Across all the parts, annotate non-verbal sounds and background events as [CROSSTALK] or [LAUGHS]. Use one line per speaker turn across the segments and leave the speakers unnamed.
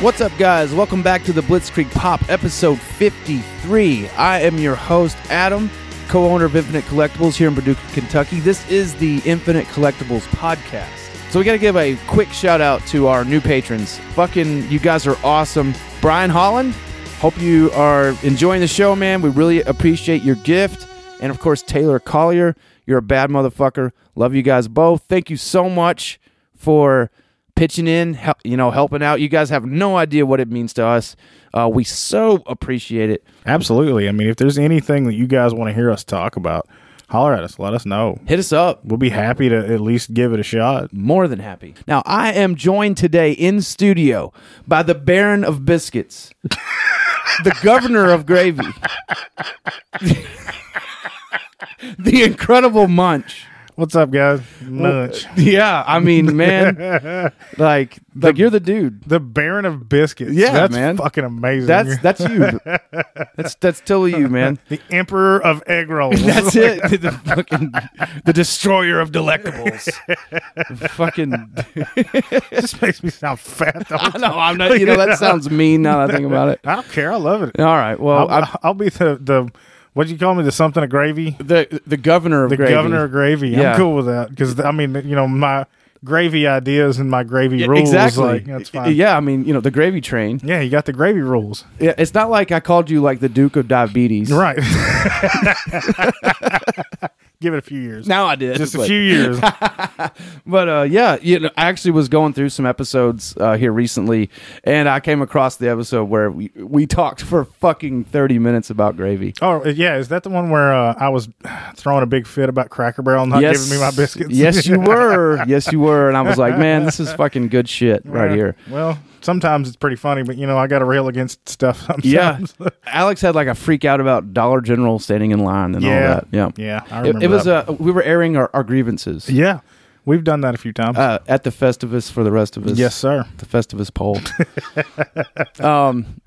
What's up, guys? Welcome back to the Blitzkrieg Pop, episode 53. I am your host, Adam, co owner of Infinite Collectibles here in Paducah, Kentucky. This is the Infinite Collectibles podcast. So, we got to give a quick shout out to our new patrons. Fucking, you guys are awesome. Brian Holland, hope you are enjoying the show, man. We really appreciate your gift. And of course, Taylor Collier, you're a bad motherfucker. Love you guys both. Thank you so much for pitching in, hel- you know, helping out. You guys have no idea what it means to us. Uh, we so appreciate it.
Absolutely. I mean, if there's anything that you guys want to hear us talk about, holler at us. Let us know.
Hit us up.
We'll be happy to at least give it a shot.
More than happy. Now, I am joined today in studio by the Baron of Biscuits, [LAUGHS] the Governor of Gravy, [LAUGHS] the Incredible Munch.
What's up, guys? Munch.
Yeah, I mean, man, like, like you're the dude.
The Baron of Biscuits.
Yeah,
that's
man.
fucking amazing.
That's that's you. That's that's totally you, man.
[LAUGHS] the Emperor of Egg [LAUGHS] Rolls.
That's it. The fucking the destroyer of delectables. [LAUGHS] fucking
[LAUGHS] this makes me sound fat. [LAUGHS] The whole
[LAUGHS] I know I'm not [LAUGHS] you know that sounds mean now that I think about it.
I don't care. I love it.
All right. Well, I'm
I'll, I'll, be the the what'd you call me? The something of gravy.
the the governor of
The
gravy.
governor of gravy.
Yeah.
I'm cool with that because I mean, you know, my gravy ideas and my gravy
Yeah,
rules.
Exactly.
Like, that's fine.
Yeah, I mean, you know, the gravy train.
yeah, you got the gravy rules.
Yeah, it's not like I called you like the Duke of Diabetes.
Right. [LAUGHS] Give it a few years.
Now I did.
Just a
but- [LAUGHS]
few years.
But uh, yeah, you know, I actually was going through some episodes uh, here recently, and I came across the episode where we, we talked for fucking thirty minutes about gravy.
Oh yeah, is that the one where uh, I was throwing a big fit about Cracker Barrel not giving me my biscuits? [LAUGHS]
yes, you were. Yes, you were. And I was like, man, this is fucking good shit right
[LAUGHS]
here.
Well, sometimes it's pretty funny, but you know I got to rail against stuff. [LAUGHS] Sometimes.
Yeah. Alex had like a freak out about Dollar General standing in line and all
yeah,
that. Yeah.
yeah. I
It,
remember
it was,
that.
uh, we were airing our, our grievances
yeah. We've done that a few times.
uh, at the Festivus for the rest of us.
yes, sir.
the Festivus
[LAUGHS]
poll. um,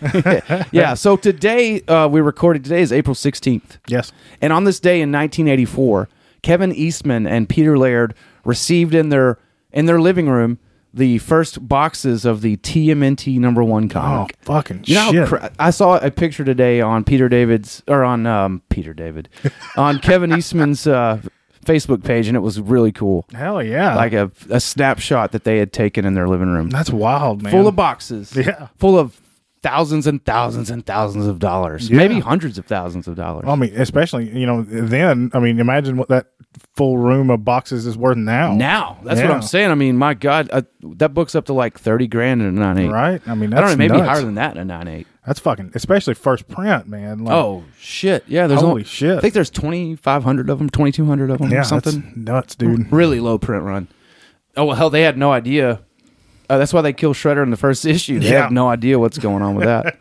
[LAUGHS] yeah. So today, uh, we recorded today is April 16th.
Yes.
And on this day in 1984, Kevin Eastman and Peter Laird received in their in their living room the first boxes of the TMNT number one
Oh,
comic.
fucking
You know, how
shit.
cra- I saw a picture today on Peter David's or on um, Peter
[LAUGHS]
David on Kevin Eastman's uh, Facebook page, and it was really cool,
Hell yeah.
like a, a snapshot that they had taken in their living room,
that's wild, man.
full of boxes,
Yeah.
full of thousands and thousands and thousands of dollars, maybe hundreds of thousands of dollars.
I mean, especially you know then. I mean, imagine what that full room of boxes is worth now.
Now, that's what
Yeah.
I'm saying. I mean, my God, uh, that book's up to like thirty grand in a nine eight.
Right? I mean,
I don't
that's
know, maybe
nuts.
higher than that in a nine eight.
That's fucking, especially first print, man. Like,
Oh shit! Yeah, there's
Holy
only,
shit.
I think there's twenty five hundred of them, twenty two hundred of them,
yeah,
or something.
That's
[LAUGHS]
nuts, dude.
Really low print run. Oh well, hell, they had no idea. Uh, that's why they killed Shredder in the first [LAUGHS] issue. They
Yeah.
had no idea what's going on with that.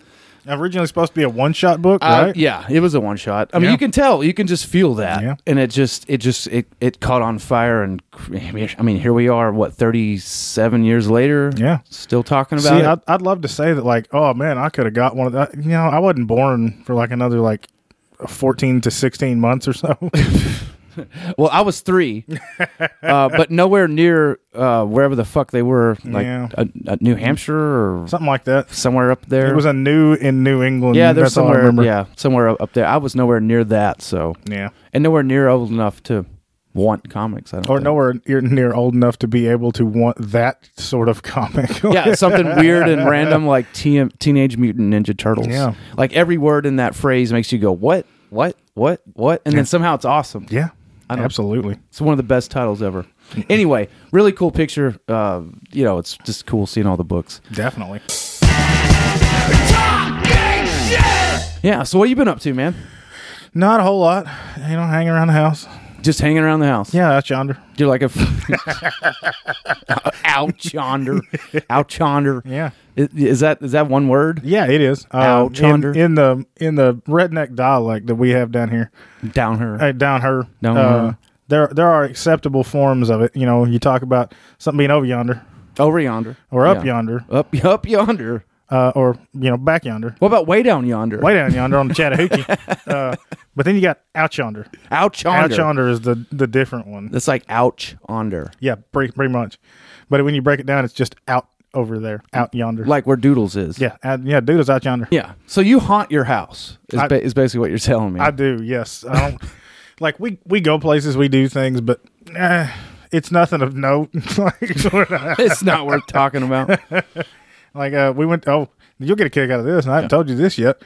Originally supposed to be a one shot book,
Uh,
[LAUGHS] right?
yeah, it was a one shot. I mean,
Yeah.
you can tell, you can just feel that,
Yeah.
and it just, it just, it, it caught on fire. And I mean, here we are, what thirty seven years later,
Yeah.
still talking about it.
See, I'd, I'd love to say that, like, oh man, I could have got one of that. You know, I wasn't born for like another like fourteen to sixteen months or so. [LAUGHS]
Well, I was three, uh, but nowhere near uh, wherever the fuck they were, like
Yeah.
uh uh, New Hampshire or
something like that.
somewhere up there.
It was a new in New England.
yeah, there's
that's all I
somewhere.
remember.
Yeah, somewhere up- up there. I was nowhere near that, so
Yeah.
and nowhere near old enough to want comics. I don't
Or
think.
nowhere near, near old enough to be able to want that sort of [LAUGHS] comic.
Yeah, something
[LAUGHS]
weird and random like TM, Teenage Mutant Ninja Turtles.
Yeah.
Like every word in that phrase makes you go, what, what, what, what? And then somehow it's awesome.
yeah.
I don't-
Absolutely.
It's one of the best titles ever. Anyway, really cool picture. Uh, you know, it's just cool seeing all the books.
Definitely.
Yeah. So what you been up to, man?
Not a whole lot. You know, hanging around the house.
Just hanging around the house.
Yeah, that's yonder.
You're [LAUGHS] like a out yonder, out [LAUGHS] yonder.
Yeah.
Is, is that is that one word?
Yeah, it is. Uh,
Ouch,
in,
yonder.
in the in the redneck dialect that we have down here,
Down her.
uh, down her,
Down
uh,
her.
there there are acceptable forms of it. You know, you talk about something being over yonder
Over yonder.
or up
Yeah.
yonder,
Up up yonder.
uh, or you know back yonder,
What about way down yonder?
way down yonder on the
[LAUGHS]
Chattahoochee. uh, but then you got out yonder.
Out
Out
yonder.
yonder is the the different one.
That's like ouch yonder.
Yeah, pretty pretty much. But when you break it down, it's just out over there, out yonder.
like where Doodles is.
yeah, out, yeah, dude is out yonder.
Yeah. So you haunt your house is,
I-
ba- is basically what you're telling me.
I do. Yes, I don't. [LAUGHS] like we we go places, we do things, but eh, it's nothing of note. [LAUGHS] like we're not-
[LAUGHS] it's not worth talking [LAUGHS] about.
like, uh, we went. Oh, you'll get a kick out of this, and I haven't told you this yet.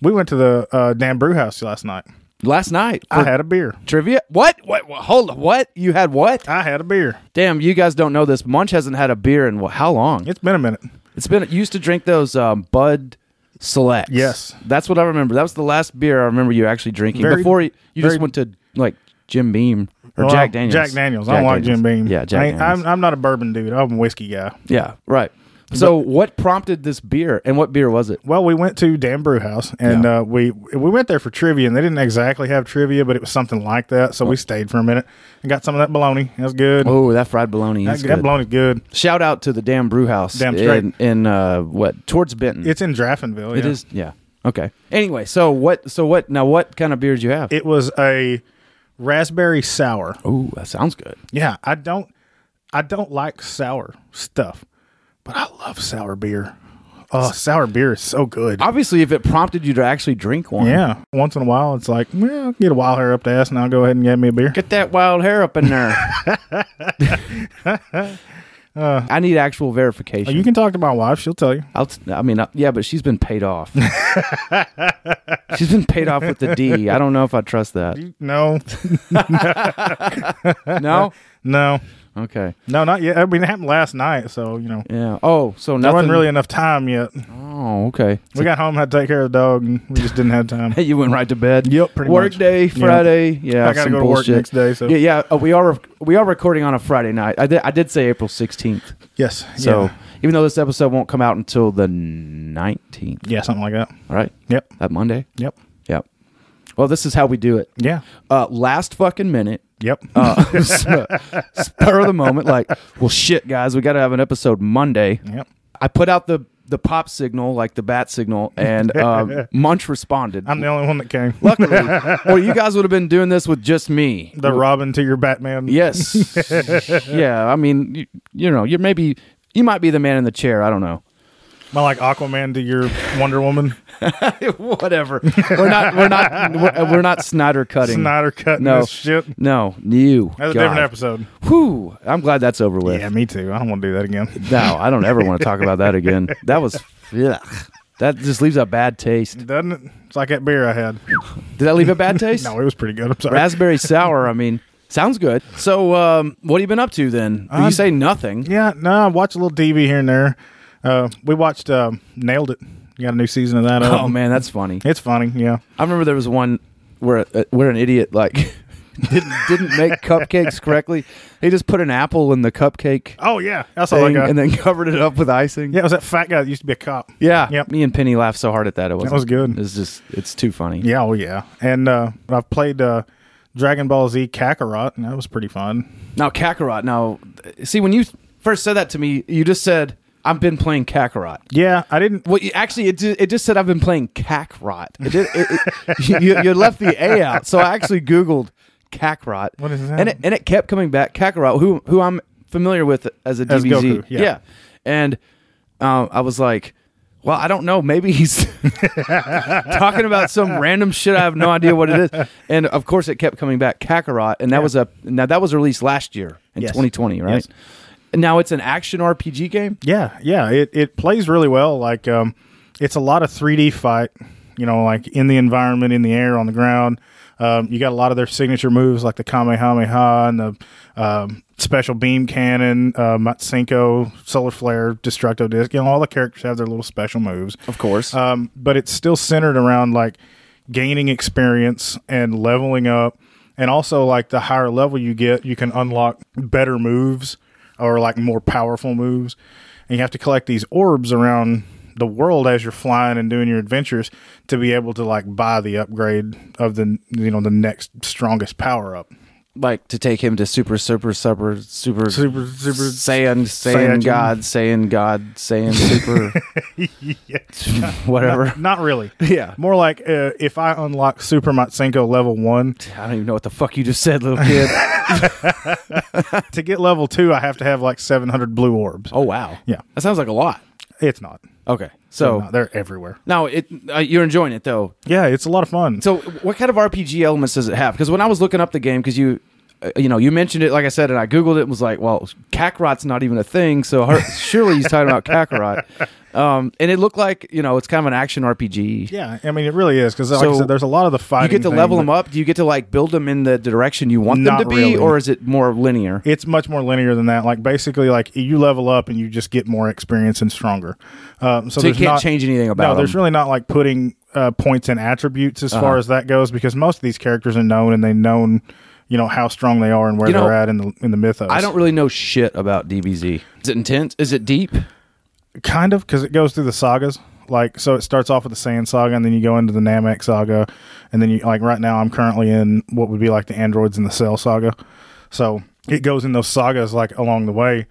We went to the uh, Dan Brew House last night.
Last night for
I had a beer.
trivia. What? what? What? Hold on. What? You had what?
I had a beer.
Damn, you guys don't know this. Munch hasn't had a beer in what, how long?
It's been a minute.
It's been you used to drink those um, Bud Selects.
Yes.
that's what I remember. That was the last beer I remember you actually drinking
Very-
before you, you
very-
just went to like Jim Beam or
Well,
Jack Daniels.
Jack Daniels. I don't
Jack
like
Daniels.
Jim Beam.
Yeah, Jack
I ain't-
Daniels.
I'm, I'm not a bourbon dude. I'm a whiskey guy.
yeah, right. So what prompted this beer, and what beer was it?
Well, we went to Dan Brew House, and
Yeah.
uh, we we went there for trivia, and they didn't exactly have trivia, but it was something like that. So we stayed for a minute and got some of that bologna. That's good.
Oh, that fried bologna.
that,
is
that
good.
bologna's good.
Shout out to the Damn Brew House
Damn straight.
in, in uh, what towards Benton.
It's in Draffinville.
It
yeah.
is- yeah. Okay. Anyway, so what? So what? Now, what kind of beers you have?
It was a raspberry sour.
Oh, that sounds good.
Yeah, I don't, I don't like sour stuff, but I love sour beer. Oh, sour beer is so good.
Obviously, if it prompted you to actually drink one,
yeah, once in a while, it's like, well, I'll get a wild hair up the ass, and I'll go ahead and get me a beer.
Get that wild hair up in
[LAUGHS]
there. I need actual verification.
You can talk to my wife; she'll tell you.
I'll t- I mean, uh, yeah, but she's been paid
[LAUGHS]
off. she's been paid off with the D. I don't know if I trust that.
No,
No.
no,
Okay.
no, not yet. I mean, it happened last night, so you know,
Yeah. Oh, so
there
nothing
wasn't really enough time yet.
Oh, okay. [LAUGHS]
We got home, had to take care of the dog, and we just didn't have time.
you went right to bed.
Yep, pretty
work
much.
day
Yep.
Friday. Yeah,
I gotta
some
go to work
bullshit.
next day, so-
yeah, yeah. uh, we are we are recording on a Friday night. I did I did say April sixteenth.
Yes,
So
yeah.
even though this episode won't come out until the nineteenth,
yeah, something like that.
all right,
Yep,
that Monday.
yep,
Yep. Well, this is how we do it.
yeah,
Uh, last fucking minute. [LAUGHS]
yep.
Uh, so, spur of the moment, like, well, shit, guys, we got to have an episode Monday.
[LAUGHS] Yep.
I put out the the pop signal, like the bat signal,
[LAUGHS]
and um, Munch responded.
I'm the only one that came.
Luckily,
[LAUGHS]
or you guys would have been doing this with just me.
the Robin to your Batman.
Yes.
[LAUGHS]
yeah. I mean, you, you know, you're maybe you might be the man in the chair. I don't know.
My like Aquaman to your
[LAUGHS]
Wonder Woman.
Whatever. We're not. We're not. We're, we're not Snyder cutting.
Snyder cutting
No.
this shit.
No, you.
That's a
God.
different episode.
Whew. I'm glad that's over with.
Yeah, me too. I don't want to do
[LAUGHS]
that again.
No, I don't ever want to talk about that again. That was. Ugh. That just leaves a bad taste. Did
Doesn't it? It's like that beer I had.
that leave a
[LAUGHS]
bad taste?
No, it was pretty good. I'm sorry.
Raspberry sour. I mean, sounds good. So, um, what have you been up to then? you say nothing.
Uh, yeah, no, I watch a little TV here and there. Uh, we watched um, Nailed It. You got a new season of that.
Oh
out.
man, that's funny.
It's funny. Yeah.
I remember there was one where uh, where an idiot like [LAUGHS] didn't didn't make cupcakes correctly. He just put an apple in the cupcake
Oh, yeah. I saw that
thing
guy.
and then [LAUGHS] covered it up with icing.
yeah, it was that fat guy that used to be a cop.
Yeah.
Yep.
Me and Penny laughed so hard at that it was
was good.
It's just it's too funny.
Yeah, oh, yeah. And uh, I've played uh, Dragon Ball Z Kakarot, and that was pretty fun.
Now Kakarot. Now see when you first said that to me, you just said I've been playing Kakarot.
Yeah, I didn't.
Well, you, actually, it, ju- it just said I've been playing Kakarot. It did, it, it, [LAUGHS] you, you left the A out, so I actually Googled Kakarot.
What is that?
And it, and it kept coming back. Kakarot, who who I'm familiar with as a DBZ,
As Goku, yeah.
And um, I was like, well, I don't know. Maybe he's [LAUGHS] talking about some random shit. I have no idea what it is. And of course, it kept coming back. Kakarot, and that was a now that was released last year in
Yes.
2020, right?
Yes.
Now it's an action RPG game.
Yeah, yeah, it, it plays really well. Like, um, it's a lot of 3D fight, you know, like in the environment, in the air, on the ground. Um, you got a lot of their signature moves, like the Kamehameha and the um, special beam cannon, uh, Matsenko, solar flare, destructo disc. You know, all the characters have their little special moves.
Of course.
Um, but it's still centered around like gaining experience and leveling up. And also, like the higher level you get, you can unlock better moves or like more powerful moves. And you have to collect these orbs around the world as you're flying and doing your adventures to be able to like buy the upgrade of the you know the next strongest power up.
like to take him to super super super super
Super, super.
Saiyan Saiyan
Saiyajin.
God Saiyan God Saiyan super
[LAUGHS]
[LAUGHS] whatever.
Not, not really.
Yeah.
More like uh, if I unlock Super Matsenko level one
I don't even know what the fuck you just said, little
[LAUGHS]
kid.
to get level two, I have to have like seven hundred blue orbs.
oh wow.
Yeah.
That sounds like a lot.
It's not.
Okay.
So
So
they're everywhere.
now it uh, you're enjoying it though.
Yeah, it's a lot of fun.
So what kind of RPG elements does it have? Because when I was looking up the game, because you. uh, You know, you mentioned it, like I said, and I googled it and was like, "Well, Kakarot's not even a thing, so her, surely he's talking
[LAUGHS]
about Kakarot." Um, and it looked like you know it's kind of an action RPG.
yeah, I mean it really is because like I
So
said, there's a lot of the
you
fighting.
get to
thing,
level
but
them up. Do you get to like build them in the direction you want them
Not
to be,
really.
or is it more linear?
It's much more linear than that. Like basically, like you level up and you just get more experience and stronger. Um, so
so you
there's
can't
not,
change anything
No,
about
there's
them.
really not like putting uh, points and attributes as
Uh-huh.
far as that goes because most of these characters are known and they known, you know, how strong they are and where
You know,
they're at in the in the mythos.
I don't really know shit about DBZ. Is it intense? Is it deep?
kind of because it goes through the sagas. Like so, it starts off with the Saiyan saga, and then you go into the Namek saga, and then you like right now I'm currently in what would be like the androids and the Cell saga. So it goes in those sagas like along the way,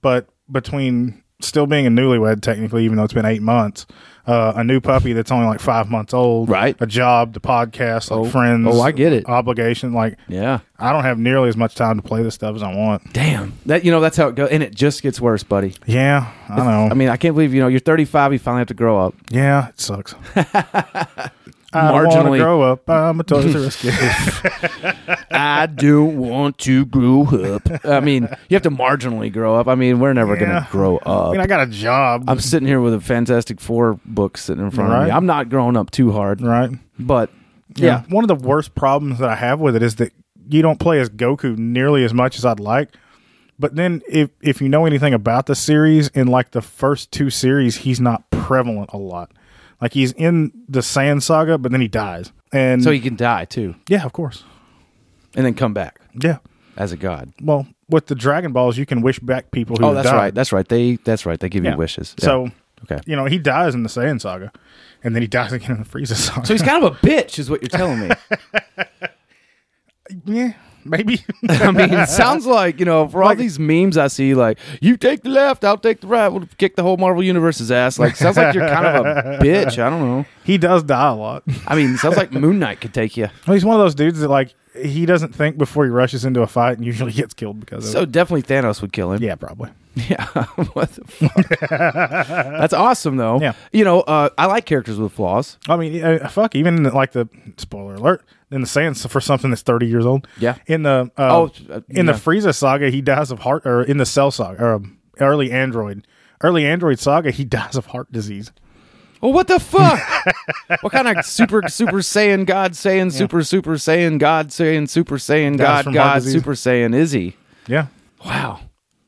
but between still being a newlywed technically, even though it's been eight months, uh, a new puppy that's only like five months old,
Right.
A job, the podcast, like
Oh.
friends.
Oh, I get it.
Obligation, like
Yeah.
I don't have nearly as much time to play this stuff as I want.
Damn. That you know that's how it goes, and it just gets worse, buddy.
Yeah, I know.
I mean, I can't believe you know you're 35. You finally have to grow up.
Yeah, it
[LAUGHS]
sucks. I don't want to
Marginally.
grow up. I'm
[LAUGHS]
a Toys R Us kid.
I don't want to grow up. I mean, you have to marginally grow up. I mean, we're never gonna
Yeah.
grow
I
up.
mean, I got a job,
I'm sitting here with a Fantastic Four book sitting in front of me.
Right.
I'm not growing up too hard,
right?
but yeah.
One of the worst problems that I have with it is that you don't play as Goku nearly as much as I'd like. But then, if if you know anything about the series, in like the first two series, he's not prevalent a lot. Like he's in the Saiyan saga, but then he dies. And
So you can die too,
yeah, of course,
and then come back
yeah.
as a god.
Well, with the Dragon Balls, you can wish back people who.
Oh,
have
that's
died.
right. That's right. They that's right. They give
Yeah.
you wishes. Yeah.
So
okay.
you know, he dies in the Saiyan saga, and then he [LAUGHS] dies again in the Frieza saga.
So he's kind of a bitch, is what you're telling me.
yeah, maybe.
[LAUGHS]
[LAUGHS]
I mean, it sounds like you know, for all these memes I see, like you take the left, I'll take the right, we'll kick the whole Marvel universe's ass. Like, sounds like you're kind of a
[LAUGHS]
bitch. I don't know.
he does die a lot. [LAUGHS] Well,
I mean, sounds like Moon Knight could take you.
he's one of those dudes that like he doesn't think before he rushes into a fight and usually [LAUGHS] gets killed because of
So
it.
definitely Thanos would kill him.
Yeah, probably.
[LAUGHS] Yeah. what the fuck?
[LAUGHS]
That's awesome, though.
Yeah.
You know, uh, I like characters with flaws.
I mean, uh, fuck. Even in the, like the spoiler alert in the Saiyans for something that's thirty years old.
Yeah.
In the uh,
Oh, uh,
in
yeah.
the Frieza saga, he dies of heart, or in the Cell saga, or um, early Android, early Android saga, he [LAUGHS] dies of heart disease.
Well, Oh, what the
[LAUGHS]
fuck? what kind of super super Saiyan God Saiyan super super Saiyan God Saiyan super Saiyan
Dies
God
from heart
God
disease.
super Saiyan is he?
Yeah,
Wow,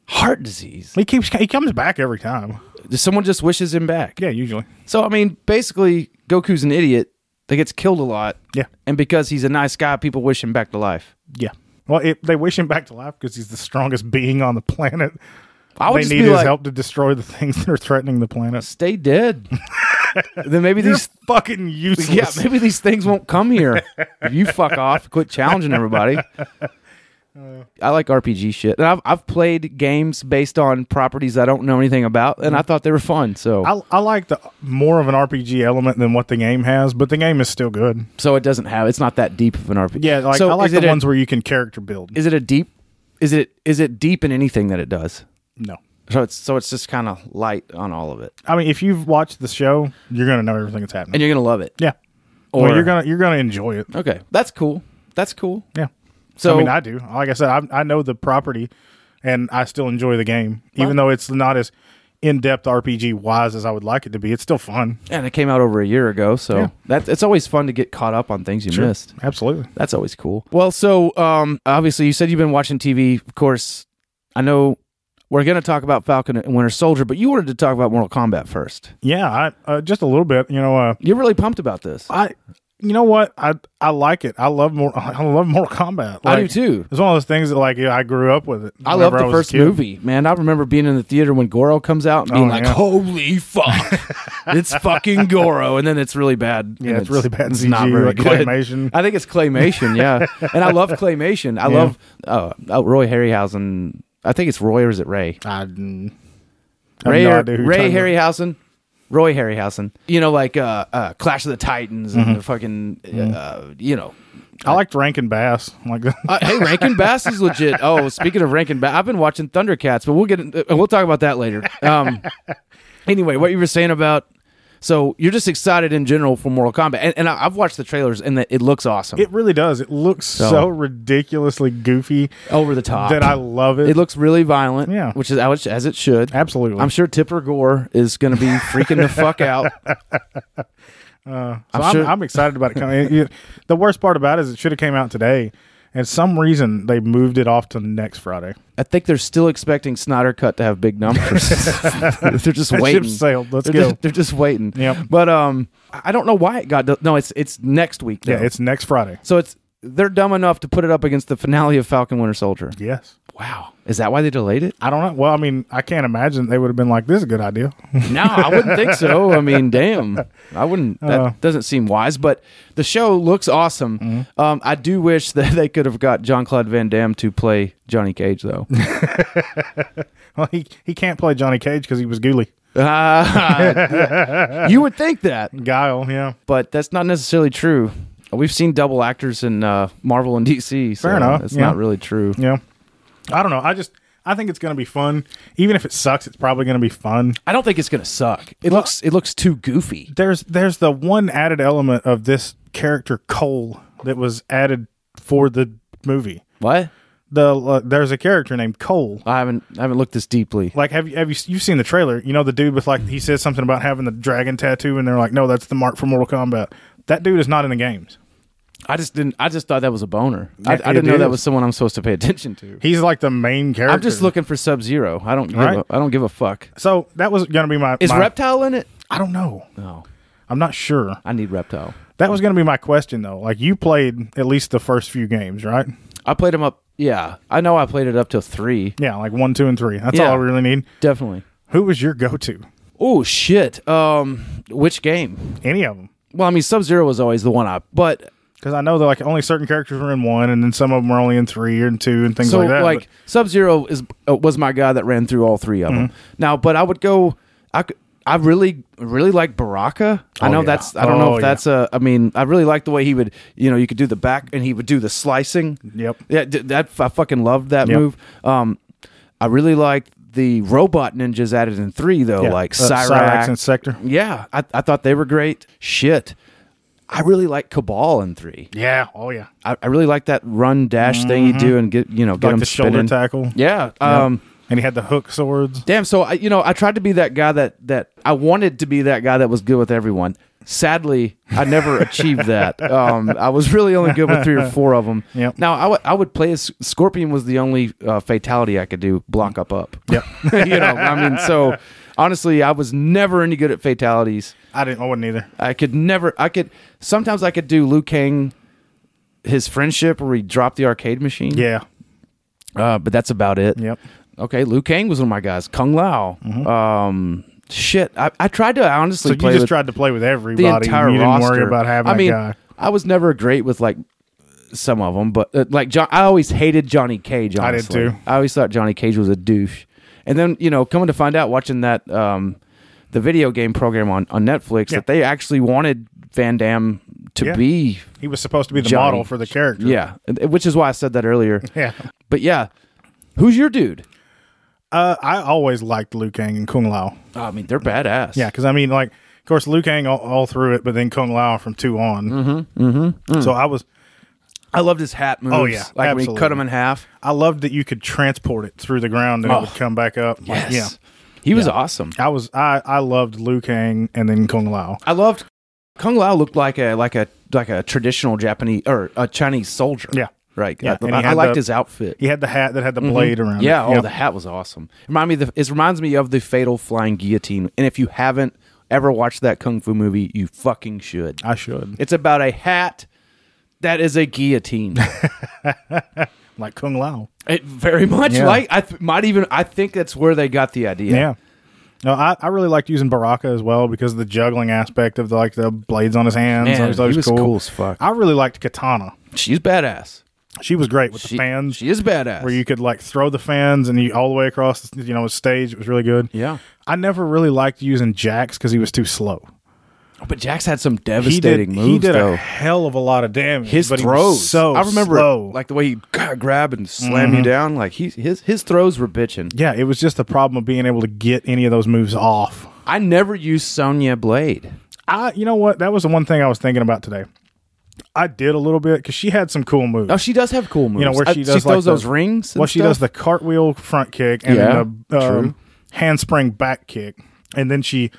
heart disease.
he keeps he comes back every time.
Someone just wishes him back.
Yeah, usually.
So I mean, basically, Goku's an idiot that gets killed a lot,
Yeah.
and because he's a nice guy, people wish him back to life.
Yeah. Well, it, they wish him back to life because he's the strongest being on the planet.
I would
They
just
need
be
his
like,
help to destroy the things [LAUGHS] that are threatening the planet.
stay
[LAUGHS]
dead. then maybe
You're
these.
fucking useless.
Yeah, maybe these things won't come here. you fuck off. Quit challenging everybody.
Uh.
I like RPG shit, and I've I've played games based on properties I don't know anything about, and I thought they were fun. So
I, I like the more of an RPG element than what the game has, but the game is still good.
so it doesn't have it's not that deep of an RPG.
Yeah, like
so
I like
is it
the
a-
ones where you can character build.
Is it a deep? Is it is it deep in anything that it does?
no.
So it's so it's just kind of light on all of it,
I mean, if you've watched the show, you're going to know everything that's happening.
and you're gonna love it.
yeah.
Or-
well, you're going to you're going to enjoy it.
Okay, that's cool. That's cool.
Yeah.
So
I mean, I do. Like I said, I, I know the property, and I still enjoy the game, even though it's not as in depth RPG wise as I would like it to be. It's still fun.
and it came out over a year ago, so
Yeah.
that it's always fun to get caught up on things you missed.
Absolutely.
That's always cool. Well, so um, obviously you said you've been watching TV. Of course, I know we're going to talk about Falcon and Winter Soldier, but you wanted to talk about Mortal Kombat first.
Yeah, I, uh, just a little bit. You know, uh,
You're really pumped about this.
I you know what? I I like it. I love more. [LAUGHS] I love Mortal Kombat.
I do
Like,
too.
It's one of those things that like yeah, I grew up with it.
I love
whenever
the
was a
first
kid.
movie, man. I remember being in the theater when Goro comes out and being
Oh,
like,
yeah.
"Holy
[LAUGHS]
fuck, it's fucking Goro!" And then it's really bad.
Yeah,
and
it's really bad
It's
CG,
not very
like
good.
claymation.
I think it's claymation.
[LAUGHS]
Yeah, and I love claymation. I love oh, oh Roy Harryhausen. I think it's Roy or is it Ray?
I, mm, I have
Ray,
no
Har-
idea who you're
Ray
talking about.
Harryhausen, Roy Harryhausen. You know, like uh, uh, Clash of the Titans
Mm-hmm.
and the fucking uh, you know.
I liked Rankin Bass. [LAUGHS] I'm Like
Uh, hey, Rankin Bass is legit. Oh, speaking of Rankin Bass, I've been watching Thundercats, but we'll get in- uh, we'll talk about that later.
[LAUGHS]
Um, anyway, what you were saying about so you're just excited in general for Mortal Kombat, and, and I, I've watched the trailers, and the, it looks awesome,
it really does. It looks so, ridiculously goofy
over the top.
that I love it.
Uh, it looks really violent,
Yeah.
which is as as it should.
absolutely.
I'm sure Tipper Gore is going to be freaking the fuck out.
So
I'm
I'm,
sure-
I'm excited about it coming. It- it- the worst part about it is it should have came out today, and some reason they moved it off to next Friday.
I think they're still expecting Snyder Cut to have big
[LAUGHS]
numbers. they're just
That
waiting.
ship sailed. Let's
they're,
go.
Just, they're just waiting.
Yep.
But um, I don't know why it got. No, it's it's next week. Though.
Yeah, it's next Friday.
so it's they're dumb enough to put it up against the finale of Falcon Winter Soldier.
Yes.
Wow, is that why they delayed it?
I don't know. Well, I mean, I can't imagine they would have been like, "This is a good idea."
No, I wouldn't think so. I mean, damn, I wouldn't. That
Uh.
doesn't seem wise. But the show looks awesome.
Mm-hmm.
Um, I do wish that they could have got John Claude Van Damme to play Johnny Cage, though. [LAUGHS]
[LAUGHS] well, he he can't play Johnny Cage because he was Ghoulie. [LAUGHS]
Ah, you would think that,
Guile. Yeah.
but that's not necessarily true. We've seen double actors in uh, Marvel and DC, so
Fair enough,
it's
yeah.
not really true.
Yeah. I don't know. I just I think it's going to be fun. Even if it sucks, it's probably going to be fun.
I don't think it's gonna suck. It looks it looks too goofy.
there's there's the one added element of this character Cole that was added for the movie.
What?
The uh, there's a character named Cole.
I haven't I haven't looked this deeply.
Like have you have you you've seen the trailer? You know the dude with like he says something about having the dragon tattoo, and they're like, no, that's the mark for Mortal Kombat. That dude is not in the games.
I just didn't. I just thought that was a boner. I,
Yeah,
I didn't
it
know that
is.
was someone I'm supposed to pay attention to.
He's like the main character.
I'm just looking for Sub Zero. I don't. Give
Right.
a, I don't give a fuck.
So that was gonna be my
Is
my-
Reptile in it?
I don't know.
No.
I'm not sure.
Oh, I need Reptile.
That was gonna be my question though. Like you played at least the first few games, right?
I played him up. Yeah, I know. I played it up till three.
Yeah, like one, two, and three. That's
Yeah.
all I really need.
Definitely.
Who was your go-to?
Oh shit. Um, which game?
Any of them?
Well, I mean, Sub Zero was always the one I. But
Because I know that like only certain characters were in one, and then some of them were only in three and two and things
so
like that.
like
but- Mm-hmm.
Sub Zero is uh, was my guy that ran through all three of them. Now, but I would go. I c- I really really like Baraka. I
Oh,
know
yeah.
that's. I don't know
Oh,
if
yeah.
that's a. I mean, I really like the way he would. You know, you could do the back and he would do the slicing.
Yep.
Yeah, d- that I fucking loved that
Yep.
move. Um, I really liked the robot ninjas added in three though,
Yeah,
Oh, like
uh,
Cyrax.
and Sector.
yeah, I, I thought they were great. Shit, I really like Cabal in three.
Yeah. Oh yeah.
I, I really like that run dash thing you do and get you know get
Mm-hmm. Like
him
the shoulder
spinning.
tackle.
Yeah. Um.
And he had the hook swords.
Damn. So I, you know, I tried to be that guy that that I wanted to be that guy that was good with everyone. Sadly, I
[LAUGHS]
never achieved that. Um, I was really only good with three or four of them.
[LAUGHS] Yep.
Now I would- I would play as Scorpion was the only uh, fatality I could do block up up.
Yep.
[LAUGHS] you know, I mean, so honestly, I was never any good at fatalities.
[LAUGHS] I didn't. I wasn't either.
I could never. I could sometimes I could do Liu Kang, his friendship where he dropped the arcade machine.
Yeah.
Uh, but that's about it.
Yep.
Okay, Liu Kang was one of my guys. Kung Lao. Um, shit, I, I tried to honestly
Mm-hmm. So you
play
just
with
tried to play with everybody.
the entire
and you
roster.
didn't worry about having
I mean,
a guy.
I was never great with like some of them, but uh, like John, I always hated Johnny Cage.
I did
Honestly.
too.
I always thought Johnny Cage was a douche. And then you know, coming to find out, watching that um, the video game program on on Netflix,
Yeah.
that they actually wanted Van Damme to
Yeah.
be.
He was supposed to be the
Johnny.
model for the character.
Yeah, and- which is why I said that
[LAUGHS]
earlier.
Yeah.
But yeah, who's your dude?
Uh, I always liked Liu Kang and Kung Lao.
Oh, I mean, they're badass.
Yeah, because I mean, like, of course, Liu Kang all, all through it, but then Kung Lao from two on. Mm-hmm,
mm.
mm-hmm, So I was,
I loved his hat moves.
Oh, yeah.
like when he cut
Absolutely.
him in half.
I loved that you could transport it through the ground and
Oh.
it would come back up. Like, yeah,
he was awesome.
I was I I loved Liu Kang and then Kung Lao.
I loved Kung Lao looked like a like a like a traditional Japanese or a Chinese soldier.
Yeah.
right.
Yeah,
I,
and he
I
had
liked
the-
his outfit.
He had the hat that had the blade around.
Mm-hmm. Yeah,
it.
oh, the hat was awesome. Remind me, of the, it reminds me of the Fatal Flying Guillotine. And if you haven't, ever watched that kung fu movie, you fucking should.
I should.
It's about a hat that is a
[LAUGHS]
guillotine.
Like Kung Lao.
It very much
Yeah.
like I th- might even I think that's where they got the idea.
Yeah. No, I, I really liked using Baraka as well because of the juggling aspect of the, like the blades on his hands.
Man,
I always thought it
he was cool as fuck.
I really liked Katana.
she's badass.
She was great with
She,
the fans
she is badass.
where you could like throw the fans and you all the way across you know a stage. It was really good.
Yeah.
I never really liked using Jax because he was too slow.
Oh, but Jax had some
He did,
devastating moves
he did
though.
a hell of a lot of damage.
his
but he was
throws,
so
I remember
slow.
like the way he g- grab and slam you down. Like he, his his throws were bitching.
yeah, it was just the problem of being able to get any of those moves off.
I never used Sonya Blade.
I, you know what? That was the one thing I was thinking about today. I did a little bit because she had some cool moves.
No, Oh, she does have cool moves.
you know where
I-
she does
Uh, she throws
like the-
those rings. and
Well, she
stuff.
does the cartwheel front kick and
Yeah,
then the um, handspring back kick, and then she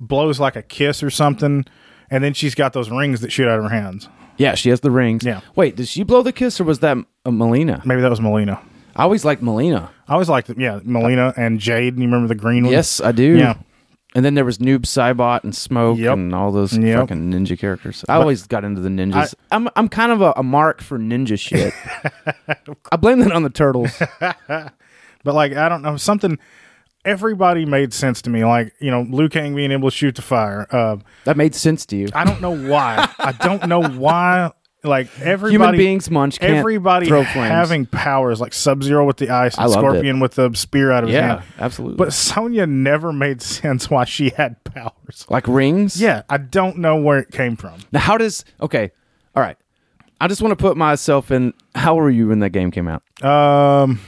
blows like a kiss or something, and then she's got those rings that shoot out of her hands.
Yeah, she has the rings.
Yeah.
Wait, did she blow the kiss or was that uh, Melina?
Maybe that was Melina.
I always liked Melina.
I always liked, yeah, Melina and Jade. You remember the green one?
Yes, I do.
Yeah.
And then there was Noob Saibot and Smoke
Yep.
and all those
Yep.
fucking ninja characters. I always got into the ninjas. I, am I'm kind of a, a mark for ninja shit.
[LAUGHS]
I blame that on the turtles.
But like I don't know something. Everybody made sense to me. Like you know, Liu Kang being able to shoot the fire. Uh,
that made sense to you.
I don't know why. I don't know why. Like everybody,
beings, Munch, can't
everybody
throw flames.
having powers like Sub Zero with the ice, and
loved it.
Scorpion with the spear out of his
Yeah,
hand.
absolutely.
But Sonya never made sense why she had powers.
like rings?
Yeah, I don't know where it came from.
Now, how does. Okay. All right. I just want to put myself in. How were you when that game came out?
Um,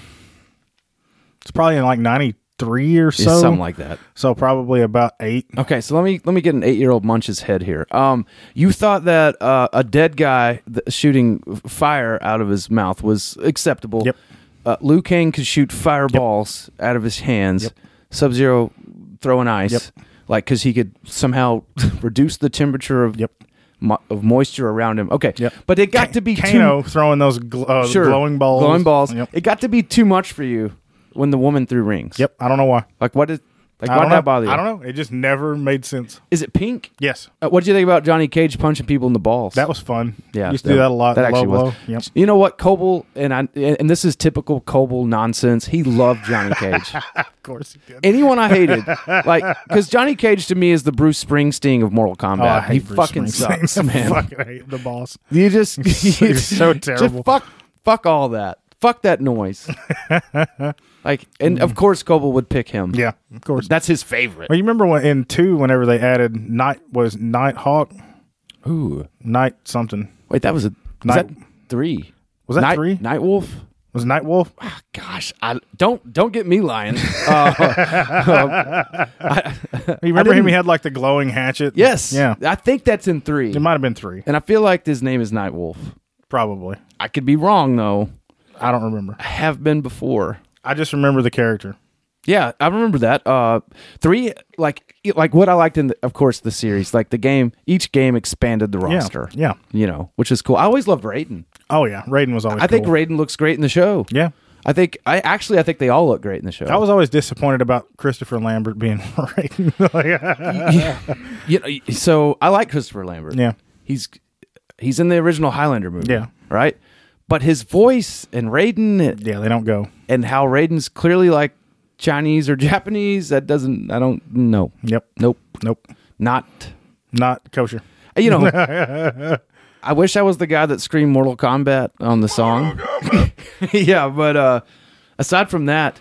it's probably in like '93 or so,
Something like that.
so probably about eight.
Okay, so let me let me get an eight year old Munch's head here. Um, you thought that uh, a dead guy th- shooting f- fire out of his mouth was acceptable.
Yep.
Uh, Liu Kang could shoot fireballs out of his hands. Sub Zero throwing ice, like because he could somehow [LAUGHS] reduce the temperature of
Yep.
mo- of moisture around him. Okay.
Yep.
But it got to be
Kano throwing those gl- uh,
too sure,
glowing balls.
Glowing balls.
Yep.
It got to be too much for you when the woman threw rings.
Yep. I don't know why.
Like what is like why
I don't
did
know.
that bother you?
I don't know. It just never made sense.
Is it pink?
Yes.
Uh, what did you think about Johnny Cage punching people in the balls?
That was fun.
yeah,
Used to do that a lot.
That
That low
actually
blow.
was.
Yep.
You know what, Coble, and I, and this is typical Coble nonsense. He loved Johnny
[LAUGHS]
Cage.
Of course he did.
Anyone I hated, like, because Johnny Cage to me is the Bruce Springsteen of Mortal Kombat.
Oh, I hate
uh, he
Bruce
fucking
Springsteen. [LAUGHS]
sucks, man.
I fucking hate the boss.
You just you
[LAUGHS] he's so
just-
terrible.
Just fuck, fuck all that. Fuck that
[LAUGHS]
noise. like, and of course, Coble would pick him.
Yeah, of course.
that's his favorite.
Well, you remember when in two, whenever they added night was Nighthawk,
Ooh,
night something
wait, that was a was
Night-
that three.
was that
Night,
three?
Night Wolf.
Was Night Wolf?
gosh, I don't don't get me lying.
[LAUGHS]
Uh,
You remember him?
didn't-
He had like the glowing hatchet.
yes,
Yeah.
I think that's in three,
It might have been three,
and I feel like his name is Night Wolf.
probably.
I could be wrong though.
I don't remember.
I have been before.
I just remember the character.
Yeah, I remember that. Uh, three, like like what I liked in, the, of course, the series, like the game. Each game expanded the
Yeah.
roster.
Yeah.
you know, which is cool. I always loved Raiden.
Oh yeah, Raiden was always.
I think
cool.
Raiden looks great in the show.
Yeah.
I think I actually I think they all look great in the show.
I was always disappointed about Christopher Lambert being [LAUGHS] Raiden. [LAUGHS] Like,
yeah. [LAUGHS] You know, so I like Christopher Lambert.
Yeah.
He's he's in the original Highlander movie.
Yeah.
Right? But his voice and Raiden
yeah, they don't go.
and how Raiden's clearly like Chinese or Japanese, that doesn't I don't know.
Yep.
Nope.
Nope.
Not
Not kosher.
you
[LAUGHS]
know I wish I was the guy that screamed Mortal Kombat on the song. [LAUGHS] yeah, but uh aside from that,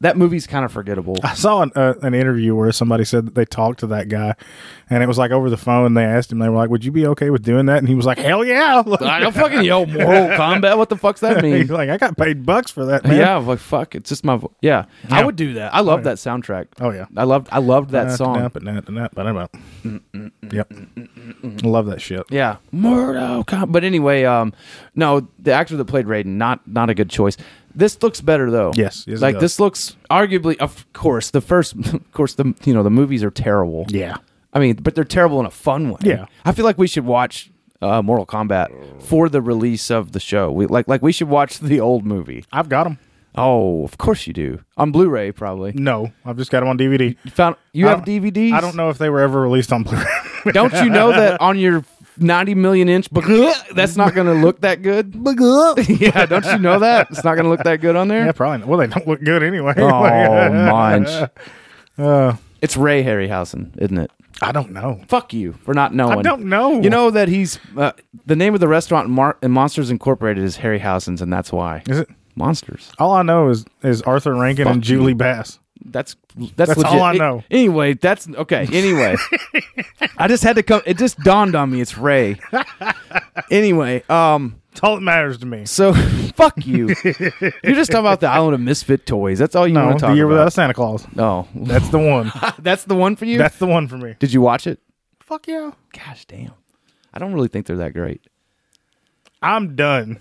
that movie's kind of
[LAUGHS]
forgettable.
I saw an, uh, an interview where somebody said that they talked to that guy, and it was like over the phone. They asked him, they were like, "Would you be okay with doing that?" And he was like, "Hell yeah!" [LAUGHS]
I don't fucking yo Mortal Kombat. What the fuck's that mean?
He's like, "I got paid bucks for that, man."
Yeah, I was like fuck, it's just my vo- yeah. I
Yeah.
would do that. I love that soundtrack.
Oh, yeah.
I loved I loved that song.
But not, not, but I'm out. Yep. I love that shit.
Yeah, Mortal Kombat. But anyway, um, no, the actor that played Raiden, not not a good choice. This looks better though.
Yes, yes, it
like
does.
this looks arguably, of course, the first, [LAUGHS] of course, the you know the movies are terrible.
Yeah.
I mean, but they're terrible in a fun way.
Yeah.
I feel like we should watch uh, Mortal Kombat for the release of the show. We like like we should watch [LAUGHS] the old movie.
I've got them.
Oh, of course you do. On Blu-ray, probably.
No, I've just got them on DVD.
You found you
I
have
don't-
DVDs.
I don't know if they were ever released on Blu-ray. [LAUGHS]
Don't you know that on your 90 million
[LAUGHS]
inch, that's not going to look that good? [LAUGHS] yeah, don't you know that? It's not going to look that good on there?
yeah, probably. Not. Well, they don't look good anyway. [LAUGHS]
Oh, munch.
Uh,
It's Ray Harryhausen, isn't it?
I don't know.
Fuck you for not knowing.
I don't know.
You know that he's uh, the name of the restaurant in, Mar- in Monsters Incorporated is Harryhausen's, and that's why
is it?
Monsters.
All I know is is Arthur Rankin and
Fuck you.
Julie Bass.
That's that's,
That's all
legit.
I
A-
know.
anyway, that's okay.
[LAUGHS]
Anyway, I just had to come. It just dawned on me. It's Ray. anyway, um,
That's all that matters to me.
So [LAUGHS] fuck you. You're just talking about the island of misfit toys. That's all you
No,
want to
the
talk
year without
about.
Santa Claus. [LAUGHS]
No,
That's
[LAUGHS]
the one.
that's the one for you.
That's the one for me.
Did you watch it?
Fuck yeah.
Gosh damn. I don't really think they're that
[LAUGHS]
great.
I'm done.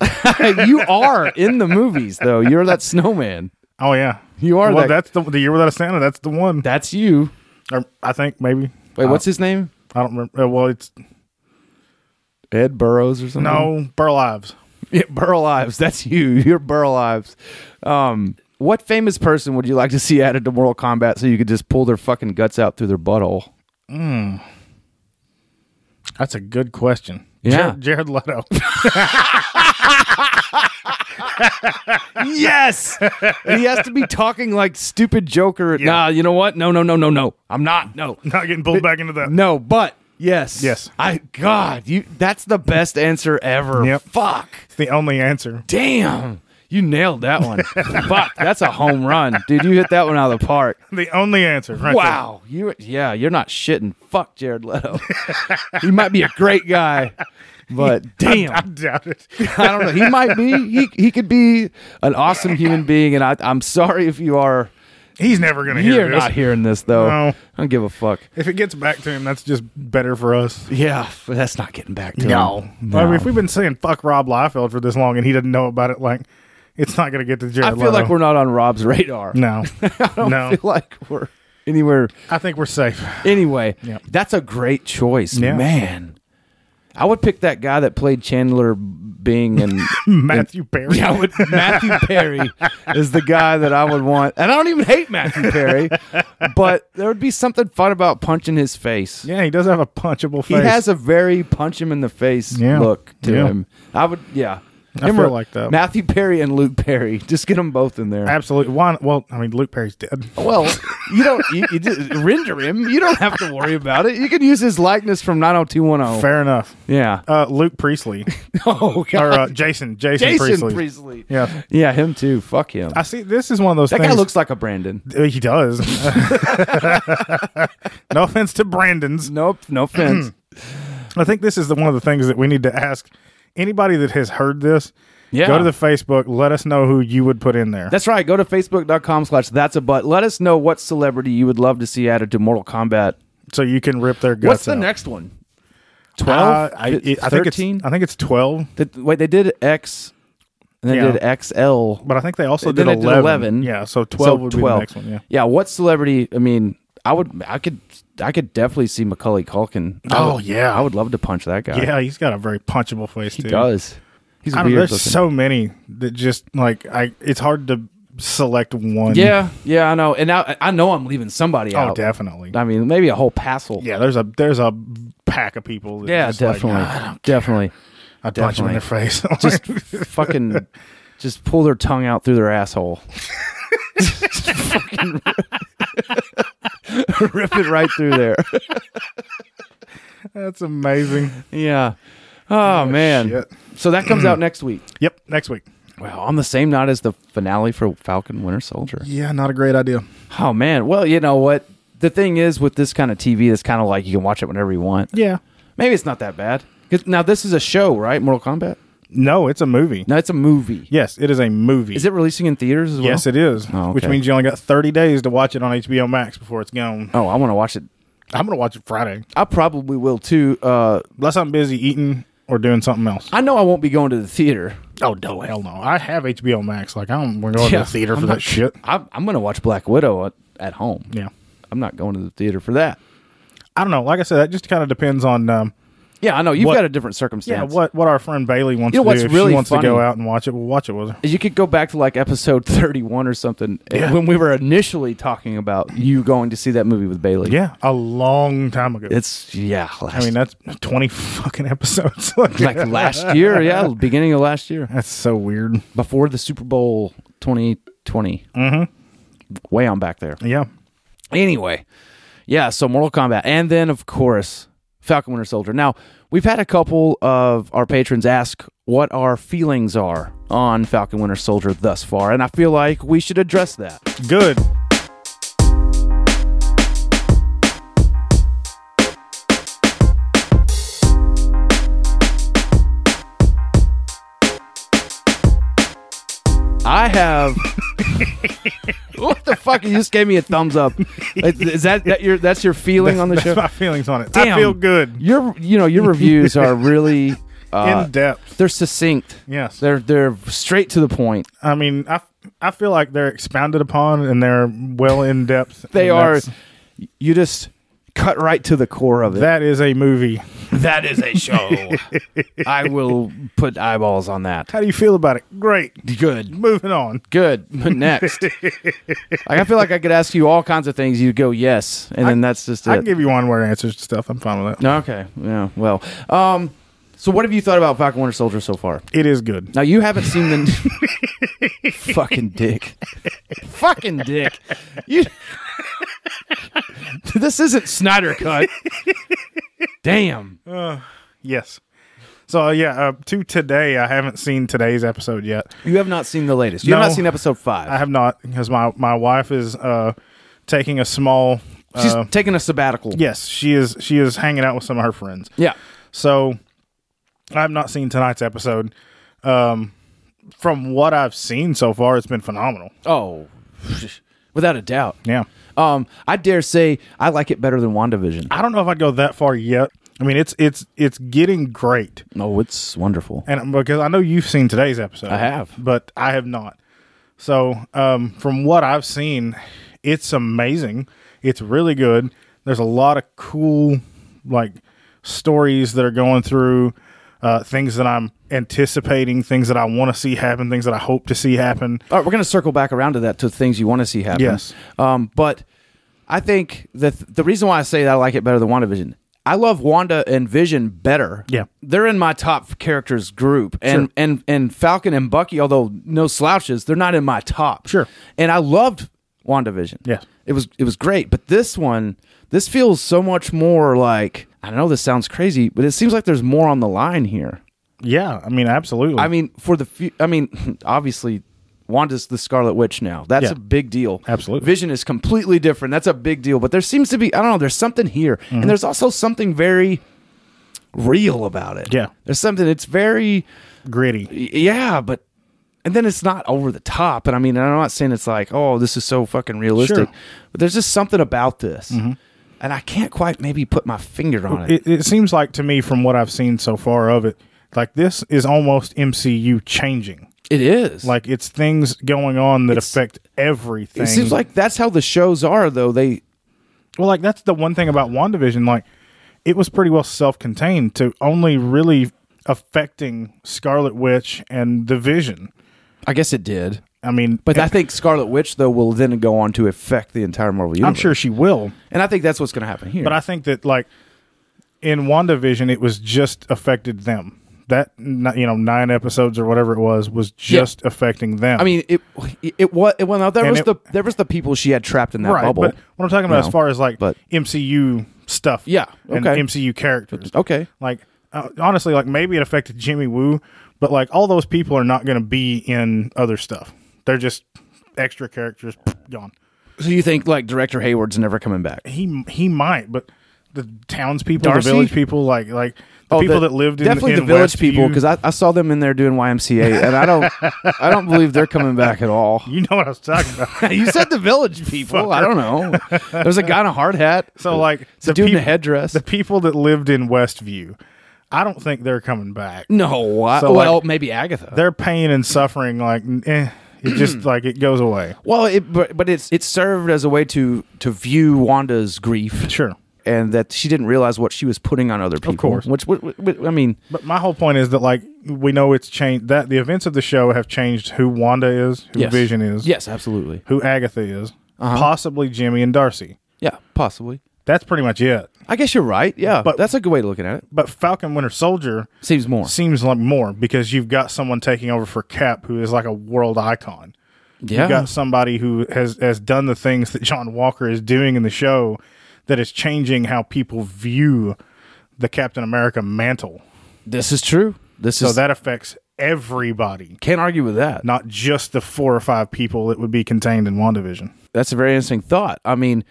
you are in the movies though. You're that snowman.
Oh yeah.
You are
Well,
that.
that's the the year without a Santa. That's the one.
That's you.
Or I think maybe.
Wait, what's his name?
I don't remember. Uh, well, it's
Ed Burrows or something?
no Burl Ives.
Yeah, Burl Ives. That's you. [LAUGHS] You're Burl Ives. Um, what famous person would you like to see added to Mortal Kombat so you could just pull their fucking guts out through their butthole?
That's a good question.
Yeah.
Jared, Jared Leto. [LAUGHS]
Yes. and [LAUGHS] he has to be talking like stupid Joker. Nah, you know what? No, no, no, no, no. I'm not. No.
Not getting pulled back into that.
No, but yes.
Yes.
I God, you that's the best answer ever.
Yep.
Fuck.
It's the only answer.
Damn. You nailed that one. Fuck. That's a home run. Dude, you hit that one out of the park.
The only answer. Right
Wow. You yeah, you're not shitting. Fuck Jared Leto. [LAUGHS] he might be a great guy. But [LAUGHS] damn.
there. [LAUGHS] I doubt it.
I don't know. He might be. He he could be an awesome human being, and I, I'm sorry if you are.
He's never gonna hear
You're
this.
not hearing this though.
No.
I don't give a fuck.
If it gets back to him, that's just better for us.
Yeah, but that's not getting back to him.
I mean, if we've been saying fuck Rob Liefeld for this long and he doesn't know about it, like it's not gonna get to Jared
I feel
Leto.
like we're not on Rob's radar.
no, no.
[LAUGHS] I feel like we're anywhere.
I think we're safe. [LAUGHS]
Anyway,
Yep.
that's a great choice,
Yeah.
man. I would pick that guy that played Chandler Bing [LAUGHS] and
Matthew Perry.
I would Matthew Perry is the guy that I would want. And I don't even hate Matthew Perry, but there would be something fun about punching his face.
Yeah, he does have a punchable face.
He has a very punch him in the face
Yeah.
look to
Yeah.
him. I would, yeah.
I
Him
feel
or
like that.
Matthew Perry and Luke Perry. Just get them both in there.
absolutely one. Well, I mean, Luke Perry's dead.
well, you don't you, you just render him. You don't have to worry about it. You can use his likeness from 90210.
Fair enough.
Yeah.
Uh, Luke Priestley
[LAUGHS] oh God.
or uh, Jason, Jason,
Jason
Priestley.
Priestley.
yeah,
Yeah, him too. Fuck him.
I see. This is one of those.
that
things.
guy looks like a Brandon.
Uh,
[LAUGHS]
He does. no offense to Brandon's.
Nope. No offense.
I think this is the, one of the things that we need to ask anybody that has heard this.
Yeah.
Go to the Facebook. Let us know who you would put in there.
That's right. Go to facebook.com slash that's a butt. Let us know what celebrity you would love to see added to Mortal Kombat.
so you can rip their guts
What's the
out.
next one?
Uh,
12?
I, it- I think
13?
it's. uh, I think it's twelve.
Did- wait, they did X and they
Yeah.
did XL.
But I think they also
Then
did
it did
11.
11.
Yeah, so 12
So
would be the next one. Yeah.
yeah, what celebrity? I mean, I would, I could, I could definitely see Macaulay Culkin. I
Oh,
would-
yeah.
I would love to punch that guy.
[LAUGHS] Yeah, he's got a very punchable face,
he
too.
does. He's
I
weird.
don't know, there's
looking.
so many that just, like, I. it's hard to select one.
yeah, yeah, I know, and I, I know I'm leaving somebody
Oh,
out.
definitely.
I mean, maybe a whole passel.
Yeah, there's a there's a pack of people. That
Yeah,
just, like,
definitely,
"Ah, [LAUGHS]
definitely.
I punch them in their face.
[LAUGHS]
Just
Fucking, just pull their tongue out through their
[LAUGHS]
asshole. [LAUGHS] Just fucking rip- rip it right through there.
[LAUGHS] that's amazing.
Yeah. Oh, man.
shit.
So that comes
[CLEARS THROAT]
out next week.
Yep, next week.
Wow, on the same night as the finale for Falcon Winter Soldier.
Yeah, not a great idea.
Oh man. Well, you know what? The thing is with this kind of TV, it's kind of like you can watch it whenever you want.
Yeah,
Maybe it's not that bad. 'Cause- Now this is a show, right? Mortal Kombat.
no, it's a movie.
No, it's a movie.
Yes, it is a movie.
Is it releasing in theaters as well?
Yes, it is.
Oh, okay.
Which means you only got 30 days to watch it on HBO Max before it's gone.
Oh, I want to watch it.
I'm gonna watch it Friday,
I probably will too. Uh,
unless I'm busy eating or doing something else.
I know I won't be going to the theater.
Oh no, hell no! I have HBO Max. Like I don't we're going
Yeah,
to the theater
I'm
for
not-
that shit.
I'm, I'm going to watch Black Widow at, at home.
Yeah,
I'm not going to the theater for that.
I don't know. Like I said, that just kind of depends on um,
Yeah, I know you've
What-
got a different
Yeah,
circumstance.
what what our friend Bailey wants
You know
to
what's
do if
really
she wants to go
funny?
out and watch it, we'll watch it with her.
You could go back to like episode thirty-one or something and
Yeah.
when we were initially talking about you going to see that movie with Bailey.
Yeah, a long time ago.
it's yeah. Last,
I mean, that's twenty fucking episodes. [LAUGHS] Like,
[LAUGHS] like last year,
[LAUGHS]
yeah, beginning of last year,
that's so weird.
before the Super Bowl twenty twenty. Mm-hmm. Way on back there.
Yeah,
Anyway, yeah, so Mortal Kombat. And then, of course, Falcon Winter Soldier. Now, we've had a couple of our patrons ask what our feelings are on Falcon Winter Soldier thus far, and I feel like we should address that.
good.
I
[LAUGHS]
have. what the fuck? You just gave me a thumbs up. Like, Is that, that your that's your feeling on the
That's
show?
my feelings on it.
Damn.
I feel good.
Your you know your reviews are really uh,
[LAUGHS] In depth.
they're succinct.
Yes.
They're they're straight to the point.
I mean, I I feel like they're expounded upon and they're well in depth.
They
and
are.
that's-
You just cut right to the core of it.
That is a movie.
that is a show. I will put eyeballs on that.
How do you feel about it? Great. [LAUGHS]
Good.
Moving on.
Good. Next. like, I feel like I could ask you all kinds of things. You go yes, and then that's just
I
it.
can give you one word answers to stuff. I'm fine with that.
Okay. Yeah. Well. Um. So, what have you thought about Falcon Winter Soldier so far?
It is good.
Now, you haven't seen the [LAUGHS] fucking dick, fucking dick. You. [LAUGHS] this isn't Snyder cut. Damn.
Yes. So yeah, uh, to today, I haven't seen today's episode yet.
You have not seen the latest. You have
No.
not seen episode five.
I have not because my my wife is uh, taking a small. Uh,
She's taking a sabbatical.
yes, she is. She is hanging out with some of her friends.
Yeah.
So I've not seen tonight's episode. Um, from what I've seen so far, it's been phenomenal.
Oh, [LAUGHS] without a doubt.
Yeah.
Um, I dare say I like it better than WandaVision.
I don't know if I'd go that far yet. I mean, it's it's it's getting great,
Oh, it's wonderful.
and because I know you've seen today's episode,
I have.
but I have not. So, um, from what I've seen, it's amazing. It's really good. There's a lot of cool, like, stories that are going through, uh, things that I'm anticipating, things that I want to see happen, things that I hope to see happen.
All right, we're going to circle back around to that to things you want to see happen.
Yes.
Um, but I think that th- the reason why I say that I like it better than WandaVision, I love Wanda and Vision better.
Yeah.
They're in my top characters group. And
Sure.
and and Falcon and Bucky, although no slouches, they're not in my top.
Sure.
And I loved WandaVision.
Yes.
It was it was great, but this one this feels so much more like I know this sounds crazy, but it seems like there's more on the line here.
Yeah, I mean, absolutely.
I mean, for the few, I mean, [LAUGHS] obviously, Wanda's the Scarlet Witch now. That's
Yeah.
a big deal.
Absolutely.
Vision is completely different. That's a big deal. But there seems to be, I don't know, there's something here.
Mm-hmm.
And there's also something very real about it.
Yeah.
There's something, it's very,
gritty.
y- yeah, but, and then it's not over the top. And I mean, and I'm not saying it's like, oh, this is so fucking realistic,
Sure. Mm-hmm.
but there's just something about this. And I can't quite maybe put my finger on it.
It, it seems like to me, from what I've seen so far of it, like this is almost MCU changing.
it is.
Like it's things going on that affect everything.
it seems like that's how the shows are, though. They,
Well, like that's the one thing about WandaVision, like it was pretty well self-contained to only really affecting Scarlet Witch and the Vision.
I guess it did.
I mean,
But I think Scarlet Witch though will then go on to affect the entire Marvel
I'm
universe.
sure she will,
and I think that's what's going to happen here.
but I think that like in WandaVision it was just affected them. That n- you know, 9 episodes or whatever it was was just affecting them.
I mean, it it was it, well, no, there
And
was
it-
the there was the people she had trapped in that
right,
bubble.
but what I'm talking about as
No,
far as like
but-
MCU stuff.
Yeah,
And
okay.
MCU characters.
okay,
Like uh, honestly, like maybe it affected Jimmy Woo, but like all those people are not going to be in other stuff. They're just extra characters gone.
so you think like director Hayward's never coming back?
He he might, but the townspeople,
Darcy? Oh,
the village people, like like the people
the-
that lived in
definitely
in
the village
Westview,
people because I, I saw them in there doing YMCA, and I
[LAUGHS]
don't I don't believe they're coming back at all.
you know what I was talking
[LAUGHS]
about.
You said the village people. I don't know. There's a guy in a hard hat.
So like
the dude in a
peop-
headdress.
[LAUGHS] the people that lived in Westview, I don't think they're coming back.
no, I,
So,
well
like-
maybe Agatha.
Their pain and suffering, like eh, it just
[CLEARS THROAT]
like it goes away.
Well, it but, but it's it served as a way to to view Wanda's grief
Sure.
and that she didn't realize what she was putting on other people.
course.
Which, wh- wh- wh- I mean,
But my whole point is that like we know it's changed that the events of the show have changed who Wanda is, who
yes. Uh-huh.
Vision is,
Yes, absolutely.
who Agatha is, possibly Jimmy and Darcy.
Yeah, possibly.
That's pretty much it.
I guess you're right. Yeah,
But-
that's a good way of looking at it.
But Falcon Winter Soldier
Seems more.
seems like more because you've got someone taking over for Cap who is like a world icon.
Yeah,
You've got somebody who has has done the things that John Walker is doing in the show that is changing how people view the Captain America mantle.
this is true. This
So
is
that affects everybody,
can't argue with that.
not just the four or five people that would be contained in WandaVision.
That's a very interesting thought. I mean,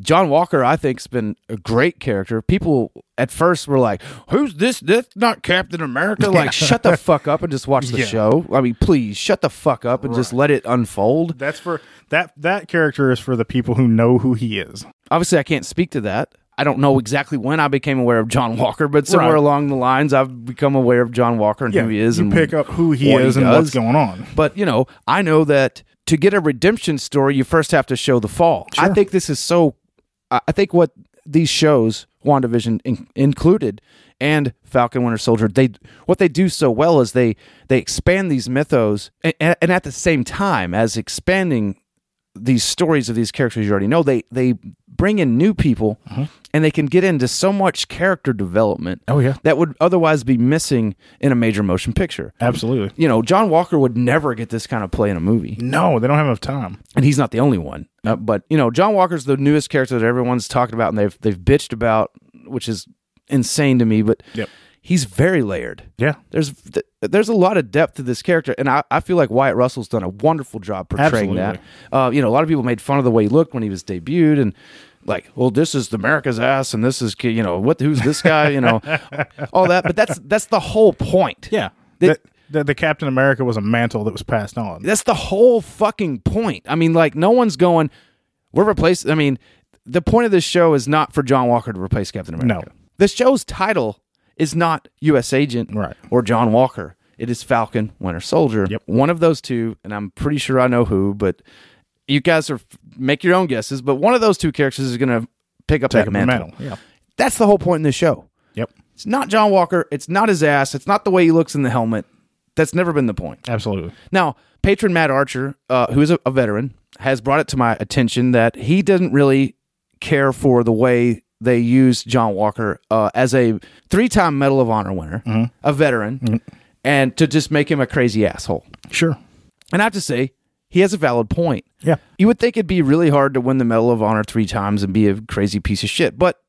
John Walker, I think, has been a great character. People at first were like, "Who's this? That's not Captain America!" Like, shut the fuck up and just watch the
Yeah.
show. I mean, please shut the fuck up and just let it unfold.
That's for that that character is for the people who know who he is.
obviously I can't speak to that. I don't know exactly when I became aware of John Walker, but somewhere
Right.
along the lines, I've become aware of John Walker and who he is.
you
and
pick up who he
what he
is and
does.
what's going on.
But you know, I know that to get a redemption story, you first have to show the fall. I think this is so. I I think what these shows, WandaVision in, included, and Falcon Winter Soldier, they what they do so well is they they expand these mythos, and, and at the same time as expanding these stories of these characters you already know, they they bring in new people, and they can get into so much character development.
Mm-hmm. Oh, yeah.
that would otherwise be missing in a major motion picture
Absolutely.
you know, John Walker would never get this kind of play in a movie,
No, they don't have enough time.
and he's not the only one. Uh, but you know, John Walker's the newest character that everyone's talking about, and they've they've bitched about, which is insane to me. But
Yep.
he's very layered.
Yeah.
There's th- there's a lot of depth to this character, and I, I feel like Wyatt Russell's done a wonderful job portraying
Absolutely.
that. Uh, you know, a lot of people made fun of the way he looked when he was debuted, and like, well, this is America's ass, and this is ki- you know what who's this guy, you
[LAUGHS]
know, all that. But that's that's the whole point. They-
That, that the Captain America was a mantle that was passed on.
That's the whole fucking point. I mean, like, no one's going, we're replacing. I mean, the point of this show is not for John Walker to replace Captain America.
No.
The show's title is not U.S. Agent
Right.
or John Walker. It is Falcon Winter Soldier.
Yep.
One of those two, and I'm pretty sure I know who, but you guys are make your own guesses. But one of those two characters is going to pick up that
up the
mantle.
mantle, yeah.
That's the whole point in this show.
Yep.
It's not John Walker. It's not his ass. It's not the way he looks in the helmet. That's never been the point.
Absolutely.
Now, patron Matt Archer, uh, who is a, a veteran, has brought it to my attention that he doesn't really care for the way they use John Walker uh, as a three-time Medal of Honor winner, a veteran, and to just make him a crazy asshole.
Sure.
And I have to say, he has a valid point.
Yeah.
You would think it'd be really hard to win the Medal of Honor three times and be a crazy piece of shit, but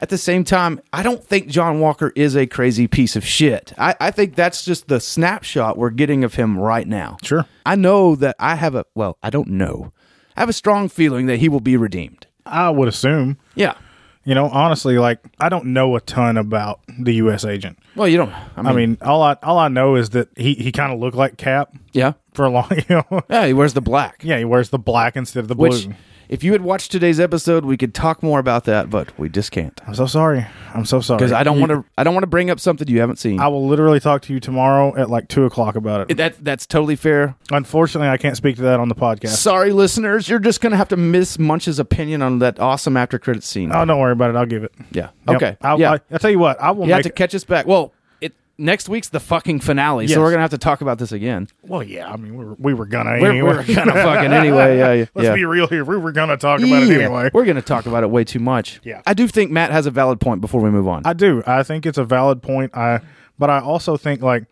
at the same time, I don't think John Walker is a crazy piece of shit. I, I think that's just the snapshot we're getting of him right now.
Sure.
I know that I have a well, I don't know. I have a strong feeling that he will be redeemed.
I would assume.
Yeah.
You know, honestly, like I don't know a ton about the U.S. agent.
Well, you don't. I mean,
I mean, all I all I know is that he he kind of looked like Cap
yeah,
for a long. [LAUGHS] You know,
yeah. He wears the black.
yeah, he wears the black instead of the blue.
Which, if you had watched today's episode, we could talk more about that, but we just can't
I'm so sorry. I'm so sorry
because I don't want to. I don't want to bring up something you haven't seen.
I will literally talk to you tomorrow at like two o'clock about it.
that that's totally fair.
Unfortunately, I can't speak to that on the podcast.
Sorry, listeners, you're just gonna have to miss Munch's opinion on that awesome after credit scene.
Oh, don't worry about it. I'll give it.
yeah.
Yep.
Okay.
I'll,
yeah.
I, I'll tell you what. I will
you have
make.
to catch us back. Well, it next week's the fucking finale,
Yes.
so we're gonna have to talk about this again.
well, yeah. I mean, we were, we were gonna
We're,
anyway.
we're
[LAUGHS]
gonna fucking [LAUGHS] anyway. Yeah. yeah,
Let's
yeah.
be real here. We were gonna talk about it
Yeah.
anyway.
We're going to talk about it way too much.
Yeah.
I do think Matt has a valid point before we move on.
I do. I think it's a valid point. I, but I also think like,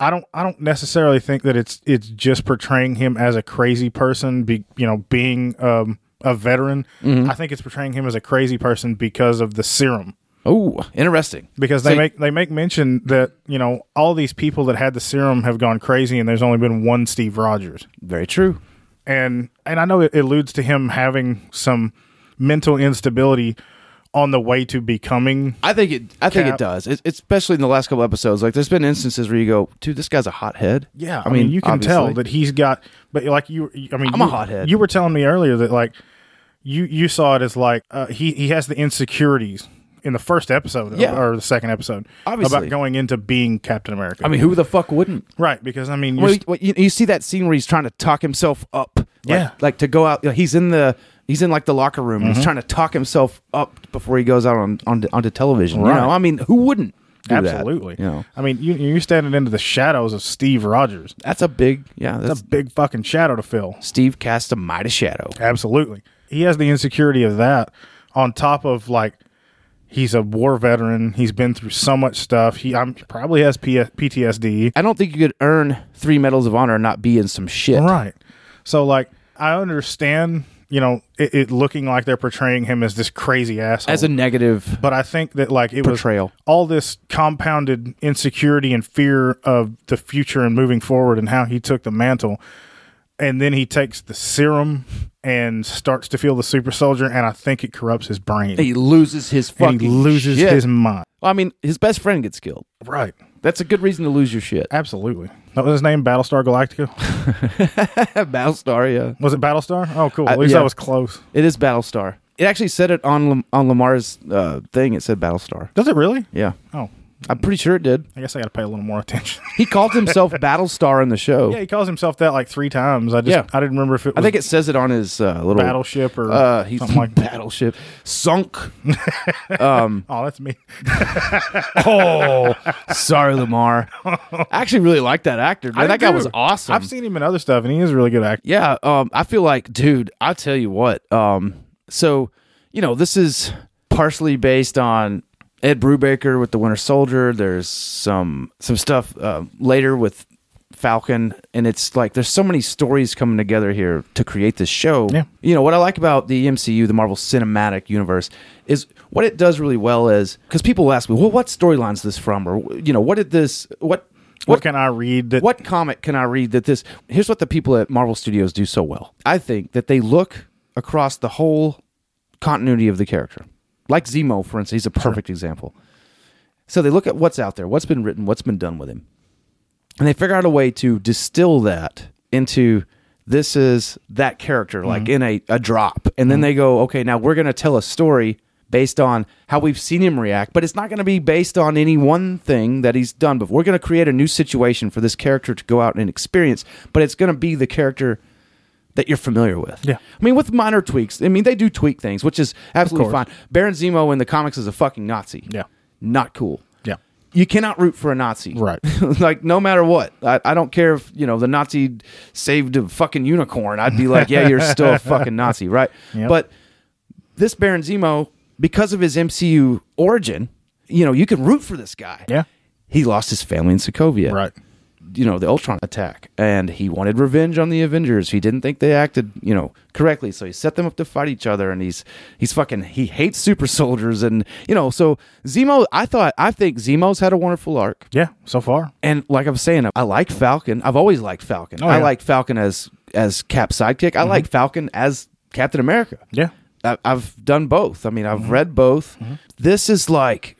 I don't. I don't necessarily think that it's it's just portraying him as a crazy person. Be you know being um, a veteran. I think it's portraying him as a crazy person because of the serum.
oh, interesting.
because they
So-
make they make mention that you know all these people that had the serum have gone crazy and there's only been one Steve Rogers
Very true.
and and I know it alludes to him having some mental instability on the way to becoming
I think it. I think it
Cap.
does, it, especially in the last couple episodes. Like, there's been instances where you go, "Dude, this guy's a hothead."
yeah I, mean, you can
obviously.
tell that he's got but like you I mean
I'm a
you-
hothead.
you were telling me earlier that like you you saw it as like uh, he he has the insecurities in the first episode
Yeah.
or the second episode
Obviously.
about going into being Captain America
I mean, who the fuck wouldn't?
right because I mean you're
Well, you, well, you, you see that scene where he's trying to talk himself up. Like,
Yeah.
Like to go out. He's in the He's in like the locker room. and He's trying to talk himself up before he goes out on on onto television. You
Right.
know, I mean, who wouldn't? do that?
Absolutely.
You know,
I mean, you you standing into the shadows of Steve Rogers.
that's a big yeah. That's
That's a big fucking shadow to fill.
Steve cast a mighty shadow.
Absolutely. He has the insecurity of that on top of like he's a war veteran. He's been through so much stuff. He I'm, probably has P- PTSD.
I don't think you could earn three medals of honor and not be in some shit.
Right. So like I understand, you know, it, it looking like they're portraying him as this crazy asshole.
As a negative,
but I think that like it
Portrayal.
was all this compounded insecurity and fear of the future and moving forward and how he took the mantle. And then he takes the serum and starts to feel the super soldier and I think it corrupts his brain.
he loses his fucking
and he loses
shit.
his mind.
I mean, his best friend gets killed.
Right.
That's a good reason to lose your
[LAUGHS]
shit.
Absolutely. That was his name, Battlestar Galactica.
Battlestar, yeah.
Was it Battlestar? Oh, cool.
Uh,
At least
yeah.
that was close.
It is Battlestar. It actually said it on Lam- on Lamar's uh, thing. It said Battlestar.
Does it really?
Yeah,
Oh,
I'm pretty sure it did.
I guess I got to pay a little more attention. [LAUGHS]
He called himself Battlestar in the show.
yeah, he calls himself that like three times. I just
Yeah.
I didn't remember if it
I
was
think it says it on his uh, little
battleship or
Uh, he's
something like that.
battleship sunk.
Oh, that's me.
Oh, sorry,
[LAUGHS]
Lamar. I actually really like that actor. Man,
I
that
do.
guy was awesome.
I've seen him in other stuff, and he is a really good actor.
yeah um i feel like dude i tell you what um so you know this is partially based on ed brubaker with the winter soldier there's some some stuff uh, later with falcon and it's like there's so many stories coming together here to create this show
Yeah.
you know what i like about the mcu the marvel cinematic universe is what it does really well is because people ask me well what storyline is this from or you know what did this what
What, can I read? That
what comic can I read that this? Here's what the people at Marvel Studios do so well. I think that they look across the whole continuity of the character. Like Zemo, for instance, he's a perfect example. So they look at what's out there, what's been written, what's been done with him. And they figure out a way to distill that into this is that character,
Mm-hmm.
like in a, a drop. And then they go, okay, now we're going to tell a story based on how we've seen him react, but it's not going to be based on any one thing that he's done before. We're going to create a new situation for this character to go out and experience, but it's going to be the character that you're familiar with.
Yeah.
I mean, with minor tweaks. I mean, they do tweak things, which is absolutely fine. Baron Zemo in the comics is a fucking Nazi.
Yeah.
Not cool.
Yeah.
You cannot root for a Nazi.
Right. [LAUGHS]
[LAUGHS] like, no matter what. I, I don't care if, you know, the Nazi saved a fucking unicorn. I'd be like, yeah, you're still a
[LAUGHS]
fucking Nazi, right?
Yep.
But this Baron Zemo, because of his MCU origin, you know, you can root for this guy.
Yeah.
He lost his family in Sokovia
Right.
you know the Ultron attack, and he wanted revenge on the Avengers. He didn't think they acted, you know, correctly, so he set them up to fight each other. And he's he's fucking he hates super soldiers, and you know, so Zemo. I thought I think Zemo's had a wonderful arc,
Yeah. So far,
and like I'm saying, I like Falcon. I've always liked Falcon. I
yeah.
like Falcon as as Cap sidekick. I like Falcon as Captain America.
yeah.
I- I've done both. I mean, I've
Mm-hmm.
read both. This is like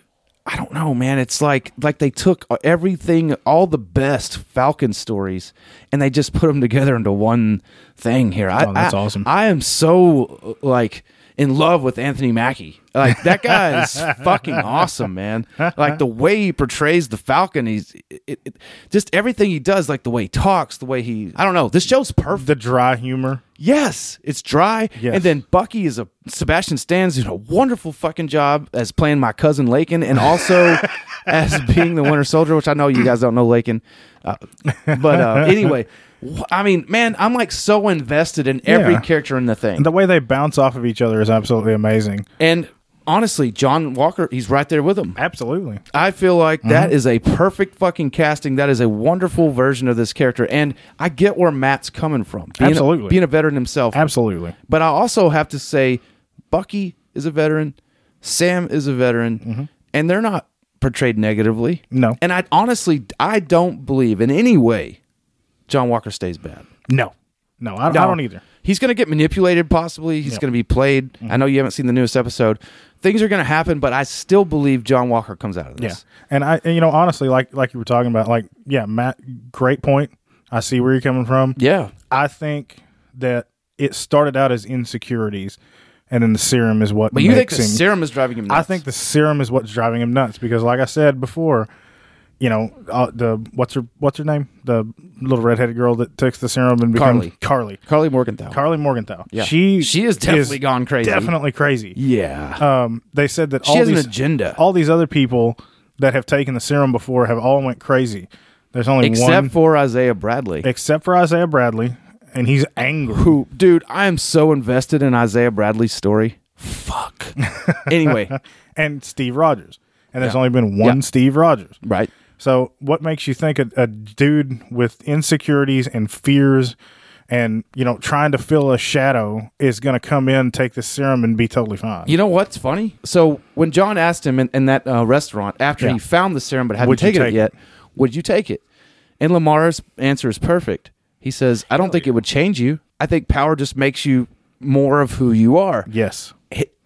I don't know, man. It's like like they took everything, all the best Falcon stories, and they just put them together into one thing here. I,
Oh, that's
I-
awesome.
I am so like in love with Anthony Mackie. Like that guy
[LAUGHS]
is fucking awesome, man. Like the way he portrays the Falcon, he's it, it, just everything he does. Like the way he talks, the way he I don't know. This show's perfect.
The dry humor.
Yes, it's dry.
Yes.
And then Bucky is a Sebastian Stan's doing a wonderful fucking job as playing my cousin Lakin and
[LAUGHS]
also as being the Winter Soldier, which I know you guys don't know Lakin. Uh, but
[LAUGHS]
uh, anyway, wh- I mean, man, I'm like so invested in every
Yeah.
character in the thing.
The way they bounce off of each other is absolutely amazing.
and honestly, John Walker, he's right there with him.
Absolutely.
I feel like
Mm-hmm.
that is a perfect fucking casting. That is a wonderful version of this character. And I get where Matt's coming from. Being a-
Absolutely.
being a veteran himself.
Absolutely.
But I also have to say, Bucky is a veteran, Sam is a veteran, and they're not portrayed negatively.
Mm-hmm. No.
And I honestly, I don't believe in any way John Walker stays bad.
No. No, I, I don't either. Mm-hmm.
He's going to get manipulated, possibly. He's going to be played. I know you haven't seen the newest episode. Things are going to happen, but I still believe John Walker comes out of
Yeah.
this.
And I, and, you know, honestly, like like you were talking about, like, yeah, Matt, great point. I see where you're coming from.
Yeah.
I think that it started out as insecurities, and then the serum is what.
But you think
makes
the
him,
serum is driving him nuts?
I think the serum is what's driving him nuts because, like I said before, you know, uh, the what's her what's her name? The little redheaded girl that takes the serum and becomes
Carly.
Carly.
Carly Morgenthau.
Carly Morgenthau.
Yeah.
She
She has definitely gone crazy.
Definitely crazy.
yeah.
Um, they said that
she
all
has
these
an agenda.
all these other people that have taken the serum before have all went crazy. There's only
except
one
for Isaiah Bradley.
except for Isaiah Bradley, and he's angry.
who dude, I am so invested in Isaiah Bradley's story.
[LAUGHS]
Fuck. anyway,
[LAUGHS] and Steve Rogers. And there's
Yeah.
only been one
Yeah.
Steve Rogers.
right.
So, what makes you think a, a dude with insecurities and fears and, you know, trying to fill a shadow is going to come in, take the serum, and be totally fine?
You know what's funny? So when John asked him in, in that uh, restaurant after he found the serum but hadn't
Would you
taken it
take
yet, would you take it? And Lamar's answer is perfect. He says, "I don't think it would change you. I think power just makes you more of who you are."
Yes.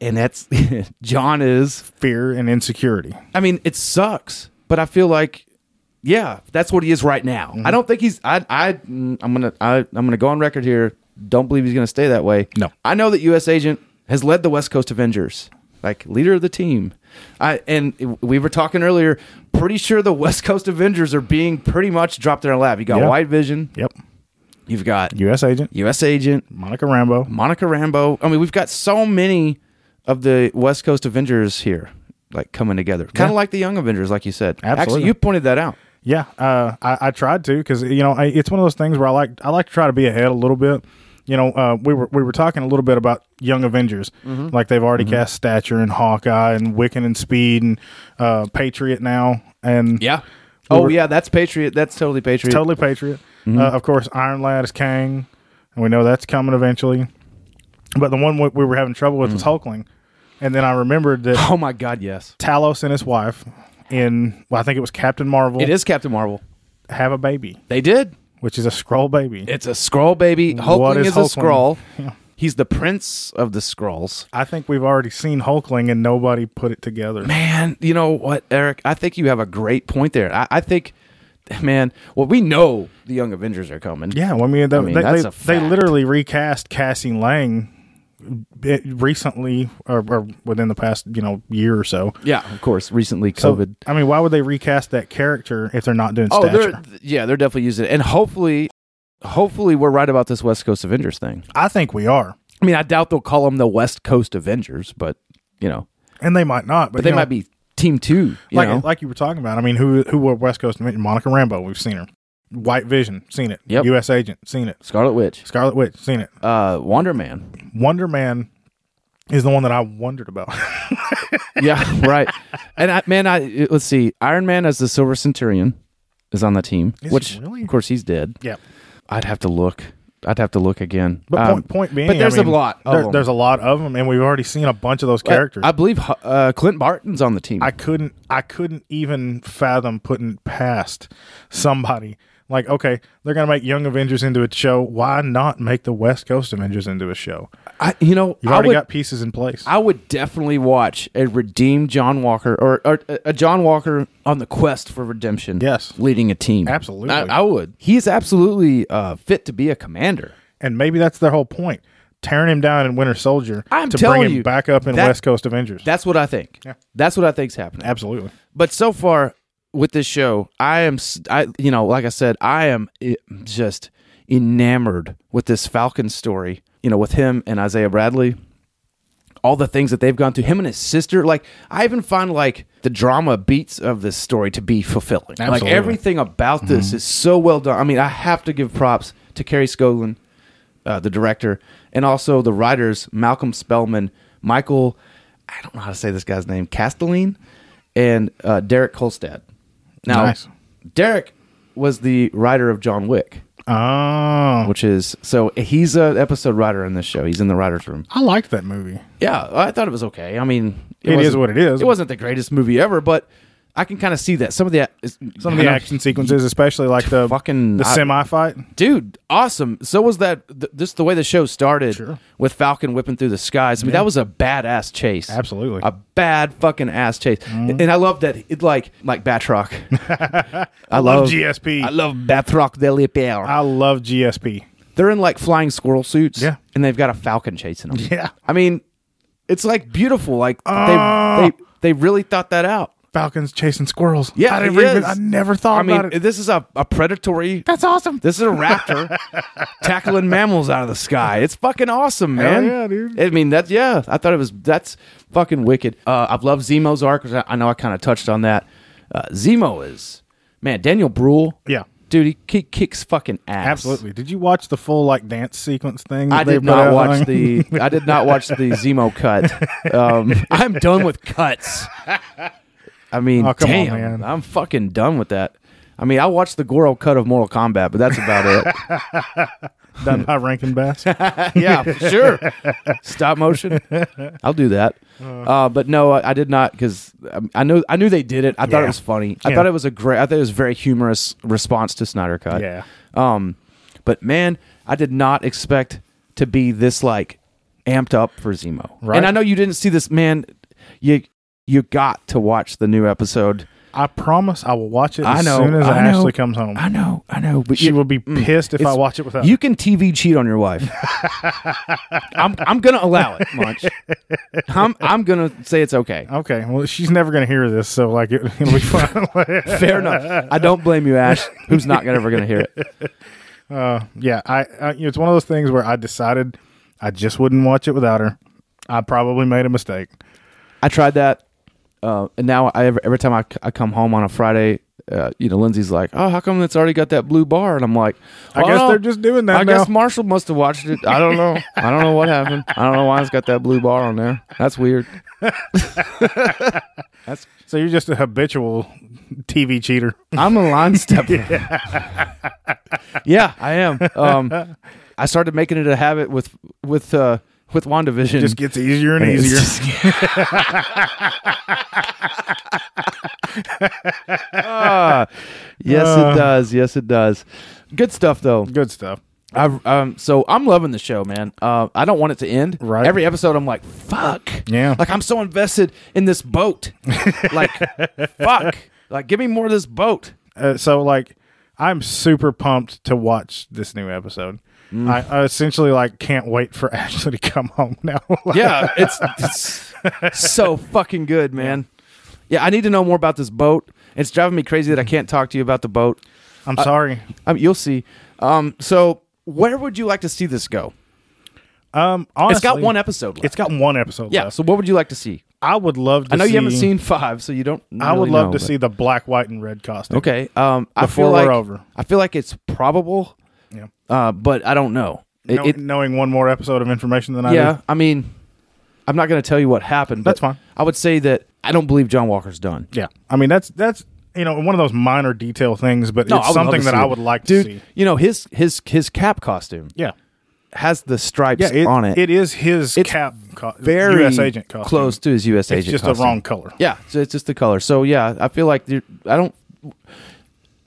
And that's [LAUGHS] John is
Fear and insecurity.
I mean, it sucks, but I feel like, yeah, that's what he is right now.
Mm-hmm.
I don't think he's. I. I. mm, I'm gonna. I, I'm gonna go on record here. Don't believe he's gonna stay that way.
No.
I know that U.S. agent has led the West Coast Avengers, like leader of the team. I and we were talking earlier. Pretty sure the West Coast Avengers are being pretty much dropped in our lap. You got
Yeah.
White Vision.
Yep.
You've got
U.S. agent,
U.S. agent.
Monica Rambo.
Monica Rambo. I mean, we've got so many of the West Coast Avengers here, like coming together, kind of like the Young Avengers, like you said. Actually,
Absolutely.
you pointed that out.
Yeah, uh, I, I tried to because you know I, it's one of those things where I like I like to try to be ahead a little bit. You know, uh, we were we were talking a little bit about Young Avengers, like they've already cast Stature and Hawkeye and Wiccan and Speed and uh, Patriot now, and We
oh
were-
yeah, that's Patriot. That's totally Patriot.
totally Patriot.
Mm-hmm.
Uh, of course, Iron Lad is Kang, and we know that's coming eventually. But the one we, we were having trouble with
Mm.
was Hulkling, and then I remembered
[GASPS]
that
Oh my God, yes,
Talos and his wife in well, I think it was Captain Marvel
it is Captain Marvel.
have a baby,
They did.
which is a scroll baby.
It's a scroll baby. Hulkling
is
is, a
Hulkling?
scroll.
Yeah.
He's the prince of the scrolls.
I think we've already seen Hulkling and nobody put it together.
Man, you know what, Eric? I think you have a great point there. I, I think, man, well, we know the Young Avengers are coming.
Yeah, well, I mean, they,
mean,
they,
that's
they,
a
they
fact.
literally recast Cassie Lang bi- recently or, or within the past, you know, year or so.
yeah, of course. Recently,
So,
COVID.
I mean, why would they recast that character if they're not doing
Oh,
stature?
they're yeah, they're definitely using it, and hopefully, hopefully we're right about this West Coast Avengers thing.
I think we are.
I mean, I doubt they'll call them the West Coast Avengers, but you know,
And they might not, but,
but they
you know,
might be Team Two. You
like
know,
like you were talking about. I mean, who who were West Coast? Monica Rambo, we've seen her. White Vision, seen it.
Yep.
U.S. Agent, seen it.
Scarlet Witch,
Scarlet Witch, seen it.
uh, Wonder
[LAUGHS]
Man.
Wonder Man is the one that I wondered about. [LAUGHS]
yeah, right. And I, man, I let's see, Iron Man as the Silver Centurion is on the team,
Is he
which
really?
of course he's dead.
yeah.
I'd have to look. I'd have to look again.
But
Um,
point, point being,
but there's
I mean,
a lot. Of
there-
them.
There's a lot of them, and we've already seen a bunch of those characters.
I believe uh, Clint Barton's on the team.
I couldn't, I couldn't even fathom putting past somebody like, okay, they're gonna make Young Avengers into a show. Why not make the West Coast Avengers into a show?
I you know,
You've
I
already
would,
got pieces in place.
I would definitely watch a redeemed John Walker or, or a a John Walker on the quest for redemption.
Yes.
leading a team.
Absolutely.
I, I would. He's absolutely uh, fit to be a commander.
and maybe that's their whole point: tearing him down in Winter Soldier
I'm
to
telling
bring him
you,
back up in
that-
West Coast Avengers.
That's what I think.
Yeah.
That's what I think's happening.
Absolutely.
But so far with this show, I am, s- I you know, like I said, I am eh, just enamored with this Falcon story. You know, with him and Isaiah Bradley, all the things that they've gone through. Him and his sister. Like I even find like the drama beats of this story to be fulfilling.
Absolutely.
Like everything about this
Mm-hmm.
is so well done. I mean, I have to give props to Carrie Scoglin, uh, the director, and also the writers Malcolm Spellman, Michael. I don't know how to say this guy's name, Castelline, and uh, Derek Kolstad. Now,
Nice.
Derek was the writer of John Wick,
Oh,
which is so he's an episode writer in this show. He's in the writers' room.
I liked that movie.
Yeah, I thought it was okay. I mean,
It is
wasn't-
what it is.
It wasn't the greatest movie ever, but I can kind of see that some of the
Some of the action sequences, especially like the
Fucking-
the
I-
semi fight.
dude, awesome. So was that th- just the way the show started
Sure.
with Falcon whipping through the skies? I mean, that was a badass chase.
Absolutely. Mm-hmm.
a bad fucking ass chase. And I love that it like like
[LAUGHS]
Batroc. I love
GSP.
I love Batroc de Lipier.
E. I love GSP.
They're in like flying squirrel suits.
Yeah.
And they've got a falcon chasing them.
Yeah.
I mean, it's like beautiful. Like
Ah.
they, they they really thought that out.
falcons chasing squirrels.
Yeah,
I,
it
never, even,
is.
I never thought
I mean,
about it.
this is a, a predatory.
That's awesome.
This is a
[LAUGHS]
raptor tackling mammals out of the sky. It's fucking awesome, man.
yeah, dude.
I mean, that's yeah. I thought it was that's fucking wicked. Uh, I've loved Zemo's arc. 'cause I, I know I kind of touched on that. Uh, Zemo is man. Daniel Bruhl.
Yeah.
dude, he, ki- kicks fucking ass.
Absolutely. Did you watch the full like dance sequence thing? that
I
they
did
put
not
out
watch
on- [LAUGHS]
the. I did not watch the Zemo cut. Um, I'm done with
[LAUGHS]
cuts. I mean,
Oh, come on,
damn,
man.
I'm fucking done with that. I mean, I watched the Goro cut of Mortal Kombat, but that's
[LAUGHS]
about it.
done by
[LAUGHS]
Rankin Bass.
yeah, sure. Stop motion. I'll do that. Uh, but no, I, I did not because I know I knew they did it. I thought it
Yeah.
was funny. I
Yeah.
thought it was a great. I thought it was a very humorous response to Snyder Cut.
Yeah.
Um, but man, I did not expect to be this like amped up for Zemo.
Right.
And I know you didn't see this, man. You you got to watch the new episode.
I promise I will watch it
I
as
know,
soon as
I know.
Ashley comes home.
I know, I know, but
she
you, uh,
will be pissed if I
it's-
watch it without.
You can TV cheat on your wife. [LAUGHS] I'm, I'm gonna allow it, [LAUGHS] Munch. I'm I'm gonna say it's okay.
her. Okay. Well, she's never going to hear this, so like it, [LAUGHS] it'll be fine. [LAUGHS]
[LAUGHS] Fair enough. I don't blame you, Ash. Who's not gonna, ever gonna hear it?
yeah, I, I you know, it's one of those things where I decided I just wouldn't watch it without her. I probably made a mistake.
I tried that, uh, and now I every, every time I, c- I come home on a Friday, uh, you know, Lindsay's like, "Oh, how come it's already got that blue bar?" And I'm like,
I
"Well,
guess
don't-
they're just doing that
I
now."
guess Marshall must have watched it. I don't know. I don't know what happened. I don't know why it's got that blue bar on there. That's
[LAUGHS]
weird. That's
So you're just a habitual TV cheater.
I'm a line stepper. yeah. I am. Um, I started making it a habit with with uh, with Wandavision.
just gets easier and
And it's
easier.
just-
[LAUGHS]
Ah, [LAUGHS] yes,
Uh.
it does. Yes, it does. Good stuff, though.
Good stuff.
I um, so I'm loving the show, man. Uh, I don't want it to end.
Right.
Every episode, I'm like, fuck.
Yeah.
Like I'm so invested in this
[LAUGHS]
boat. like, fuck. Like, give me more of this boat.
Uh, so like, I'm super pumped to watch this new episode. I, I essentially like can't wait for [LAUGHS] Ashley to come home now. [LAUGHS] Like,
yeah, it's, it's so fucking good, man. Yeah, I need to know more about this boat. It's driving me crazy that I can't talk to you about the boat.
I'm sorry.
Um, you'll see. Um, so where would you like to see this go?
Um, honestly,
it's got one episode left.
It's got one episode.
yeah.
left.
So what would you like to see?
I would love. to
I know
see,
you haven't seen five, so you don't.
I would
really
love
know,
to
but-
see the black, white, and red costume.
Okay. Um, I
Before
feel
we're
like
over.
I feel like it's probable.
Yeah.
Uh, but I don't know. It-
Know-
it-
knowing one more episode of information than I
yeah.
do.
I mean, I'm not going to tell you what happened.
That's
but
fine.
I would say that I don't believe John Walker's done.
Yeah, I mean that's that's you know one of those minor detail things, but
No, I
it's
would love
something
to
that
see
I
it.
would like
Dude,
to see.
you know his his his cap costume
Yeah,
has the stripes
yeah, it,
on it.
It is his
It's
cap, co-
very
U.S. agent costume.
close to his U.S.
It's
agent.
just the
costume.
wrong color.
Yeah, so it's just the color. So yeah, I feel like you're- I don't.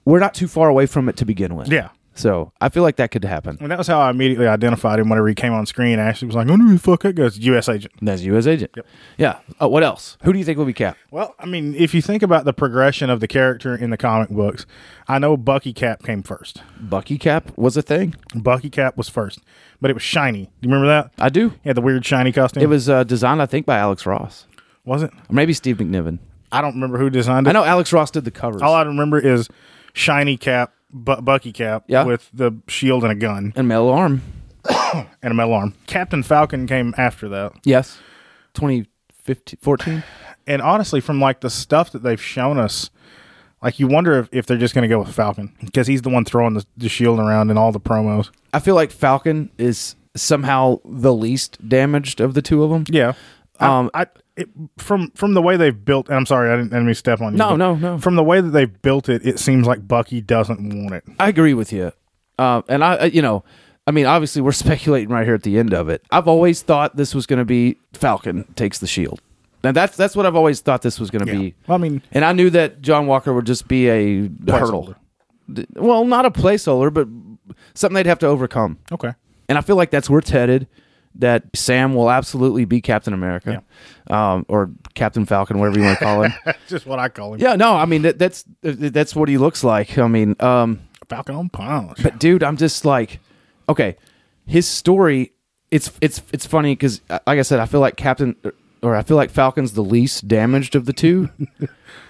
We're not too far away from it to begin with.
Yeah.
So I feel like that could happen.
And that was how I immediately identified him whenever he came on screen. Ashley was like, "Oh, no, who the fuck that guy's U.S. agent."
That's U.S. agent.
Yep.
Yeah. Oh, what else? Who do you think will be Cap?
Well, I mean, if you think about the progression of the character in the comic books, I know Bucky Cap came first.
Bucky Cap was a thing.
Bucky Cap was first, but it was shiny. Do you remember that?
I do.
He had the weird shiny costume.
It was uh, designed, I think, by Alex Ross
was it?
or maybe Steve McNiven.
I don't remember who designed it.
I know Alex Ross did the covers.
All Oh, I remember is shiny cap, bu- Bucky cap,
Yeah.
with the shield and a gun
and metal arm.
and a metal arm. Captain Falcon came after that.
Yes. 2015, 14.
And honestly, from like the stuff that they've shown us, like you wonder if, if they're just going to go with Falcon because he's the one throwing the, the shield around in all the promos.
I feel like Falcon is somehow the least damaged of the two of them.
Yeah.
Um,
Um, I, it, from from the way they've built, and I'm sorry, I didn't, I didn't mean to step on you.
No,
but
no, no.
From the way that they've built it, it seems like Bucky doesn't want it.
I agree with you. Uh, and I, I- you know, I mean, obviously we're [LAUGHS] speculating right here at the end of it. I've always thought this was going to be Falcon takes the shield. Now that's that's what I've always thought this was going to be.
Well, I mean,
And I knew that John Walker would just be a hurdle. D- Well, not a placeholder, but something they'd have to overcome.
okay.
And I feel like that's where it's headed. That Sam will absolutely be Captain America, um, or Captain Falcon, whatever you want to call him.
Just what I call him.
yeah, no, I mean that, that's uh, that's what he looks like. I mean, um,
Falcon on pounds.
but dude, I'm just like, uh, okay, his story. It's it's it's funny because, like I said, I feel like Captain or I feel like Falcon's the least damaged of the
[LAUGHS]
two,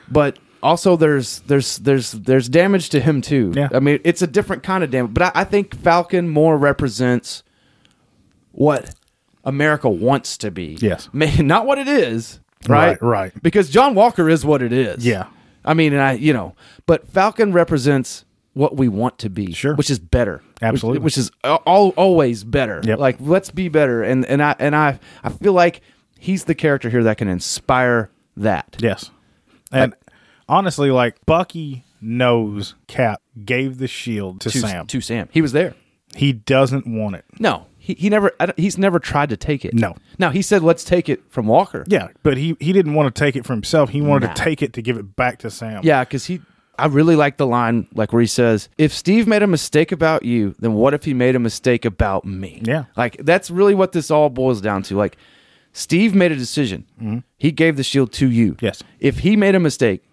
but also there's there's there's there's damage to him too.
Yeah.
I mean it's a different kind of damage, but I, I think Falcon more represents what America wants to be.
Yes.
Ma- [LAUGHS] not what it is. Right,
Right, right.
Because John Walker is what it is.
Yeah.
I mean, and I you know, but Falcon represents what we want to be,
Sure.
which is better, which-
Absolutely.
which, is al- al- always better.
Yep.
Like let's be better, and and I and I I feel like he's the character here that can inspire that.
Yes. And honestly, like Bucky knows Cap gave the shield to,
to
Sam.
to Sam, he was there.
he doesn't want it.
No, he he never I don't- he's never tried to take it.
No.
now he said let's take it from Walker.
Yeah, but he he didn't want to take it for himself. He wanted
Nah.
to take it to give it back to Sam.
Yeah, because he, I really like the line like where he says, "If Steve made a mistake about you, then what if he made a mistake about me?"
Yeah.
like that's really what this all boils down to. Like, Steve made a decision. He gave the shield to you.
Mm-hmm. Yes.
If he made a mistake,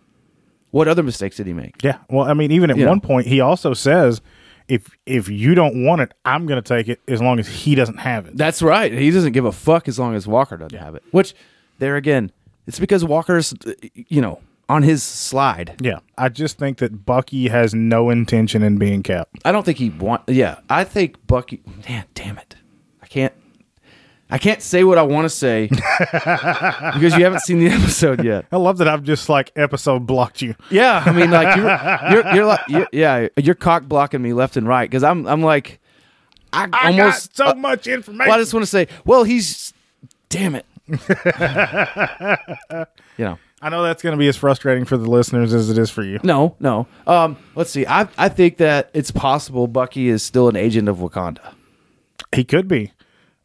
what other mistakes did he make?
Yeah. Well, I mean, even at
Yeah.
one point, he also says, "If if you don't want it, I'm going to take it as long as he doesn't have it."
That's right. He doesn't give a fuck as long as Walker doesn't have it. Which, there again, it's because Walker's, uh, you know, on his slide.
yeah. I just think that Bucky has no intention in being Cap.
I don't think he want. Yeah, I think Bucky. Man, damn it, I can't. I can't say what I want to
[LAUGHS]
say because you haven't seen the episode yet.
I love that I've just like episode blocked you.
Yeah, I mean, like you're, you're, you're like, you yeah, you're cock blocking me left and right because I'm, I'm like, I,
I
almost.
got so
uh,
much information.
well, I just want to say, well, he's, damn
[LAUGHS]
it, you know.
I know that's going to be as frustrating for the listeners as it is for you.
No, no. Um, let's see. I, I think that it's possible Bucky is still an agent of Wakanda.
He could be.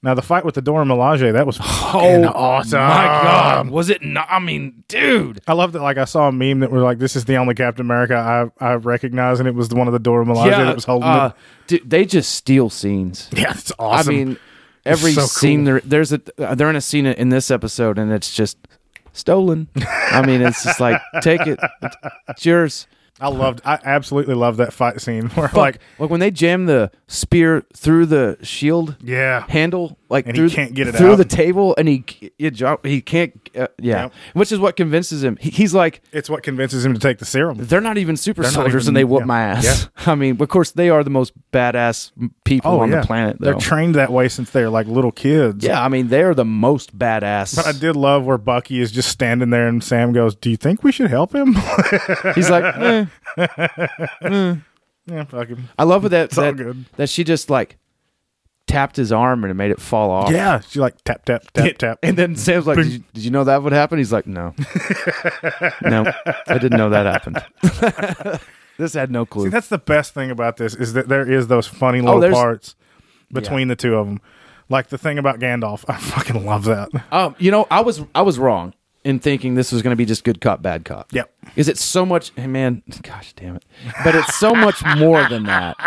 Now the fight with the Dora Milaje, that was fucking awesome.
Oh My God, was it not? I mean, dude.
I love that. Like I saw a meme that was like, "This is the only Captain America I I recognize," and it was the one of the Dora Milaje that was holding
uh,
it.
dude, they just steal scenes.
[LAUGHS] Yeah, it's
I
awesome.
mean, every
so cool.
scene there, there's a uh, they're in a scene in this episode, and it's just stolen. I mean, it's just like take it, it's yours.
I loved. I absolutely loved that fight scene [LAUGHS] where like,
like when they jam the spear through the shield
yeah,
handle, like
And he
through
can't get it
through
out.
the table, and he he, drop- he can't. Uh, yeah,
Yep.
which is what convinces him. He, he's like,
it's what convinces him to take the serum.
they're not even super
They're not
soldiers,
even-
and they whoop
yeah.
my ass. [LAUGHS] I mean, of course, they are the most badass people on the planet. Though.
Oh, they're trained that way since they're like little kids.
Yeah, I mean they're the most badass.
But [LAUGHS] I did love where Bucky is just standing there, and Sam goes, "Do you think we should help him?" [LAUGHS]
He's like, eh.
yeah, fuck him.
I love
[LAUGHS]
that
all
that,
good.
that she just like tapped his arm and it made it fall off. [LAUGHS]
Yeah, she like tap tap tap tap.
And then Sam's like, did you, did you know that would happen? He's like,
[LAUGHS]
no, [LAUGHS] no, I didn't know that happened.
[LAUGHS]
[LAUGHS] this had no clue.
That's the best thing about this is that there is those funny little
Oh, there's-
parts between the two of them. Like the thing about Gandalf, [LAUGHS] I fucking love that.
um, you know, I was I was wrong in thinking this was going to be just good cop bad cop.
Yep.
Is it so much? Hey, man, gosh damn it! But it's so much more than that.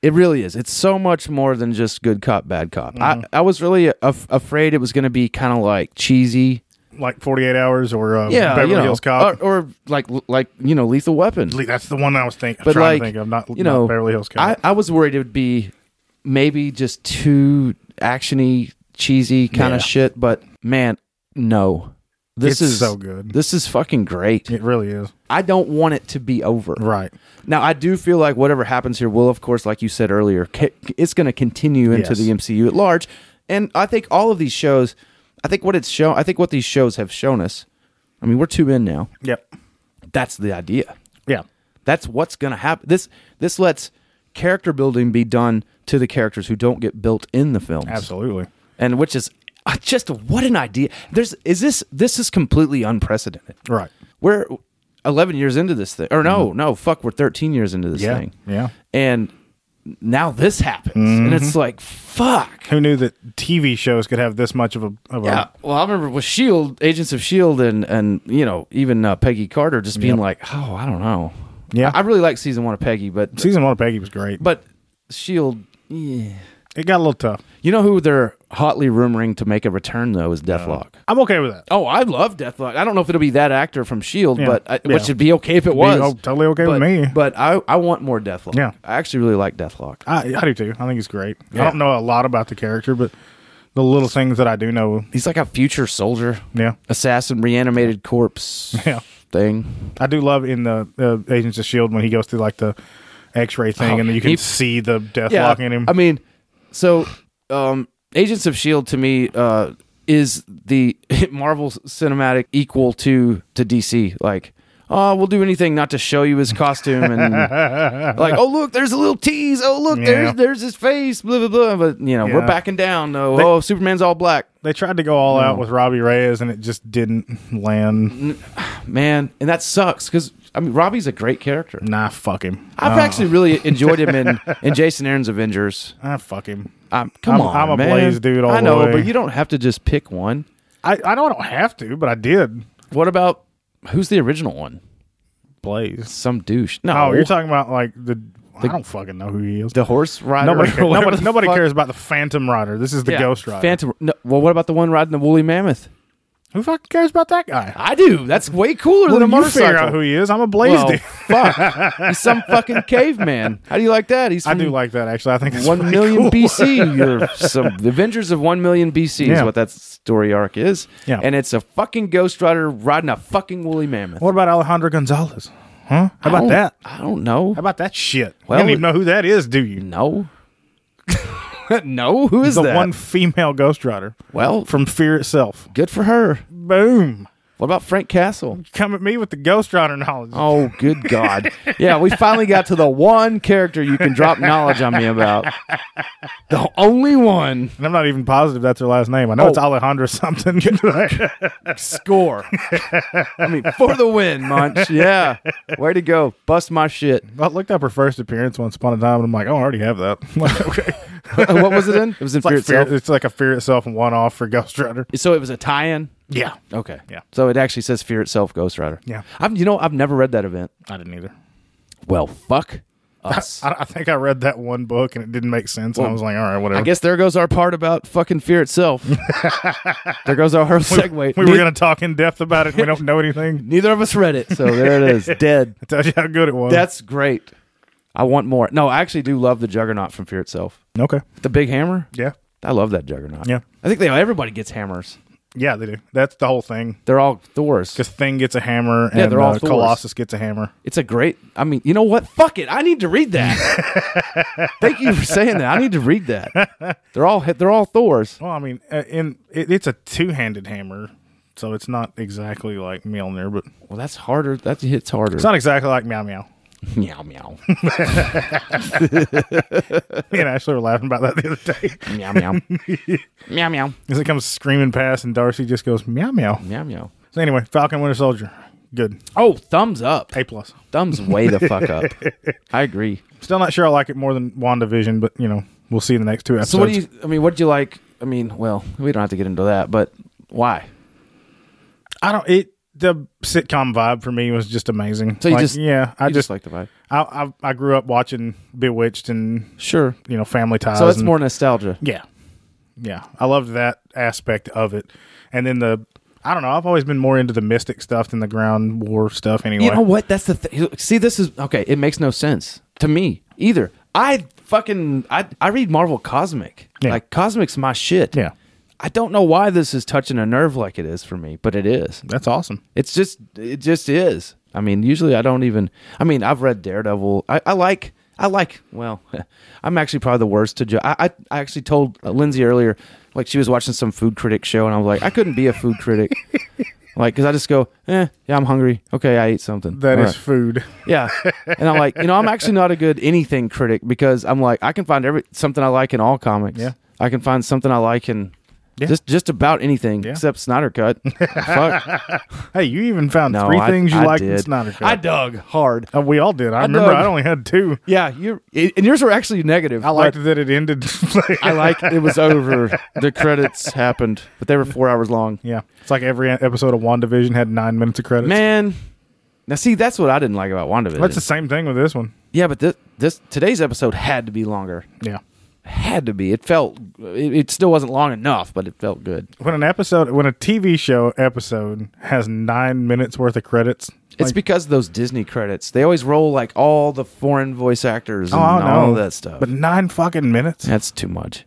It really is. It's so much more than just good cop bad cop. I
Mm-hmm.
I was really af- afraid it was going to be kind of like cheesy.
Like Forty Eight Hours or uh,
Yeah,
Beverly
you know,
Hills Cop.
Or, or like like you know, Lethal Weapon.
Le- That's the one I was think,
but like
trying to think of. Not
you know,
not Beverly Hills Cop.
I, I was worried it would be maybe just too actiony, cheesy kind
Yeah.
of shit. But man, no, this
It's
is
so good.
This is fucking great.
it really is
I don't want it to be over.
right.
Now, I do feel like whatever happens here will, of course, like you said earlier, ca- it's going to continue into
Yes.
the MCU at large. And I think all of these shows, I think what it's shown, I think what these shows have shown us. I mean, we're two in now.
Yep.
That's the idea.
Yeah.
That's what's going to happen. This this lets character building be done to the characters who don't get built in the films.
Absolutely.
And which is uh, just what an idea. There's is this this is completely unprecedented.
Right. Mm-hmm.
We're 11 years into this thing. Or no, no, fuck, we're 13 years into this
Yeah.
thing.
Yeah. Mm-hmm.
And now this happens. And it's like, fuck.
Who knew that TV shows could have this much of a of
Yeah.
a
Well, I remember with Shield, Agents of Shield, E and and you know even uh, Peggy Carter just being like, oh, I don't know.
Yeah.
I, I really like season one of Peggy, but
season one of Peggy was great.
but Shield. E Yeah.
it got a little tough.
You know who they're hotly rumoring to make a return though is Deathlock.
I'm okay with that.
Oh, I love Deathlock. I don't know if it'll be that actor from Shield,
Yeah.
but I,
Yeah.
which would be okay if it was.
oh, totally okay
But-
with me.
But I, I want more Deathlock.
Yeah.
I actually really like Deathlock.
I, I do too. I think it's great.
Yeah.
I don't know a lot about the character, but the little things that I do know.
He's like a future soldier,
Yeah,
assassin, reanimated
[LAUGHS]
corpse
yeah.
thing.
I do love in the uh, Agents of Shield when he goes through like the X-ray thing, and then you can
he-
see the death locking him.
I mean, so um, Agents of Shield to me uh, is the [LAUGHS] Marvel cinematic equal to to DC. Like, oh, we'll do anything not to show you his costume
[LAUGHS]
and like, oh look, there's a little tease. Oh look,
Yeah.
there's there's his face. Blah blah blah. But you know, we're
Yeah.
backing down. though. oh, Superman's all black.
they tried to go all out with Robbie Reyes, and it just didn't land.
man, and that sucks because I mean Robbie's a great character.
Nah, fuck him.
I've actually really enjoyed him in, in Jason Aaron's Avengers.
Ah, fuck him.
Um, come
[LAUGHS] I'm-
on,
I'm a
man.
Blaze dude all
I
the
know,
way.
but you don't have to just pick one.
I I don't, I don't have to, but I did.
What about who's the original one?
Blaze.
Some douche. No,
Oh, you're talking about like the. I don't fucking know who he is.
the horse rider.
Nobody,
or whatever
nobody,
the
[LAUGHS] nobody
fuck-
cares about the Phantom Rider. This is the
Yeah,
Ghost Rider.
Phantom. No, well, what about the one riding the woolly mammoth?
Who fucking cares about that guy?
I do. That's way cooler than a
you
motorcycle.
figure [LAUGHS] out who he is. I'm a Blaze
well,
dude.
fuck. [LAUGHS] He's some fucking caveman. How do you like that? He's
I
from
do like that actually. I think that's
one
pretty
million
cool.
BC. You're some the Avengers of one million BC is
Yeah.
what that story arc is.
Yeah.
And it's a fucking Ghost Rider riding a fucking woolly mammoth.
What about Alejandro Gonzalez? Huh? How
I
about
don't-
that?
I don't know.
How about that shit?
Oh. Well,
you don't even know who that is, do you?
No. [LAUGHS] no. Who is
The
that?
one female Ghost Rider
well,
from Fear itself.
good for her.
Boom!
What about Frank Castle?
Come at me with the Ghost Rider knowledge.
Oh, good God. Yeah, we finally got to the one character you can drop knowledge on me about. The only one.
And I'm not even positive that's her last name. I know
Oh.
it's Alejandra
[LAUGHS]
something.
Score. I mean, for the win, Munch. Yeah. Way to go. Bust my shit. [LAUGHS]
I looked up her first appearance once upon a time, and I'm like, oh, I already have that. [LAUGHS] okay.
what was it in? It was in
It's
Fear
like,
itself.
fear, it's like a Fear itself one off for Ghost Rider.
So it was a tie-in.
Yeah.
Okay.
Yeah.
So it actually says Fear itself, Ghost Rider.
Yeah.
I've you know I've never read that event.
I didn't either.
Well, fuck us.
[LAUGHS] I, I think I read that one book and it didn't make sense. and I was like, all right, whatever.
I guess there goes our part about fucking Fear
[LAUGHS]
itself. there goes our whole segue.
we
Ne-
were going to talk in depth about it. We don't
[LAUGHS]
know anything.
Neither of us read it, so there it is. [LAUGHS] Dead.
It tells you how good it was.
That's great. I want more. No, I actually do love the Juggernaut from Fear itself.
okay.
The big hammer.
Yeah.
I love that Juggernaut.
Yeah.
I think they everybody gets hammers.
Yeah, they do. That's the whole thing.
They're all Thors.
Because Thing gets a hammer and
Yeah, they're all
uh,
Thors.
Colossus gets a hammer.
It's a great. I mean, you know what? Fuck it. I need to read that. Thank you for saying that. I need to read that. They're all they're all Thors.
Well, I mean, uh, in it, it's a two handed hammer. So it's not exactly like Mjolnir, but
Well, that's harder. That hits harder.
it's not exactly like Meow Meow. [LAUGHS]
meow meow
Me and Ashley were laughing about that the other day. [LAUGHS]
meow meow meow meow
As it comes screaming past, and Darcy just goes meow meow.
meow meow.
So anyway, Falcon Winter Soldier, good,
Oh, thumbs up.
A plus.
Thumbs way the fuck up. I agree.
Still not sure I like it more than WandaVision, but you know we'll see in the next two episodes.
So, what do you? I mean, what do you like? I mean, well, we don't have to get into that, but why?
I don't. It the sitcom vibe for me was just amazing.
So you
Like,
just-
yeah, I
You
just,
like the vibe.
I, I I grew up watching Bewitched and
Sure.
you know Family Ties.
So it's
and-
more nostalgia.
Yeah, yeah. I loved that aspect of it, and then the I don't know. I've always been more into the mystic stuff than the ground war stuff. Anyway,
You know what? That's the thing. See, this is okay. It makes no sense to me either. I fucking I I read Marvel Cosmic.
Yeah.
Like Cosmic's my shit.
Yeah.
I don't know why this is touching a nerve like it is for me, but it is.
that's awesome.
It's just it just is. I mean, usually I don't even. I mean, I've read Daredevil. I, I like. I like. Well, [LAUGHS] I'm actually probably the worst to judge. I, I I actually told uh, Lindsay earlier, like she was watching some food critic show, and I was like, I couldn't be a food
[LAUGHS]
critic, like because I just go, eh, yeah, I'm hungry. Okay, I ate something.
That
All
is
right.
food.
Yeah. And I'm like, you know, I'm actually not a good anything critic because I'm like, I can find every something I like in all comics.
Yeah.
I can find something I like in
Yeah.
just just about anything
Yeah.
except Snyder
[LAUGHS]
Cut. Fuck.
Hey, you even found
No,
three
Oh, I-
things you
I
liked in
did.
Snyder Cut.
I dug hard.
Uh, we all did. I, remember
dug.
I only had two.
Yeah, you and yours were actually negative.
I liked
but
that
[LAUGHS]
it ended. [LAUGHS]
I like it [LAUGHS] was over. The credits happened, but they were 4 hours long.
yeah, it's like every episode of WandaVision had nine minutes of credits.
Man. Now see, that's what I didn't like about WandaVision.
that's the same thing with this one.
yeah, but this this today's episode had to be longer.
Yeah,
Had to be. It felt it, it still wasn't long enough, but it felt good.
when an episode, when a TV show episode has nine minutes worth of credits,
It's
like,
because of those Disney credits. They always roll like all the foreign voice actors and
oh, I don't
all
know.
that stuff.
But nine fucking minutes.
That's too much.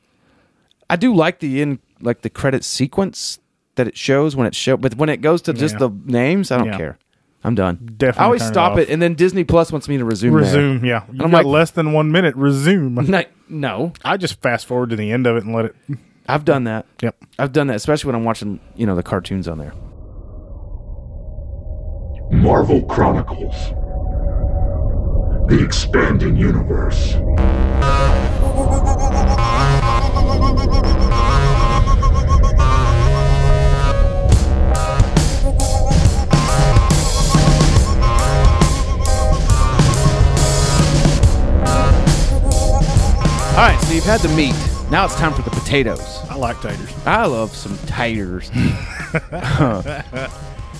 I do like the in like the credit sequence that it shows when it show, but when it goes to just
Yeah.
the names, I don't
Yeah.
care. I'm done.
Definitely
I always
turn it
stop
off.
it, and then Disney Plus wants me to resume. there. [LAUGHS]
Resume. Yeah. You
I'm
got
like-
less than one minute. Resume. [LAUGHS]
No, no,
I just fast forward to the end of it and let it.
I've done that.
Yep.
I've done that, especially when I'm watching, you know, the cartoons on there.
Marvel Chronicles The Expanding Universe.
All right, so you've had the meat. Now it's time for the potatoes.
I like taters.
I love some taters.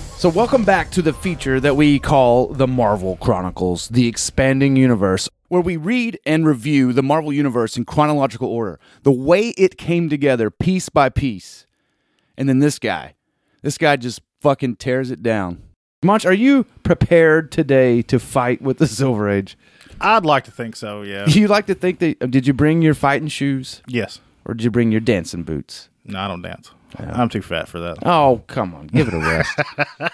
[LAUGHS] so, welcome back to the feature that we call the Marvel Chronicles, the expanding universe, where we read and review the Marvel universe in chronological order, the way it came together, piece by piece. And then this guy, this guy just fucking tears it down. Munch, are you prepared today to fight with the Silver Age?
I'd like to think so.
[LAUGHS]
Yeah.
You like to think that? uh, Did you bring your fighting shoes,
yes.
or did you bring your dancing boots?
No, I don't dance. I'm too fat for that.
Oh, come on. Give it a
[LAUGHS]
rest.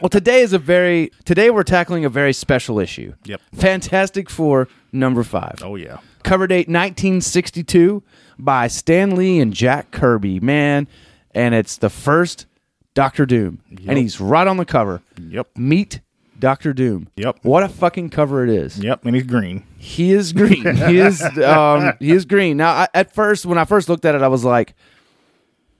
well, today is a very today we're tackling a very special issue.
Yep.
Fantastic Four number 5.
Oh yeah.
Cover date 1962 by Stan Lee and Jack Kirby, man, and it's the first Doctor Doom. And he's right on the cover.
Yep.
Meet Doctor Doom.
Yep.
What a fucking cover it is.
Yep. And he's green.
He is green. He
[LAUGHS]
is um, he is green. Now, I, at first, when I first looked at it, I was like,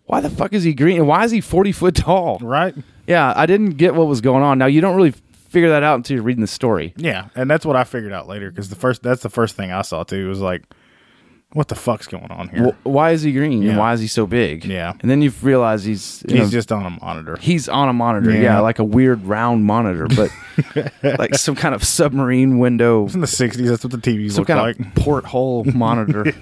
"Why the fuck is he green? And why is he forty foot tall?"
Right.
Yeah, I didn't get what was going on. Now, you don't really figure that out until you're reading the story.
Yeah. And that's what I figured out later because the first that's the first thing I saw too was like, what the fuck's going on here?
Wh- Why is he green? And why is he so big?
Yeah.
and then you realize he's you
he's
know,
just on a monitor.
he's on a monitor. Yeah.
Yeah.
like a weird round monitor,
[LAUGHS]
but like some kind of submarine window.
In the '60s, that's what the TVs
some
looked
kind
like. [LAUGHS]
of porthole monitor.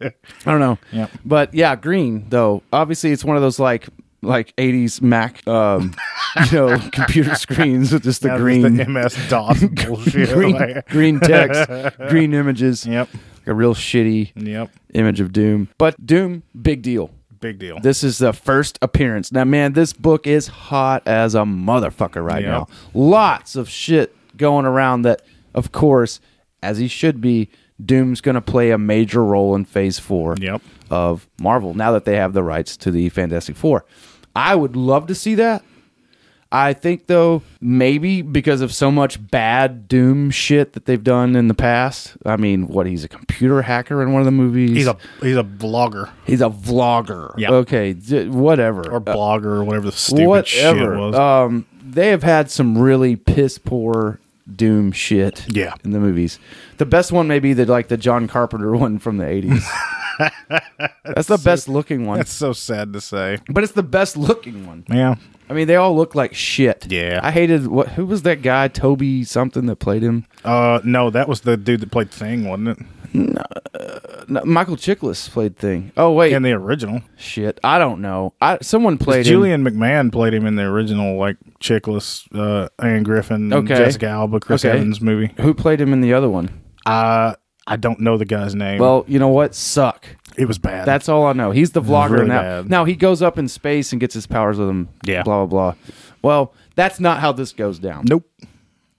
I don't know.
Yep.
But yeah, green though. Obviously, it's one of those like like eighties Mac, um, [LAUGHS] you know, computer screens with just the
That was
green,
the MS
[LAUGHS]
DOS bullshit.
green,
[LAUGHS] like-
green
[LAUGHS]
text, green images.
Yep.
Like a real shitty
Yep.
image of Doom. But Doom, big deal.
Big deal.
This is the first appearance. Now, man, this book is hot as a motherfucker right
Yeah.
now. Lots of shit going around that, of course, as he should be, Doom's going to play a major role in phase four
Yep.
of Marvel now that they have the rights to the Fantastic Four. I would love to see that. I think, though, maybe because of so much bad Doom shit that they've done in the past. I mean, what? He's a computer hacker in one of the movies.
he's a he's a blogger
He's a vlogger.
Yeah.
Okay. d- whatever.
or blogger or whatever the stupid shit
Uh, whatever.
was.
Um, they have had some really piss poor doom shit.
Yeah.
In the movies, the best one may be the like the John Carpenter [LAUGHS] one from the
[LAUGHS]
eighties. that's the best looking one,
That's so sad to say.
but it's the best looking one.
Yeah.
I mean, they all look like shit.
Yeah.
I hated what? Who was that guy? Toby something that played him?
Uh, no, that was the dude that played Thing, wasn't it?
No, Michael Chiklis played thing. Oh wait,
In the original,
shit. I don't know. I someone played him.
Julian McMahon played him in the original, like Chickless, uh, Anne Griffin,
Okay.
Jessica Alba, Chris
Okay.
Evans movie.
Who played him in the other one?
Uh, I don't know the guy's name.
Well, you know what? Suck.
it was bad.
That's all I know. He's the vlogger
Really
now.
bad.
Now he goes up in space and gets his powers with him.
Yeah.
Blah blah blah. Well, that's not how this goes down.
nope.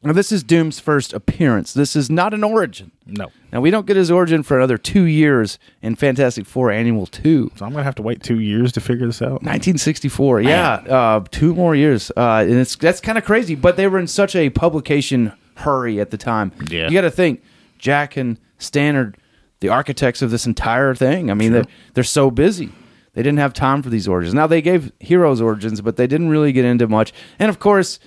Now this is Doom's first appearance. This is not an origin.
No.
Now we don't get his origin for another two years in Fantastic Four Annual Two.
So I'm gonna have to wait two years to figure this out.
1964. Yeah, uh, two more years, uh, and it's that's kind of crazy. But they were in such a publication hurry at the time.
Yeah.
you got to think Jack and Stan are the architects of this entire thing. I mean, they're, they're so busy. They didn't have time for these origins. Now they gave heroes origins, but they didn't really get into much. And of course,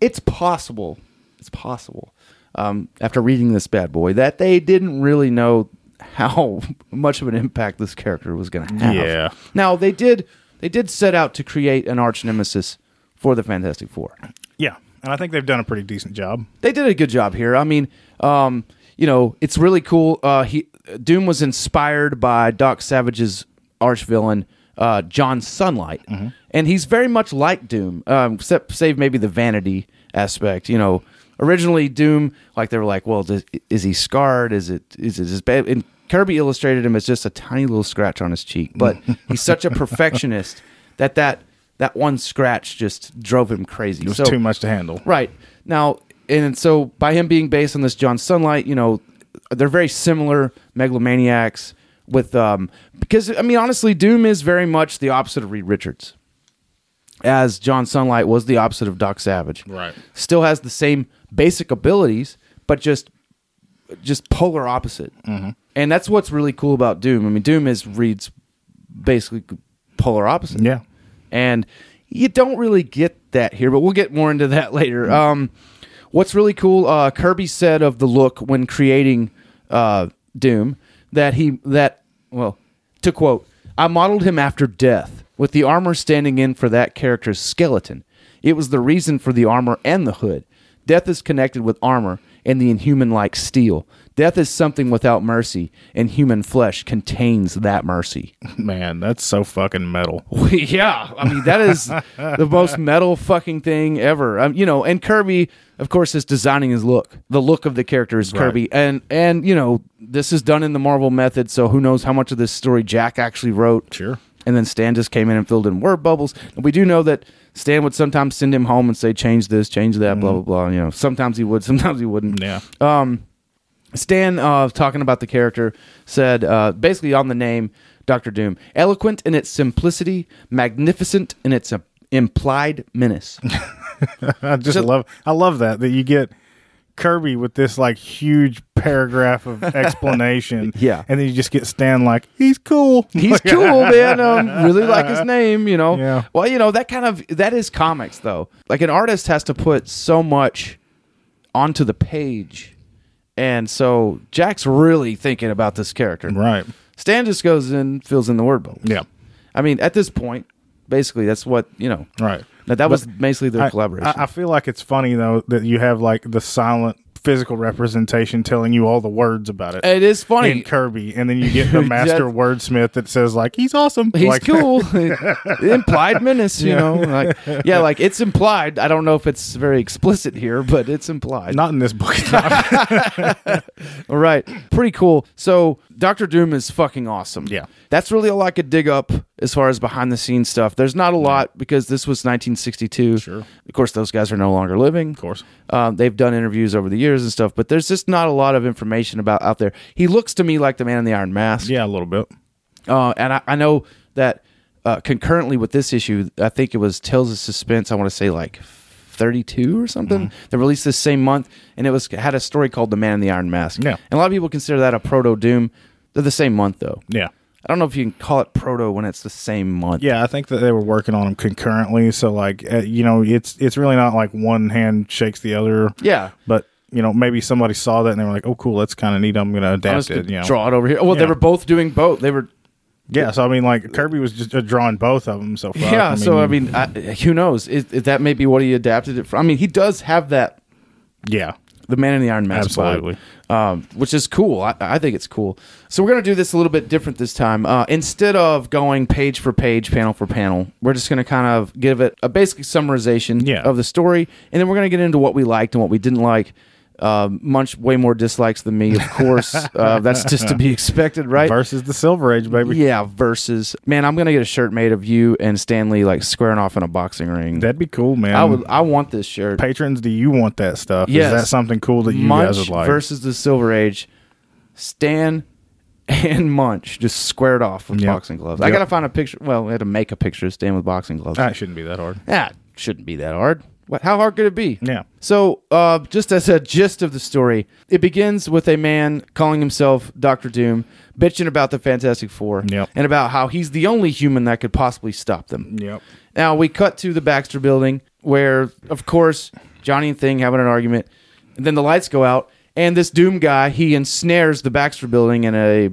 it's possible, it's possible, um, after reading this bad boy, that they didn't really know how [LAUGHS] much of an impact this character was going to have.
Yeah.
Now they did, they did set out to create an arch nemesis for the Fantastic Four.
Yeah, and I think they've done a pretty decent job.
They did a good job here. I mean, um, you know, it's really cool. Uh, he Doom was inspired by Doc Savage's arch villain. Uh, John Sunlight,
Mm-hmm.
and he's very much like Doom, um, except save maybe the vanity aspect. You know, originally Doom, like they were like, well, does, is he scarred? Is it is it his bad? And Kirby illustrated him as just a tiny little scratch on his cheek,
[LAUGHS]
but he's such a perfectionist that that that one scratch just drove him crazy.
It was
so,
too much to handle.
Right. Now, and so by him being based on this John Sunlight, you know, they're very similar megalomaniacs with um because I mean honestly Doom is very much the opposite of Reed Richards. As John Sunlight was the opposite of Doc Savage.
Right.
Still has the same basic abilities, but just just polar opposite.
Mm-hmm.
And that's what's really cool about Doom. I mean Doom is Reed's basically polar opposite
Yeah.
and you don't really get that here but we'll get more into that [LAUGHS] later um, what's really cool uh, kirby said of the look when creating uh, doom that he that well to quote i modeled him after death with the armor standing in for that character's skeleton it was the reason for the armor and the hood death is connected with armor and the inhuman like steel death is something without mercy and human flesh contains that mercy
Man, that's so fucking metal.
[LAUGHS] yeah, I mean that is the most metal fucking thing ever. Um, you know, and Kirby, of course, is designing his look. The look of the character is Kirby, and and you know this is done in the Marvel method. So who knows how much of this story Jack actually wrote?
Sure.
And then Stan just came in and filled in word bubbles. And we do know that Stan would sometimes send him home and say, "Change this, change that, blah blah blah." You know, sometimes he would, [LAUGHS] sometimes he wouldn't.
Yeah.
Stan, uh, talking about the character, said uh, basically on the name Doctor Doom, eloquent in its simplicity, magnificent in its uh, implied
[LAUGHS]
menace.
I just love I love that that you get Kirby with this like huge
[LAUGHS]
paragraph of explanation.
Yeah.
And then you just get Stan like, he's cool.
[LAUGHS] He's cool, man. Um, really like his name, you know.
Yeah.
Well, you know that kind of that is comics though. Like an artist has to put so much onto the page, and so Jack's really thinking about this character.
[LAUGHS] Right.
Stan just goes and fills in the word bubbles.
Yeah.
I mean, at this point, basically that's what you know.
Right.
Now, that was basically their
I-
collaboration.
I, I feel like it's funny though that you have like the silent physical representation telling you all the words about it.
It is funny.
in Kirby, and then you [LAUGHS] get the master wordsmith that says like he's awesome.
He's
like,
cool. [LAUGHS] implied menace, you know. Like yeah, like it's implied. I don't know if it's very explicit here, but it's implied.
[LAUGHS] Not in this [LAUGHS] book. it's not.
All right. Pretty cool. So Doctor Doom is fucking awesome.
Yeah.
That's really all I could dig up as far as behind the scenes stuff. There's not a lot because this was 1962. Sure. Of course, those guys are no longer living. Of
course.
Um, they've done interviews over the years and stuff, but there's just not a lot of information about out there. He looks to me like the man in the iron mask.
yeah, a little bit.
Uh, and I, I know that uh, concurrently with this issue, I think it was Tales of Suspense. I want to say like thirty-two or something.
Mm-hmm.
They released this same month, and it was had a story called "The Man in the Iron Mask."
Yeah.
and a lot of people consider that a proto Doom. They're the same month though.
Yeah.
I don't know if you can call it proto when it's the same month.
Yeah, I think that they were working on them concurrently. So like, uh, you know, it's it's really not like one hand shakes the other.
Yeah.
But you know, maybe somebody saw that and they were like, "Oh, cool, that's kind of neat. I'm going to
I'm
adapt
just
it."
gonna
You know?
draw it over here. Oh, well, they
Yeah.
were both doing both. They were
Yeah. So I mean, like Kirby was just uh, drawing both of them. So far.
Yeah, so I mean, I, who knows? Is, is that may be what he adapted it from. I mean, he does have that
yeah,
the man in the iron mask
Absolutely.
vibe, um, which is cool I, I think it's cool so we're going to do this a little bit different this time uh, instead of going page for page panel for panel we're just going to kind of give it a basic summarization
Yeah.
of the story and then we're going to get into what we liked and what we didn't like um, munch way more dislikes than me of
[LAUGHS]
course uh, that's just to be expected right
versus the Silver Age, baby.
yeah versus man i'm going to get a shirt made of you and stanley like squaring off in a boxing ring
That'd be cool, man.
i would i want this shirt
Patrons, do you want that stuff?
Yes.
Is that something cool that you
Munch
guys would like?
versus the Silver Age. Stan and Munch just squared off with
Yep.
boxing gloves. I
Yep. Uh,
gotta find a picture. Well, we had to make a picture of Stan with boxing gloves.
that shouldn't be that hard.
That shouldn't be that hard. What, how hard could it be?
Yeah.
So, uh, just as a gist of the story, it begins with a man calling himself Doctor Doom, bitching about the Fantastic Four,
Yep.
and about how he's the only human that could possibly stop them.
Yep.
Now we cut to the Baxter building where, of course, Johnny and Thing having an argument. And then the lights go out, and this Doom guy he ensnares the Baxter building in
[LAUGHS]
a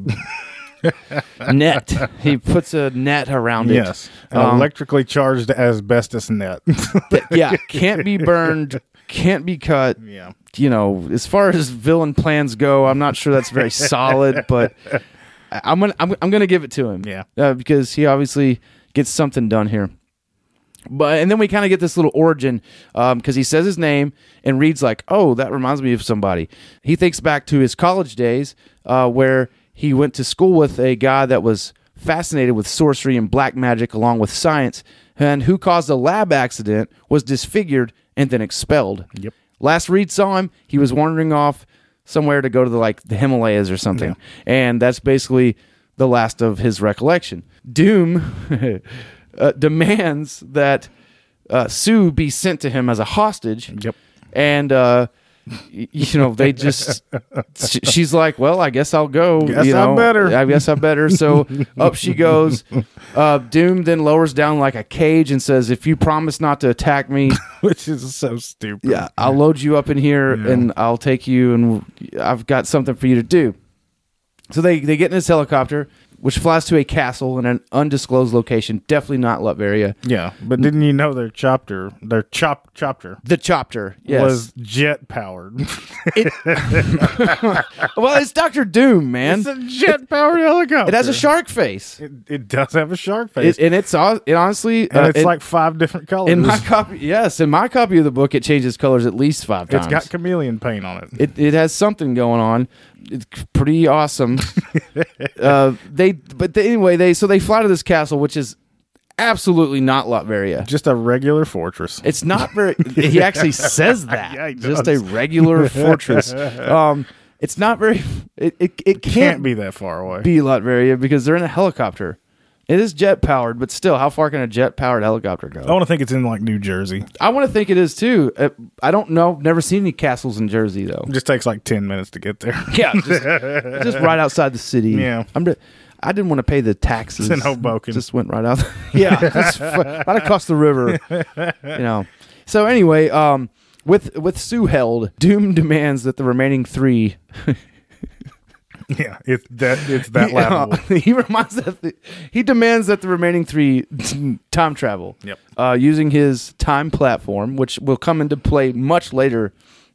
net. He puts a net around it.
Yes. An
Um,
electrically charged asbestos net.
[LAUGHS] that- yeah, can't be burned, can't be cut.
yeah.
You know, as far as villain plans go, I'm not sure that's very
[LAUGHS]
solid, but I- I'm gonna I'm, I'm gonna give it to him.
Yeah.
uh, because he obviously gets something done here. But and then we kind of get this little origin because he says his name and reads like, "Oh, that reminds me of somebody." He thinks back to his college days uh, where He went to school with a guy that was fascinated with sorcery and black magic along with science, and who caused a lab accident, was disfigured, and then expelled.
Yep.
Last Reed saw him, he was wandering off somewhere to go to the like the Himalayas or something. And that's basically the last of his recollection. Doom [LAUGHS] uh, demands that uh, Sue be sent to him as a hostage.
Yep.
And uh, y- you know, they just [LAUGHS] sh- she's like, "Well, I guess I'll go."
Guess
you
I
know,
better.
I guess I better.
[LAUGHS]
So up she goes. Uh, Doom then lowers down like a cage and says, "If you promise not to attack me,
[LAUGHS] which is so stupid.
yeah, I'll load you up in here and I'll take you and I've got something for you to do. So they, they get in this helicopter, which flies to a castle in an undisclosed location, definitely not Latveria.
Yeah, but didn't you know their chopper, their chop chopper,
The chopper, yes.
was jet powered?
[LAUGHS]
[LAUGHS]
well, it's Doctor Doom, man.
it's a jet powered helicopter.
it has a shark face,
It, it does have a shark face,
It- and it's all. It honestly,
and
uh,
it's
it-
like five different colors.
in my copy. Yes, in my copy of the book, it changes colors at least five times.
it's got chameleon paint on it.
it, it has something going on. It's pretty
[LAUGHS]
awesome. uh, they but they, anyway they so they fly to this castle, which is absolutely not Latveria.
Just a regular fortress.
It's not very. he actually says that.
[LAUGHS] Yeah, he
just a
does.
regular
[LAUGHS]
fortress. Um, it's not very. It it, it can't,
can't
be
be that far away.
be Latveria because they're in a helicopter. It is jet powered, but still, how far can a jet powered helicopter go?
I want to think it's in like New Jersey.
I want to think it is too. Uh, I don't know. Never seen any castles in Jersey though.
It just takes like ten minutes to get there. [LAUGHS]
[LAUGHS] Yeah, just, just right outside the city.
Yeah.
I'm. Just, I didn't want to pay the taxes.
It's in Hoboken.
Just went right out. [LAUGHS] yeah, just fl- right across the
[LAUGHS]
river. You know. So anyway, um, with with Sue held, Doom demands that the remaining three.
yeah, it's that
[LAUGHS]
it's that laughable.
he reminds that the, he demands that the remaining three [LAUGHS] time travel.
Yep.
Uh, using his time platform, which will come into play much later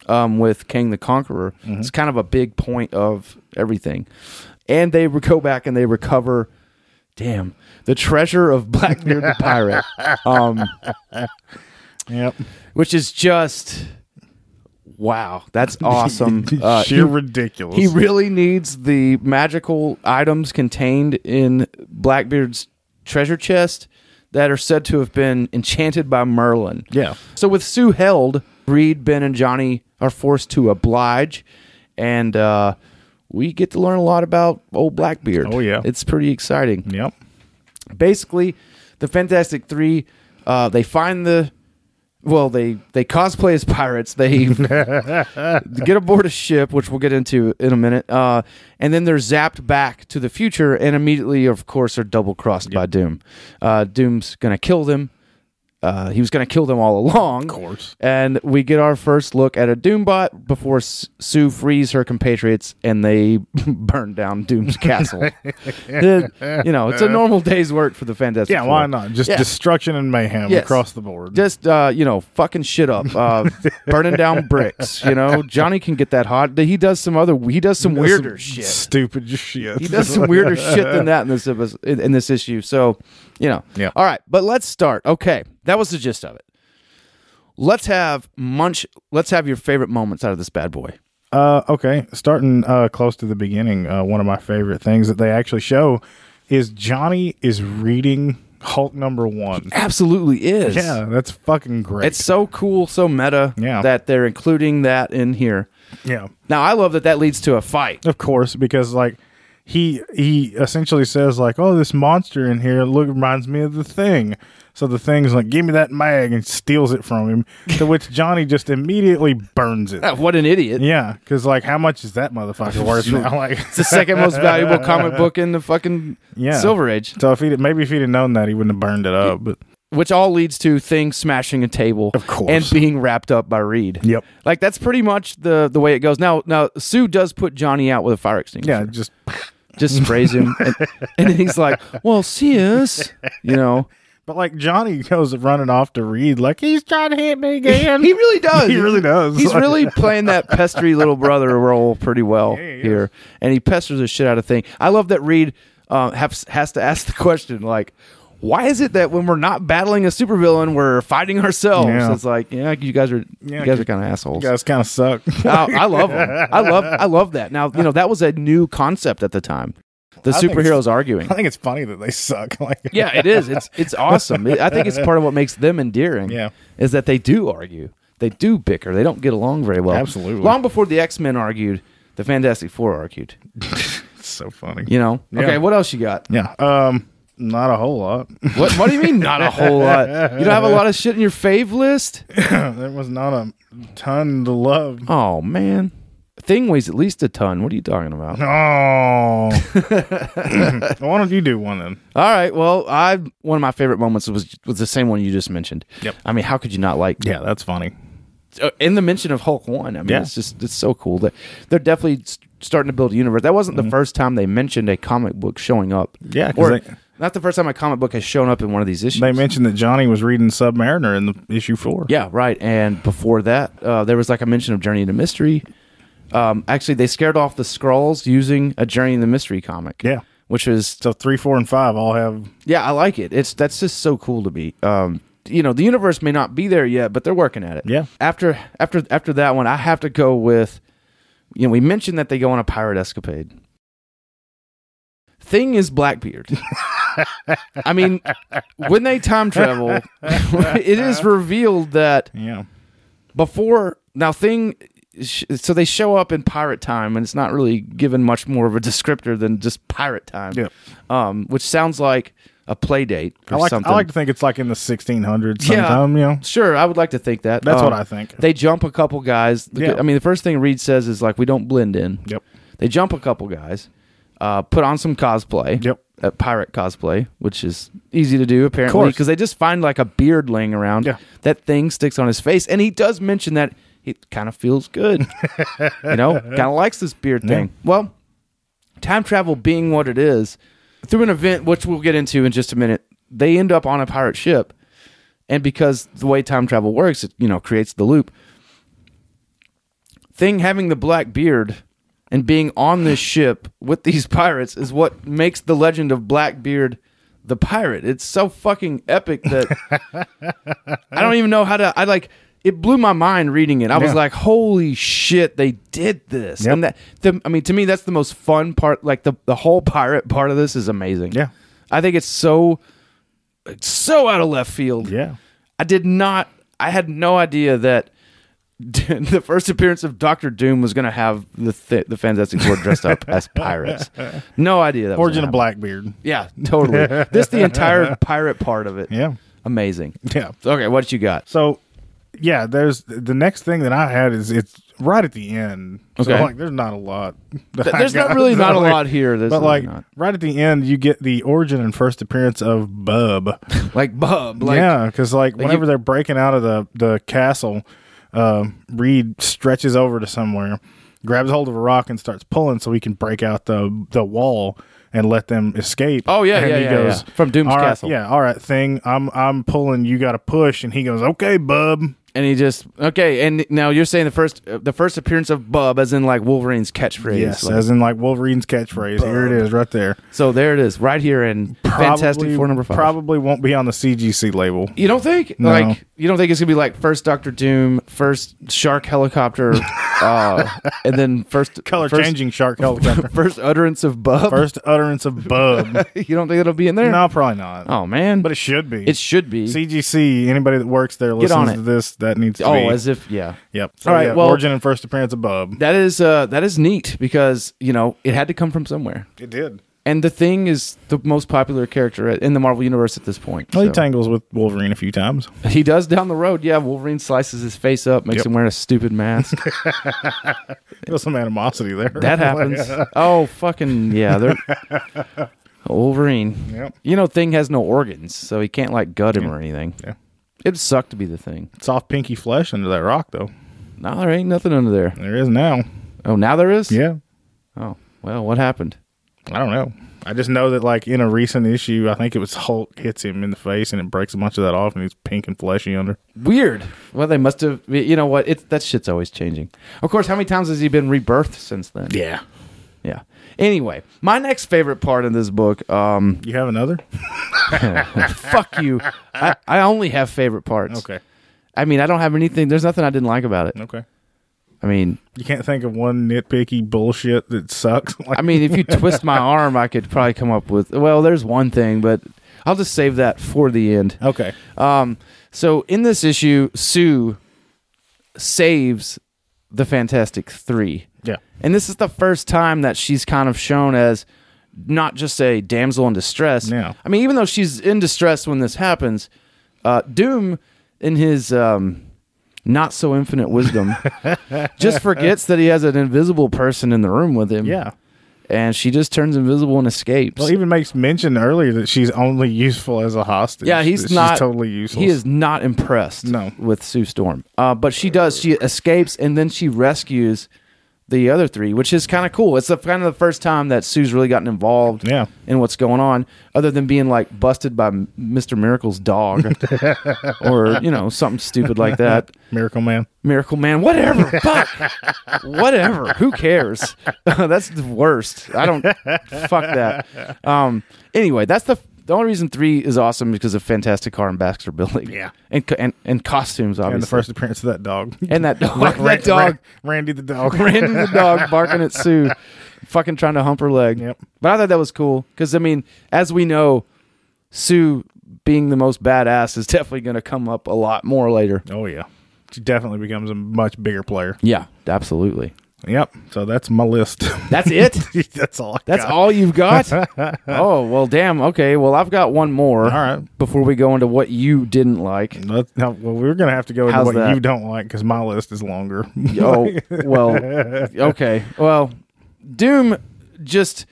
um, with King the Conqueror. It's kind of a big point of everything. And they re- go back and they recover, damn, the treasure of Blackbeard the Pirate, um,
Yep,
which is just wow.
[LAUGHS]
That's awesome. Uh,
sheer
he-
ridiculous.
he really needs the magical items contained in Blackbeard's treasure chest that are said to have been enchanted by Merlin.
Yeah.
So with Sue held, Reed, Ben, and Johnny are forced to oblige, and uh, we get to learn a lot about old Blackbeard.
Oh, yeah.
it's pretty exciting
yep,
basically the fantastic three uh, they find the well they they cosplay as pirates they
[LAUGHS]
get aboard a ship which we'll get into in a minute uh, and then they're zapped back to the future and immediately of course are double crossed by doom uh, doom's gonna kill them uh, he was going to kill them all along. Of
course.
And we get our first look at a Doombot before S- Sue frees her compatriots and they [LAUGHS] burn down Doom's
[LAUGHS]
castle. Then, you know, it's a normal day's work for the Fantastic
yeah. Why
Four.
not? Just
Yeah.
destruction and mayhem
Yes.
across the board.
Just, uh, you know, fucking shit up, [LAUGHS] uh, burning down bricks, you know? Johnny can get that hot. He does some other, he does some
That's
weirder
some
shit.
Stupid [LAUGHS] shit.
He does some [LAUGHS] weirder shit than that in this episode, in, in this issue. So, you know.
Yeah.
All right, but let's start. Okay, that was the gist of it. Let's have munch. Let's have your favorite moments out of this bad boy.
Uh, okay, starting uh, close to the beginning, uh, one of my favorite things that they actually show is Johnny is reading Hulk number one.
Absolutely is.
Yeah, that's fucking great.
It's so cool, so meta
Yeah.
that they're including that in here.
yeah,
Now, I love that that leads to a fight. [LAUGHS]
of course, because like he he essentially says like, "Oh, this monster in here look reminds me of the thing." So the thing's like, "Give me that mag," and steals it from him. to which Johnny just immediately burns it.
What an idiot!
Yeah, because like, how much is that motherfucker worth now? [LAUGHS] Like,
It's the second most valuable comic book in the fucking
Yeah.
Silver Age,
so if he maybe if he'd have known that, he wouldn't have burned it up. But
which all leads to things smashing a table, of
course.
and being wrapped up by Reed.
Yep.
Like that's pretty much the the way it goes. Now, now Sue does put Johnny out with a fire extinguisher.
yeah, just
just sprays him, and, and then he's like, "Well, see us," you know.
But like Johnny goes running off to Reed, like he's trying to hit me again.
He really does.
[LAUGHS] He really does.
He's really playing that pestery little brother role pretty well
he is.
here, and he pesters the shit out of thing. I love that Reed uh, has has to ask the question like, why is it that when we're not battling a supervillain, we're fighting ourselves?
Yeah.
It's like, yeah, you guys are
Yeah,
you guys
[LAUGHS] you-
are kind of assholes.
guys kind of suck.
[LAUGHS] I, I love them. I love I love that. Now you know that was a new concept at the time. The
I think
superheroes arguing.
I think it's funny that they suck. [LAUGHS] Like,
Yeah, it is. It's it's awesome. I think it's part of what makes them endearing.
Yeah.
is that they do argue, they do bicker, they don't get along very well.
Absolutely.
Long before the X Men argued, the Fantastic Four argued.
it's so funny.
You know.
Yeah.
Okay, what else you got?
Yeah. Um, not a whole lot. [LAUGHS]
What What do you mean? Not a whole lot. You don't have a lot of shit in your fave list.
there was not a ton to love. [LAUGHS]
Oh man, thing weighs at least a ton. What are you talking
[LAUGHS]
about? [LAUGHS]
Oh. Why don't you do one then?
All right. Well, I one of my favorite moments was was the same one you just mentioned.
Yep.
I mean, how could you not like?
Yeah, that's funny.
uh, in the mention of Hulk one. I mean,
Yeah.
it's just it's so cool that they're definitely s- starting to build a universe. That wasn't the first time they mentioned a comic book showing up.
Mm-hmm. Yeah, 'cause
or
they-
not the first time a comic book has shown up in one of these issues.
They mentioned that Johnny was reading Submariner in the issue four.
yeah, right. And before that, uh, there was like a mention of Journey into Mystery. Um, actually, they scared off the Skrulls using a Journey into Mystery comic.
Yeah.
which is
So three, four, and five all have.
yeah, I like it. It's that's just so cool to be. Um, you know, the universe may not be there yet, but they're working at it.
Yeah.
After after after that one, I have to go with. You know, we mentioned that they go on a pirate escapade. Thing is Blackbeard. I mean, when they time travel, [LAUGHS] it is revealed that
Yeah.
before now thing sh- so they show up in pirate time and it's not really given much more of a descriptor than just pirate time
Yep.
um which sounds like a play date or
I like,
something
I like to think it's like in the 1600s
Yeah.
sometime, you know?
sure i would like to think that Um,
That's what I think.
they jump a couple guys The-
Yeah.
i mean the first thing reed says is like we don't blend in
Yep.
they jump a couple guys uh, put on some cosplay
Yep.
uh, pirate cosplay which is easy to do apparently
course.
because they just find like a beard laying around
Yeah.
that thing sticks on his face and he does mention that he kind of feels
[LAUGHS]
good you know kind of likes this beard thing well time travel being what it is through an event which we'll get into in just a minute they end up on a pirate ship and because the way time travel works it you know creates the loop thing having the black beard and being on this ship with these [LAUGHS] pirates is what makes the legend of blackbeard the pirate it's so fucking epic that i don't even know how to i like it blew my mind reading it i was
Yeah.
like holy shit they did this
Yep.
and that the, i mean to me that's the most fun part like the, the whole pirate part of this is amazing
Yeah.
i think it's so it's so out of left field
Yeah.
I did not. I had no idea that [LAUGHS] the first appearance of Doctor Doom was going to have the th- the Fantastic Four dressed up as
[LAUGHS]
pirates. No idea. That was
Origin
gonna
of
happen.
Blackbeard.
Yeah, totally. this the
[LAUGHS]
entire pirate part of it.
Yeah. [LAUGHS]
amazing.
Yeah.
Okay, what you got?
So, yeah, there's the next thing that I had is it's right at the end.
Okay.
So, like, there's not a lot. [LAUGHS] that I
There's not
got. [LAUGHS]
really not a
Like-
lot here. There's
But,
really
like,
not.
right at the end, you get the origin and first appearance of Bub.
like Bub. Like,
yeah, because like whenever
you-
they're breaking out of the the castle, um, Reed stretches over to somewhere, grabs hold of a rock and starts pulling so he can break out the the wall and let them escape.
Oh, yeah,
and
yeah, yeah, yeah. From Doom's
"All right,
castle."
Yeah, all right, thing. I'm I'm pulling. You got to push, and he goes, okay, bub.
and he just okay. And now you're saying the first uh, the first appearance of Bub, as in like Wolverine's catchphrase.
Yes,
like-
as in like Wolverine's catchphrase. Here it is, right there.
so there it is, right here in Fantastic
Probably-
Four number five.
Probably won't be on the CGC label.
You don't think
No.
like you don't think it's gonna be like first Doctor Doom, first shark
[LAUGHS]
helicopter, uh, and then first
Color
first,
changing shark
[LAUGHS]
helicopter.
first utterance of Bub.
First utterance of
[LAUGHS]
bub.
You don't think it'll be in there?
no, probably not.
Oh man,
But it should be.
it should be.
CGC, anybody that works there
Get on
listens to
it.
this, that needs to
oh,
be.
as if yeah.
yep.
All right,
yeah,
well-
origin and first appearance of Bub.
That is uh, that is neat because you know it had to come from somewhere,
It did.
and the thing is the most popular character in the Marvel universe at this point.
Well, Oh, he
so.
tangles with Wolverine a few times.
He does down the road. Yeah, Wolverine slices his face up, makes
Yep.
him wear a stupid mask.
There's some animosity there. [LAUGHS]
That happens. oh fucking yeah, they're
[LAUGHS]
Wolverine.
Yep.
You know, Thing has no organs, so he can't like gut him or anything.
Yeah.
It'd suck to be the Thing.
Soft pinky flesh under that rock, though.
No, there ain't nothing under there.
There is now.
Oh, now there is.
Yeah.
Oh well, what happened?
I don't know. I just know that, like, in a recent issue, I think it was Hulk hits him in the face and it breaks a bunch of that off and he's pink and fleshy under.
Weird. Well, they must have. You know what? It's that shit's always changing. Of course, how many times has he been rebirthed since then?
Yeah.
Yeah. Anyway, my next favorite part in this book, um, [LAUGHS] oh,
You have [LAUGHS] another?
fuck you. I, I only have favorite parts.
Okay.
I mean, I don't have anything. There's nothing I didn't like about it.
Okay.
I mean,
You can't think of one nitpicky bullshit that sucks. [LAUGHS] Like,
I mean, if you twist my arm, I could probably come up with. Well, there's one thing, but I'll just save that for the end.
okay.
Um, so in this issue, Sue saves the Fantastic Three.
Yeah.
And this is the first time that she's kind of shown as not just a damsel in distress.
Yeah.
I mean, even though she's in distress when this happens, uh, Doom, in his um, not so infinite
[LAUGHS]
wisdom, just forgets that he has an invisible person in the room with him.
Yeah.
And she just turns invisible and escapes.
Well, even makes mention earlier that she's only useful as a hostage.
yeah, he's
That
not
she's totally useless.
He is not impressed.
No.
with Sue Storm. Uh, but she does. She escapes and then she rescues the other three, which is kind of cool. It's the kind of the first time that Sue's really gotten involved.
Yeah.
in what's going on, other than being like busted by M- Mr. Miracle's
[LAUGHS]
dog, or you know something stupid like that.
Miracle Man.
Miracle Man, whatever, fuck, whatever. Who cares? [LAUGHS] that's the worst. I don't fuck that. Um. Anyway, that's the the only reason three is awesome is because of Fantastic Car and Baxter Building.
Yeah.
and co- and, and costumes obviously.
And the first appearance of that dog.
[LAUGHS]
[LAUGHS]
And that dog,
Ra- Ra-
that dog,
Ra- Randy the dog.
Randy the dog barking at Sue, fucking trying to hump her leg.
Yep.
But I thought that was cool because I mean, as we know, Sue being the most badass is definitely going to come up a lot more later.
[LAUGHS] oh yeah. She definitely becomes a much bigger player.
Yeah, absolutely.
Yep. So that's my list. [LAUGHS]
That's it.
that's all. I
That's
got.
all you've
[LAUGHS]
got? oh, well, damn. Okay. Well, I've got one more.
All right.
Before we go into what you didn't like.
Let's- no, well, we're gonna have to go into
How's
what
that?
you don't like because my list is longer. [LAUGHS]
Oh, well, okay. Well, Doom just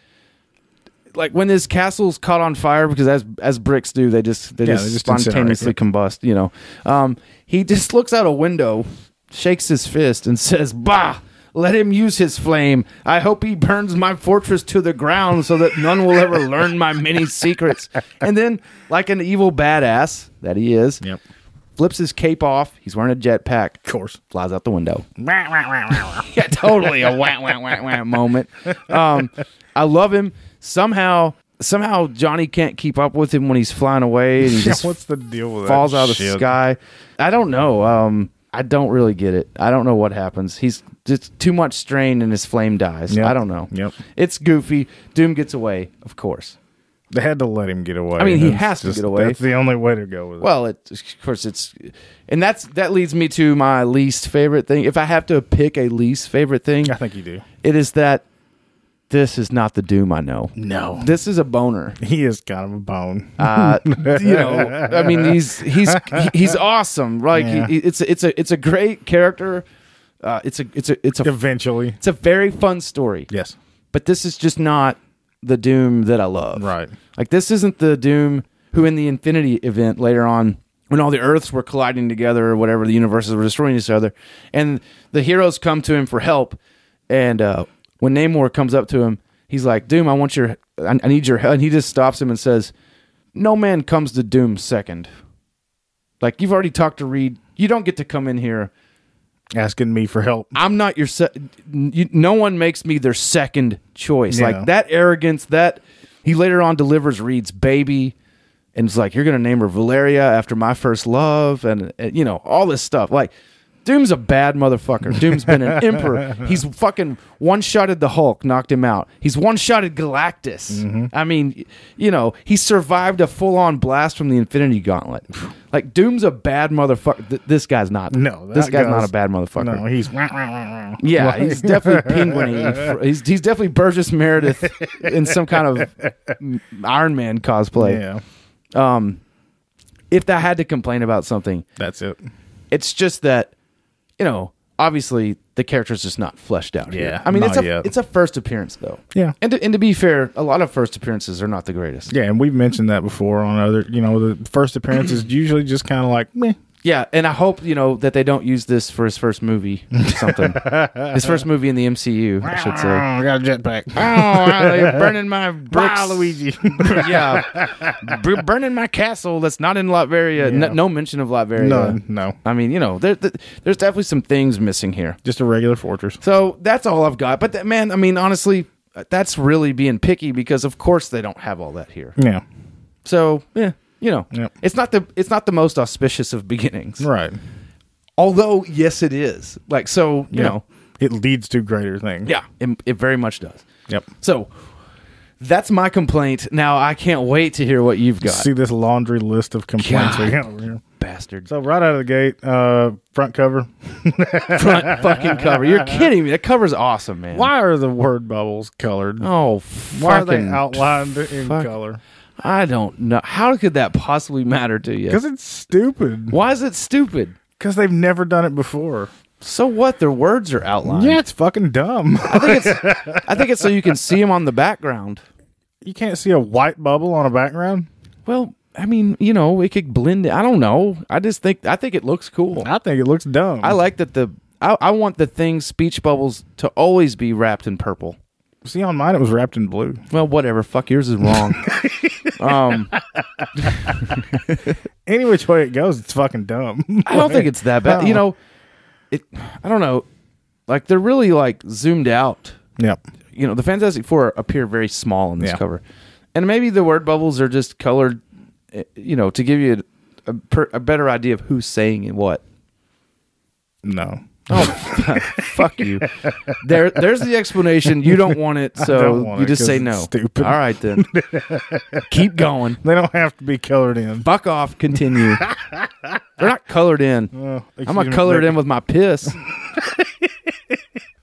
like when his castle's caught on fire because as as bricks do, they just they
Yeah,
just
they just incinerate
spontaneously
it.
combust, you know. Um, he just looks out a window, shakes his fist and says, "Bah, let him use his flame. I hope he burns my fortress to the ground so that none will
[LAUGHS]
ever learn my many secrets." And then like an evil badass that he is,
yep.
flips his cape off. He's wearing a jetpack. Of [LAUGHS]
course.
Flies out the window.
[LAUGHS]
yeah, [LAUGHS] totally a wah wah wah wah moment. Um, I love him. Somehow, somehow Johnny can't keep up with him when he's flying away and he
[LAUGHS] Yeah,
just
what's the deal with that?
falls out of the
shit?
sky. I don't know. Um, I don't really get it. I don't know what happens. He's just too much strain and his flame dies.
Yep.
I don't know.
Yep.
It's goofy. Doom gets away, of course.
They had to let him get away.
I mean, he
That's
has to get away.
That's the only way to go with it.
Well, it, of course it's, and that's that leads me to my least favorite thing. If I have to pick a least favorite thing,
I think you do.
it is that this is not the Doom I know.
No,
This is a boner.
[LAUGHS] he is kind of a bone.
Uh, you know, I mean, he's he's he's awesome. Like
Yeah.
he, it's a, it's a it's a great character. Uh, it's a it's a it's a
Eventually,
it's a very fun story.
yes,
But this is just not the Doom that I love.
right.
Like this isn't the Doom who in the Infinity event later on when all the Earths were colliding together or whatever the universes were destroying each other, and the heroes come to him for help, and uh, when Namor comes up to him, he's like, "Doom, I want your, I, I need your help," and he just stops him and says, "No man comes to Doom second. Like you've already talked to Reed, you don't get to come in here."
Asking me for help.
I'm not your. Se- you, no one makes me their second choice.
Yeah.
Like that arrogance. That he later on delivers Reed's baby, and it's like you're gonna name her Valeria after my first love, and, and you know all this stuff. Like Doom's a bad motherfucker. Doom's been
[LAUGHS]
an emperor. He's fucking one shotted the Hulk, knocked him out. He's one shotted Galactus.
Mm-hmm.
I mean, you know he survived a full on blast from the Infinity Gauntlet. Like Doom's a bad motherfucker. Th- this guy's not.
No,
this
that
guy's,
guy's-
not a bad motherfucker.
No, he's
[LAUGHS] Yeah, he's definitely
[LAUGHS]
penguin. He's he's definitely Burgess Meredith in some kind
[LAUGHS]
of Iron Man cosplay.
yeah.
If I had to complain about something,
That's it.
it's just that you know, obviously the character's just not fleshed out. here.
Yeah,
I mean it's a
not yet.
it's a first appearance though.
Yeah.
and to, and to be fair, a lot of first appearances are not the greatest.
Yeah, and we've mentioned that before on other. You know, the first appearance is usually just kind of like meh.
Yeah, and I hope you know that they don't use this for his first movie or
[LAUGHS]
something. his first movie in the MCU, I should
Oh,
say.
I got a
[LAUGHS]
jetpack.
Oh, you're burning my bricks.
Bye, Luigi. [LAUGHS]
yeah, B- burning my castle that's not in Latveria. N-
Yeah.
No, mention of Latveria.
None. No.
I mean, you know, there, there- there's definitely some things missing here.
Just a regular fortress.
So that's all I've got. But that, man, I mean, honestly, that's really being picky because of course they don't have all that here.
Yeah.
So yeah, you know,
Mm. Yep.
it's not the it's not the most auspicious of beginnings.
Right.
Although yes, it is. Like so, you know,
It leads to greater things.
yeah, it, it very much does.
Yep.
So that's my complaint. Now I can't wait to hear what you've got,
See this laundry list of complaints we got over here.
bastard.
So right out of the gate, uh, front cover.
Front fucking cover.
[LAUGHS]
You're kidding me. That cover's awesome, man.
Why are the word bubbles colored?
Oh,
Why are they
fucking-
outlined in
fuck.
color?
I don't know. How could that possibly matter to you?
Because it's stupid.
Why is it stupid?
Because they've never done it before.
So what? Their words are outlined.
Yeah, it's fucking dumb. [LAUGHS]
I think it's. I think it's so you can see them on the background.
you can't see a white bubble on a background.
Well, I mean, you know, it could blend. It. I don't know. I just think. I think it looks cool.
I think it looks dumb.
I like that the. I, I want the thing speech bubbles to always be wrapped in purple.
see on mine it was wrapped in blue.
Well, whatever. Fuck yours is
[LAUGHS]
wrong. um,
Any which way it goes, it's fucking dumb.
[LAUGHS] I don't think it's that bad. You know, it. I don't know. Like they're really like zoomed out.
[LAUGHS] Yep.
you know, the Fantastic Four appear very small in this
Yeah.
cover, and maybe the word bubbles are just colored, eh, you know, to give you a, a, per, a better idea of who's saying and what.
No.
Oh, [LAUGHS] fuck you! There, there's the explanation. You don't want
[LAUGHS]
it, so
don't want
you
it
just
'cause
say
it's
no.
stupid.
All right
[LAUGHS]
then, keep going.
They don't have to be colored in.
Fuck off.
[LAUGHS]
Continue. They're not colored in. I'm
excuse
gonna
me,
color it
Nick.
in with my piss.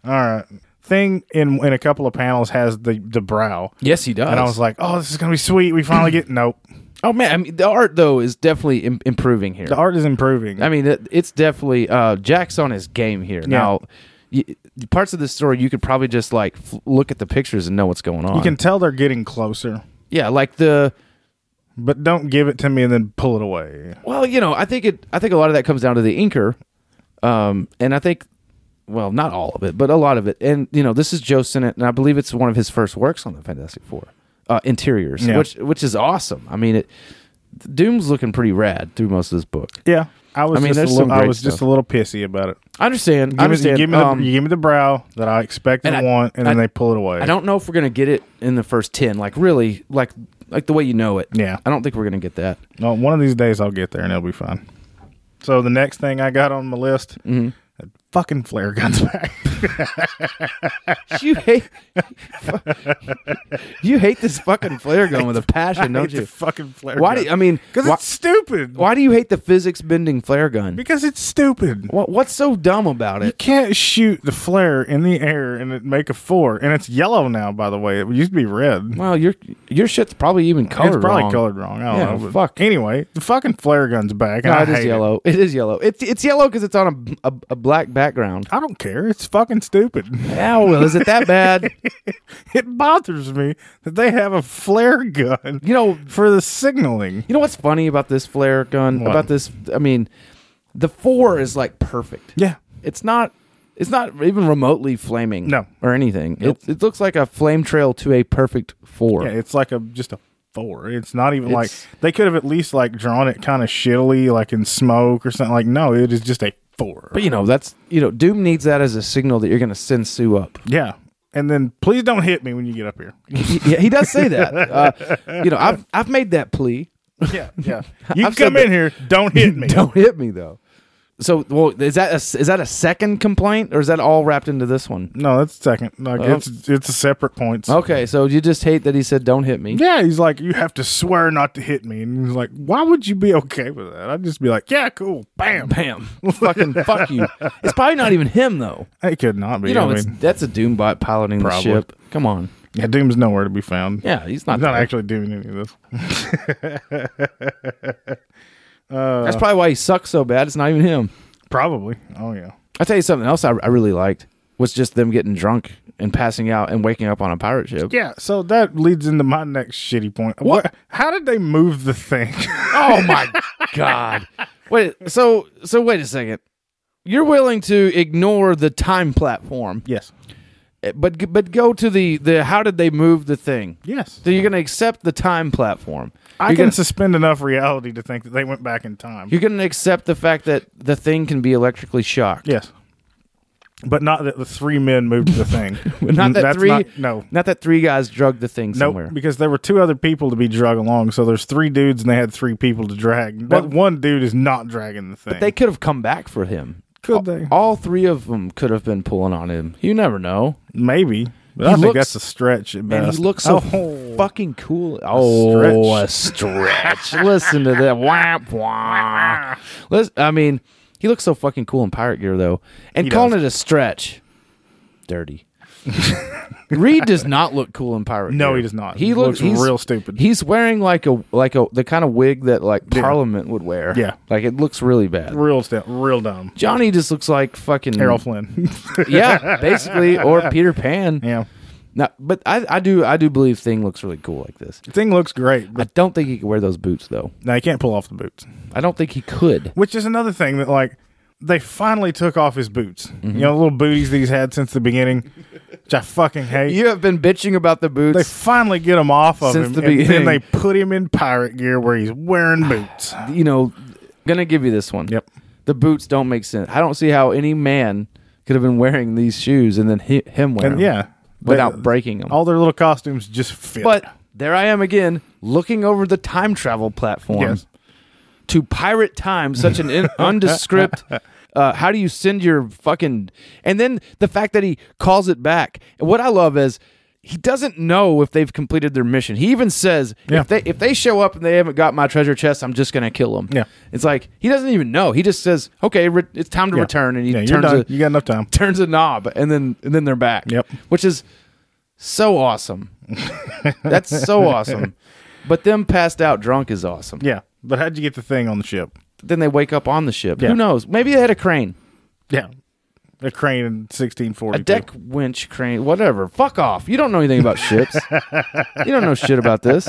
All right. Thing in in a couple of panels has the the brow.
yes, he does.
And I was like, oh, this is gonna be sweet. We finally get nope.
oh man, I mean, the art though is definitely Im- improving here.
The art is improving.
I mean, it, it's definitely uh, Jack's on his game here. Now, y parts of this story you could probably just like f- look at the pictures and know what's going on.
you can tell they're getting closer,
yeah, like the
but don't give it to me and then pull it away.
well, you know, I think it. I think a lot of that comes down to the inker, um, and I think, well, not all of it, but a lot of it. And you know, this is Joe Sinnott, and I believe it's one of his first works on the Fantastic Four uh, interiors,
Yeah.
which which is awesome. I mean, it Doom's looking pretty rad through most of this book.
Yeah. I was
I mean,
just a
there's
little,
some
I
great
was just
stuff.
a little pissy about it.
I understand. I
Give me,
understand.
you give me the
um,
you give me the brow that I expect and,
and I-
want, and then
I-
they pull it away.
I don't know if we're gonna get it in the first ten. Like really, like like the way you know it.
Yeah.
I don't think we're gonna get that.
Well, one of these days I'll get there and it'll be fine. So the next thing I got on my list,
Mm-hmm.
fucking flare guns [LAUGHS] back.
[LAUGHS] You hate [LAUGHS] you hate this fucking flare gun with a passion,
[LAUGHS]
don't you?
fucking flare.
Why do you, I mean?
Because
why,
it's stupid.
why do you hate the physics bending flare gun?
Because it's stupid.
What what's so dumb about
You
it?
can't shoot the flare in the air and it make a four, and it's yellow now. By the way, it used to be red.
Well, your your shit's probably even colored.
it's probably
wrong.
colored wrong. I don't
Yeah,
know. but
fuck.
Anyway, the fucking flare gun's back.
No,
and I
it
hate
is yellow. It is yellow. It's it's yellow because it's on a, a a black background.
I don't care. It's fucking stupid. [LAUGHS]
Yeah, well, is it that bad?
it bothers me that they have a flare gun
[LAUGHS] You know,
for the signaling.
You know what's funny about this flare gun?
What?
About this, I mean, the four is like perfect.
Yeah.
It's not. It's not even remotely flaming.
No.
or anything. It, it looks like a flame trail to a perfect four.
Yeah, it's like a just a four. It's not even
It's-
like they could have at least like drawn it kind of shittily, like in smoke or something. Like no, it is just a four.
But you know, that's you know, Doom needs that as a signal that you're going to send Sue up. [LAUGHS]
yeah, and then please don't hit me when you get up here.
yeah, he does say
[LAUGHS]
that. Uh, you know, I've I've made that plea.
Yeah,
[LAUGHS]
yeah. [LAUGHS] You
I've
come
said
in here, don't hit
[LAUGHS]
me.
Don't hit me though. So, well, is that a, is that a second complaint, or is that all wrapped into this one?
No, that's second. Like
Oh.
it's it's a separate points.
Okay, so you just hate that he said, "Don't hit me."
Yeah, he's like, you have to swear not to hit me, and he's like, why would you be okay with that? I'd just be like, yeah, cool, bam.
Bam. [LAUGHS] Fucking fuck you. It's probably not even him though.
[LAUGHS] It could not be.
You know,
I
it's
mean,
that's a Doombot piloting
Probably.
the ship. Come on.
yeah, Doom's nowhere to be found.
Yeah, he's not,
He's not
there.
actually doing any of this.
That's probably why he sucks so bad. It's not even him.
Probably. Oh yeah.
I'll tell you something else I, I really liked was just them getting drunk and passing out and waking up on a pirate ship.
Yeah, so that leads into my next shitty point. What? How did they move
[LAUGHS]
the thing?
Oh
[LAUGHS]
my god. Wait, so so wait a second. You're willing to ignore the time platform,
yes.
but but go to the the how did they move the thing?
Yes.
So you're going to accept the time platform.
I
You're
can
gonna-
suspend enough reality to think that they went back in time.
You're going to accept the fact that the thing can be electrically shocked.
yes. but not that the three men moved
[LAUGHS]
the thing.
Not that
Mm, That's
three.
not- no.
not that three guys drug the thing somewhere.
Nope, because there were two other people to be drug along. So there's three dudes, and they had three people to drag. That one dude is not dragging the thing.
They could have come back for him.
could they?
All three of them could have been pulling on him. You never know.
Maybe, but I
He
think
looks-
that's a stretch. At
And
best.
he looks so
[LAUGHS] Oh.
fucking cool. Oh, a
[LAUGHS]
stretch. Listen to that. Womp womp. Let's, I mean, he looks so fucking cool in pirate gear, though. And
He
calling it a stretch, dirty. [LAUGHS] Reed does not look cool in pirate.
No,
gear.
he does not.
He,
He
looks,
looks
he's-
real stupid.
He's wearing like a like a the kind of wig that like
Yeah.
Parliament would wear.
Yeah.
like it looks really bad.
real st- real dumb.
Johnny just looks like fucking
Harold
Hmm.
Flynn.
[LAUGHS] yeah, [LAUGHS] basically, or Peter Pan.
yeah,
No, but I, I do I do believe Thing looks really cool like this.
the thing looks great,
I
but
don't think he could wear those boots though.
now he can't pull off the boots,
I don't think he could.
which is another thing that like they finally took off his boots.
Mm-hmm.
You know, the little booties that he's had since the beginning, which I fucking hate.
You have been bitching about the
They
boots.
finally get him off of
Since
him,
the
and
beginning. Ah,
then they put him in pirate gear where he's wearing boots.
you know, gonna give you this one.
Yep.
The boots don't make sense. I don't see how any man could have been wearing these shoes and then hi him wearing
And yeah,
without
they-
breaking them.
all their little costumes just fit.
but there I am again, looking over the time travel platform
Yes.
to pirate time, such an
[LAUGHS]
in- undescript. Uh, how do you send your fucking? And then the fact that he calls it back. And what I love is he doesn't know if they've completed their mission. He even says
Yeah.
if they if they show up and they haven't got my treasure chest, I'm just gonna kill them.
Yeah.
it's like he doesn't even know. He just says, "Okay, re- it's time to
Yeah.
return," and he
yeah, you're
turns
done.
a
you got enough
[LAUGHS]
time.
turns a knob, and then and then they're back.
Yep.
which is so awesome. That's
[LAUGHS]
so awesome. But them passed out drunk is awesome
Yeah, but how'd you get the thing on the ship?
then they wake up on the ship.
Yeah.
Who knows? Maybe they had a crane,
Yeah, a crane in
a
1640.
deck winch crane, whatever. Fuck off. You don't know anything about ships. you don't know shit about this.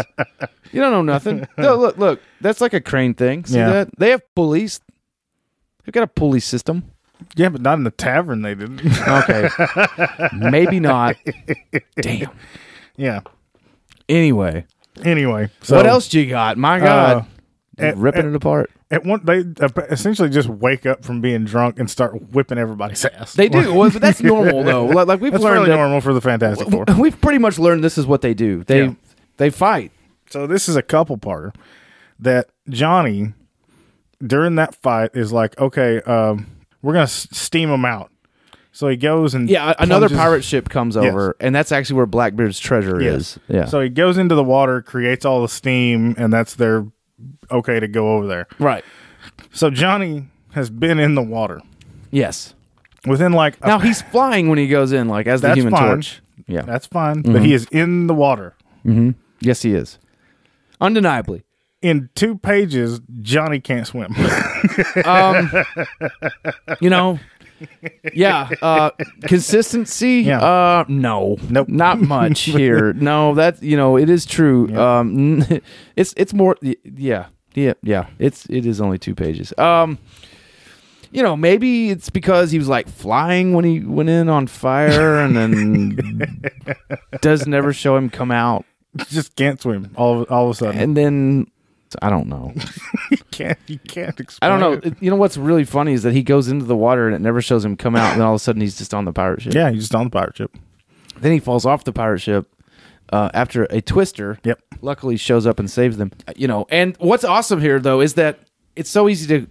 You don't know
[LAUGHS]
nothing. No, look, look. That's like a crane thing. See
Yeah.
that? They have pulleys. They've got a pulley system.
Yeah, but not in the tavern. They didn't. [LAUGHS]
Okay. Maybe not. Damn.
yeah.
Anyway,
Anyway, so
what else you got? My God.
at-
Ripping it apart.
At one, they uh, essentially just wake up from being drunk and start whipping everybody's ass.
They do. Well, but that's [LAUGHS] normal, though. Like, like we've
That's
learned
fairly
that-
normal for the Fantastic Four.
[LAUGHS] We've pretty much learned this is what they do. They
Yeah.
they fight.
So this is a couple parter that Johnny during that fight is like, okay, um, we're gonna s- steam him out. So he goes and
Yeah, a- another
plunges-
pirate ship comes over, and that's actually where Blackbeard's treasure is. Yeah,
So he goes into the water, creates all the steam, and that's their okay to go over there.
right.
So Johnny has been in the water
Yes.
within like a
Now he's flying when he goes in, like as the
That's
Human
fine.
Torch. Yeah.
[LAUGHS] That's fine, but
Mm-hmm.
he is in the water.
yes, he is. Undeniably.
In two pages, Johnny can't swim. [LAUGHS]
You know. yeah. Uh, consistency.
Yeah.
Uh, no.
Nope.
Not
[LAUGHS]
much here. No. That you know it is true. Um, [LAUGHS] it's it's more. y- Yeah. Yeah. Yeah. It's it is only two pages. Um. you know, maybe it's because he was like flying when he went in on fire and
[LAUGHS]
then does never show him come out.
Just can't swim. All of, all of a [LAUGHS] sudden,
And then I don't know.
you can't you can't
I
explain.
don't know.
it.
It- You know what's really funny is that he goes into the water and it never shows him come out and then all of a sudden he's just on the pirate ship.
Yeah, he's just on the pirate ship.
Then he falls off the pirate ship uh, after a twister.
Yep.
Luckily shows up and saves them. Uh, You know, and what's awesome here though is that it's so easy to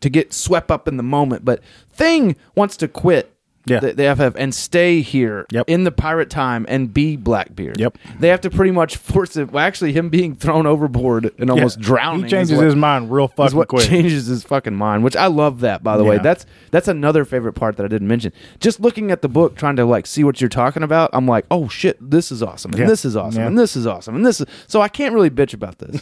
to get swept up in the moment, but Thing wants to quit.
Yeah.
The, the FF and stay here
Yep.
in the pirate time and be Blackbeard.
Yep.
They have to pretty much force it. Well, actually, him being thrown overboard and almost
Yeah.
drowning.
He
is
changes
what-
his mind real
is
fucking
what
quick.
changes his fucking mind, which I love that by the way.
Yeah.
That's that's another favorite part that I didn't mention. Just looking at the book, trying to like see what you're talking about, I'm like, oh shit, this is awesome, and
Yeah.
this is awesome,
Yeah.
and this is awesome, and this is so I can't really bitch about
[LAUGHS]
this.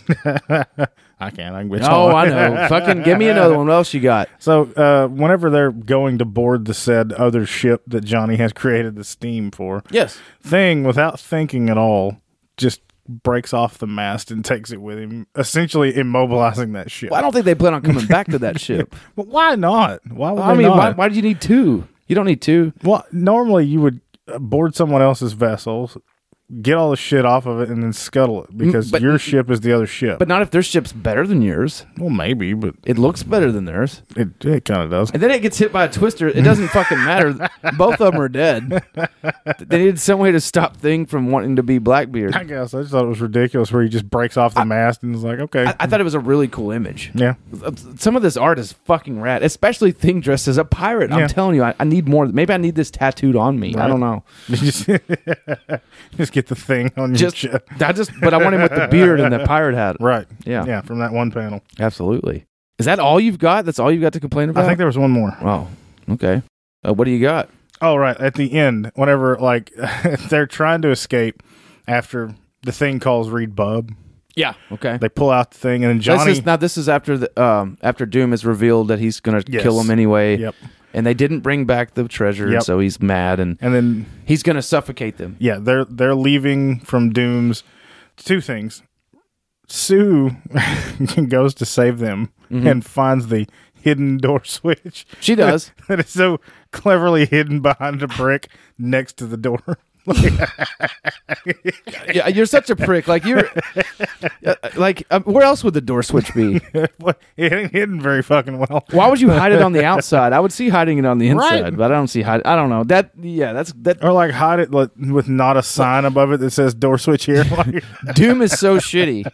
I can't. I can get
oh, I know. fucking give me another one. What else you got?
So uh, whenever they're going to board the said other ship that Johnny has [LAUGHS] created the steam for,
Yes.
thing without thinking at all just breaks off the mast and takes it with him, essentially immobilizing that ship.
Well, I don't think they plan on coming back to that ship.
But why not? [LAUGHS] Why would
I
they
mean, why,
not?
why do you need two? You don't need two.
Well, normally you would uh, board someone else's vessels, get all the shit off of it and then scuttle it because
Mm, but-
your ship is the other ship.
But not if their ship's better than yours.
well, maybe, but
It looks better than theirs.
it, it kind of does.
And then it gets hit by a twister. It doesn't fucking
[LAUGHS]
matter. Both of them are dead. They needed some way to stop Thing from wanting to be
[LAUGHS]
Blackbeard.
I guess I just thought it was ridiculous where he just breaks off the mast and is like, okay,
I, I thought it was a really cool image.
yeah,
Some of this art is fucking rad, especially Thing dressed as a pirate. I'm
Yeah.
telling you, I, I need more. Maybe I need this tattooed on me. I don't
[LAUGHS]
know.
just, just get the thing on your
Just,
chest.
I just, but I want him with the beard and the pirate hat.
[LAUGHS] Right.
Yeah.
Yeah. From that one panel.
Absolutely. Is that all you've got? That's all you've got to complain about?
I think there was one more.
Wow. Okay. Uh, what do you got?
Oh, right. At the end, whenever like [LAUGHS] they're trying to escape after the thing calls Reed Bub,
Yeah. Okay.
they pull out the thing and then Johnny.
This is now. This is after the um after Doom is revealed that he's gonna
Yes.
kill him anyway.
Yep.
And they didn't bring back the treasure,
Yep.
so he's mad and
and then
he's gonna suffocate them.
yeah, they're they're leaving from Doom's. Two things. Sue [LAUGHS] goes to save them
Mm-hmm.
and finds the hidden door [LAUGHS] switch
She does.
[LAUGHS] that is so cleverly hidden behind a brick next to the door. [LAUGHS] Like,
yeah, you're such a prick. Like you're, Uh, like um, where else would the door switch be?
what- it ain't hidden very fucking well.
Why would you hide it on the outside? I would see hiding it on the
Right.
inside, but I don't see hide. I don't know that. Yeah, that's that.
Or like hide it like, with not a sign above it that says door switch here. [LAUGHS] Like,
Doom is so
[LAUGHS]
shitty.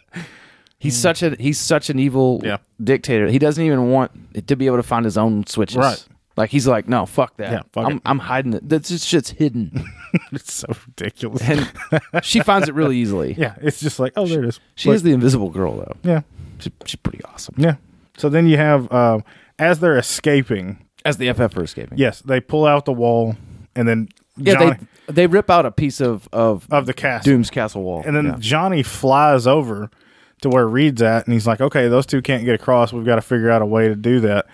He's such a he's such an evil
Yeah.
dictator. He doesn't even want to be able to find his own switches.
Right.
Like he's like, no, fuck that.
Yeah, fuck
I'm
it."
I'm hiding it. That's just shit's
[LAUGHS]
hidden.
it's so ridiculous.
And she finds it really easily.
[LAUGHS] yeah, it's just like oh there it is.
She is the invisible girl though.
yeah,
She, she's pretty awesome.
yeah. So then you have um, as they're escaping.
As the FF are escaping.
Yes, they pull out the wall and then
Yeah,
Johnny
they they rip out a piece of of
of the castle.
Doom's castle wall.
And then
Yeah.
Johnny flies over to where Reed's at, and he's like, "Okay, those two can't get across. We've got to figure out a way to do that."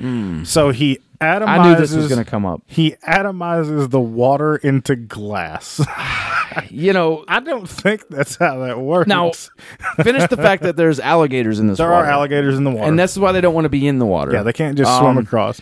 So he atomizes.
Hmm. I knew this was going to come up.
He atomizes the water into glass. [LAUGHS]
You know,
I don't think that's how that works.
Now- finish the fact that there's alligators in this.
there are
water.
alligators in the water,
and that's why they don't want to be in the water.
yeah, they can't just
Um,
swim across.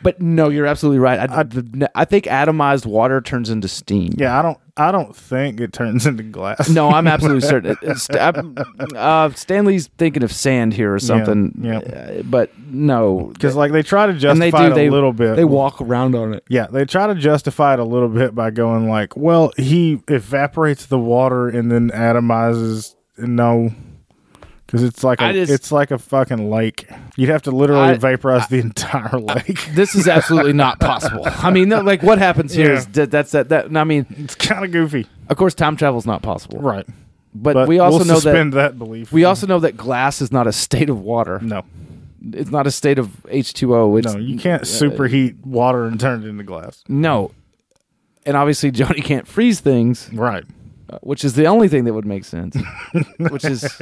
But no, you're absolutely right. I, the- I think atomized water turns into steam.
Yeah, I don't. I don't think it turns [LAUGHS] into glass.
No, I'm absolutely certain. It's- I'm- uh, Stanley's thinking of sand here or something.
yeah.
Uh, But no,
because like they try to
and they do.
justify it a
They
little bit.
They walk around on it.
Yeah, they try to justify it a little bit by going like, "Well, he evaporates the water and then atomizes." No, because it's like
I
a,
just-
it's like a fucking lake. You'd have to literally
I-
vaporize the [LAUGHS] entire lake. [LAUGHS]
This is absolutely not possible. I mean, no, like what happens here is that that's that that. I mean,
it's kind of goofy,
of course, time travel's not possible.
right?
But,
But
we also
we'll
know that
suspend that, belief.
we also know that glass is not a state of water.
no,
It's not a state of H2O. It's
no, you can't superheat water and turn it into glass,
no. And obviously, Johnny can't freeze things.
right?
which is the only thing that would make sense. which is,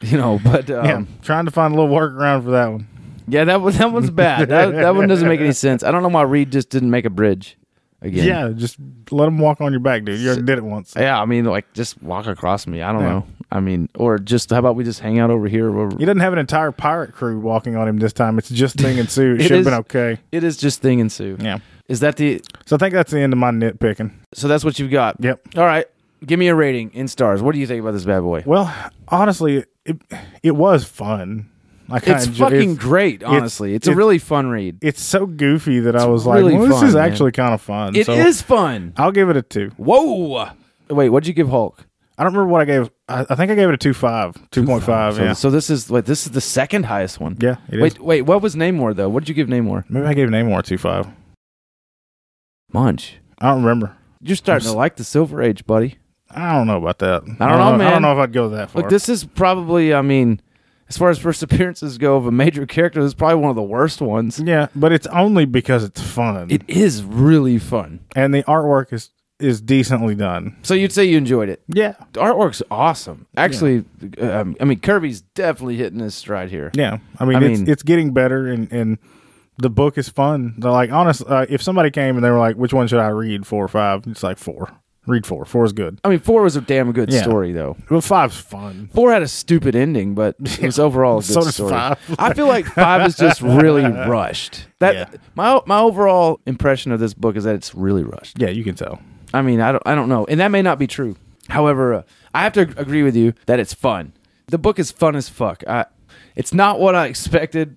you know, but um,
Yeah,
yeah.
trying to find a little workaround for that one.
that one that one's bad. That, that one doesn't make any sense. I don't know why Reed just didn't make a bridge again.
Yeah, just let them walk on your back, dude. You already did it once.
Yeah, I mean, like just walk across me. I don't know. I mean, or just how about we just hang out over here? Where
He doesn't have an entire pirate crew walking on him this time. It's just Thing
[LAUGHS]
and Sue. It,
It
should have
is-
been okay.
it is just thing and Sue.
Yeah.
Is that the?
So I think that's the end of my nitpicking.
So that's what you've got.
Yep.
All right. Give me a rating in stars. What do you think about this bad boy?
Well, honestly, it it was fun. Like I
It's
enjoy-
fucking
It's,
great. Honestly, it's, a
it's-
really fun read.
it's so goofy that I was
really
like,
fun,
well, this is
man.
actually kind of fun.
It is
so
fun.
I'll give it a two.
Whoa. Wait, what'd you give Hulk?
I don't remember what I gave. I, I think I gave it a two five, two point five.
So,
Yeah.
so this is like this is the second highest one.
Yeah, it is.
Wait, wait. What was Namor though? What did you give Namor?
Maybe I gave Namor a two five.
Munch.
I don't remember.
You're starting to like the Silver Age, buddy.
I don't know about that. I don't,
know,
I
man.
don't know if I'd go that far.
Look, this is probably. I mean, as far as first [LAUGHS] appearances go of a major character, this is probably one of the worst ones.
yeah, but it's only because it's fun
It is really fun.
and the artwork is is decently done.
So you'd say you enjoyed it.
Yeah.
The artwork's awesome. Actually, um, I mean Kirby's definitely hitting his stride here.
Yeah, I mean,
I
it's
mean-
it's getting better, and and the book is fun. They're like, honestly, uh, if somebody came and they were like, which one should I read, four or five? It's like four. Read four. Four is good.
I mean, four was a damn good
Yeah.
story though.
Well, five's fun.
Four had a stupid ending, but [LAUGHS] it was overall a good
So does
story.
five.
I feel like five is
[LAUGHS]
just really rushed. That
Yeah.
my my overall impression of this book is that it's really rushed.
Yeah, you can tell.
I mean, I don't, I don't know, and that may not be true. However, uh, I have to ag- agree with you that it's fun. The book is fun as fuck. I, it's not what I expected.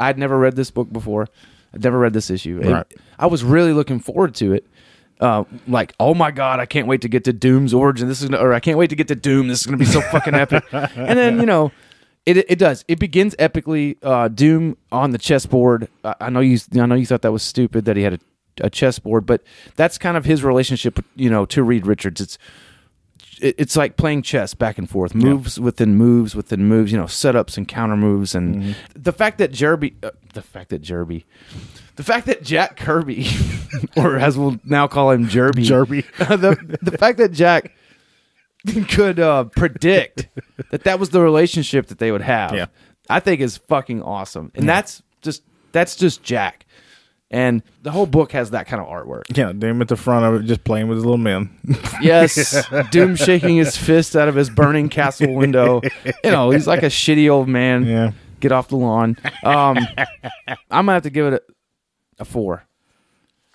I'd never read this book before. I'd never read this issue. It-
Right.
I was really looking forward to it. Uh, like, oh my god, I can't wait to get to Doom's origin. This is, gonna, or I can't wait to get to Doom. This is gonna be so fucking epic. and then you know, it it does. It begins epically. Uh, Doom on the chessboard. I, I know you. I know you thought that was stupid that he had a, a chessboard, but that's kind of his relationship. You know, to Reed Richards. It's it, it's like playing chess back and forth, moves within moves within moves. You know, setups and counter moves, and
Mm-hmm.
the fact that Jerby, uh, the fact that Jerby, the fact that Jack Kirby, [LAUGHS] or as we'll now call him Jerby,
Jerby.
[LAUGHS] the the fact that Jack [LAUGHS] could uh, predict that that was the relationship that they would have,
Yeah.
I think is fucking awesome, and that's just that's just Jack, and the whole book has that kind of artwork.
Yeah, Doom at the front of it, just playing with his little men. [LAUGHS]
Yes, Doom shaking his fist out of his burning castle window. You know, he's like a shitty old man.
Yeah.
Get off the lawn. Um, I'm gonna have to give it a, a four.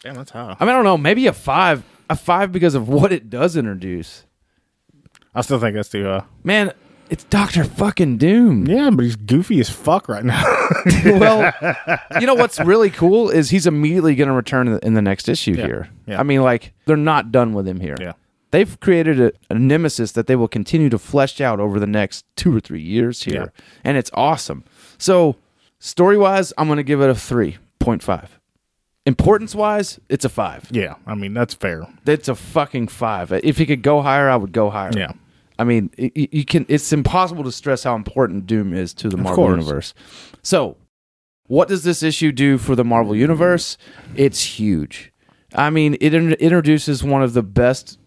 Damn, that's high.
I mean, I don't know, maybe a five. A five because of what it does introduce.
I still think that's too high.
Man, it's Doctor Fucking Doom.
Yeah, but he's goofy as fuck right now.
[LAUGHS]
[LAUGHS]
well, you know what's really cool is he's immediately going to return in the, in the next issue here.
yeah.
I mean, like they're not done with him here.
Yeah.
They've created a, a nemesis that they will continue to flesh out over the next two or three years here,
Yeah.
and it's awesome. So, story wise, I'm going to give it a three point five. Importance wise, it's a five.
yeah, I mean that's fair.
That's a fucking five. If he could go higher, I would go higher.
Yeah.
I mean, y- y- you can. It's impossible to stress how important Doom is to the Marvel
course.
universe. So, what does this issue do for the Marvel universe? It's huge. I mean, it in- introduces one of the best,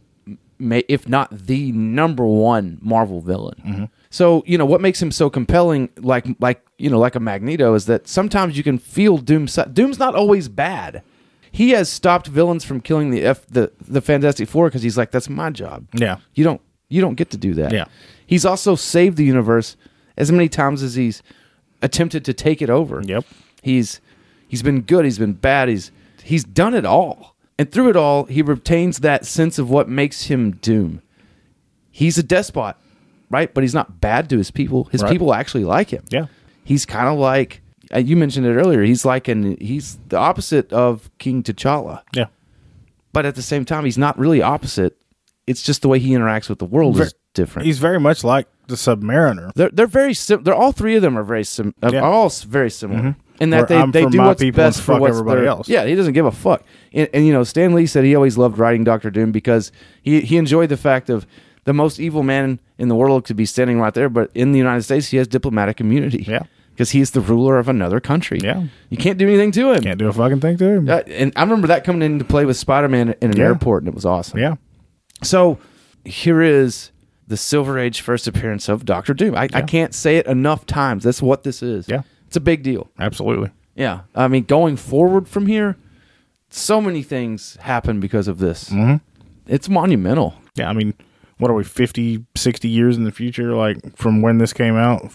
ma- if not the number one Marvel villain. So, you know, what makes him so compelling, like like you know, like a Magneto, is that sometimes you can feel Doom. si- Doom's not always bad. He has stopped villains from killing the F, the the Fantastic Four because he's like, that's my job.
Yeah.
You don't you don't get to do that.
Yeah.
He's also saved the universe as many times as he's attempted to take it over.
Yep.
He's he's been good, he's been bad, he's he's done it all. And through it all, he retains that sense of what makes him doom. He's a despot, right? But he's not bad to his people. His
Right.
people actually like him.
Yeah.
He's kind of like uh, you mentioned it earlier. He's like an he's the opposite of King T'Challa
Yeah.
but at the same time, he's not really opposite. It's just the way he interacts with the world
Ver-
is different.
He's very much like the Submariner.
they're they're very sim- they're all three of them are very sim- uh,
Yeah. Mm-hmm.
are all s- very similar in
Where
that
I'm
they, they
for
do
my
what's
people and
best for
fuck
what's
everybody
their-
else.
Yeah, he doesn't give a fuck. And, and you know, Stan Lee said he always loved writing Doctor Doom because he he enjoyed the fact of the most evil man in the world could be standing right there, but in the United States, he has diplomatic immunity.
Yeah.
because he is the ruler of another country.
Yeah.
you can't do anything to him.
Can't do a fucking thing to him.
Uh, and I remember that coming into play with Spider Man in an
Yeah.
airport, and it was awesome.
yeah.
So here is the Silver Age first appearance of Doctor Doom. I, I can't say it enough times. That's what this is.
Yeah.
It's a big deal.
Absolutely.
Yeah. I mean, going forward from here, so many things happen because of this. Mm-hmm. It's monumental.
Yeah, I mean, what are we 50, 60 years in the future like from when this came out?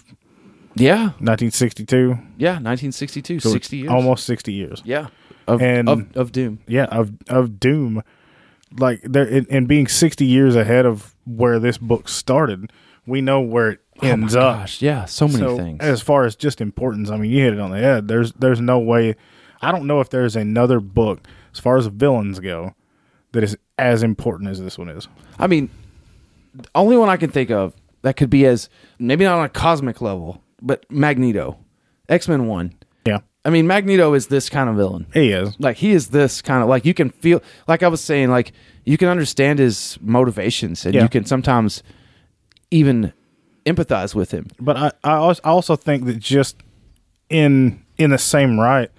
Yeah.
1962.
Yeah. 1962,
So it's
60 years.
Almost 60 years.
Yeah. Of,
And-
of, of Doom.
yeah of of doom like there and, and being 60 years ahead of where this book started we know where it ends up
Oh Gosh. Yeah. So many
so
things.
as far as just importance i mean you hit it on the head there's there's no way i don't know if there's another book as far as villains go that is as important as this one is
I mean, the only one I can think of that could be as maybe not on a cosmic level, but Magneto, X Men 1.
yeah
I mean, Magneto is this kind of villain.
he is
Like he is this kind of like you can feel like I was saying like you can understand his motivations and
Yeah.
you can sometimes even empathize with him.
But I, I als- I also think that just in in the same right,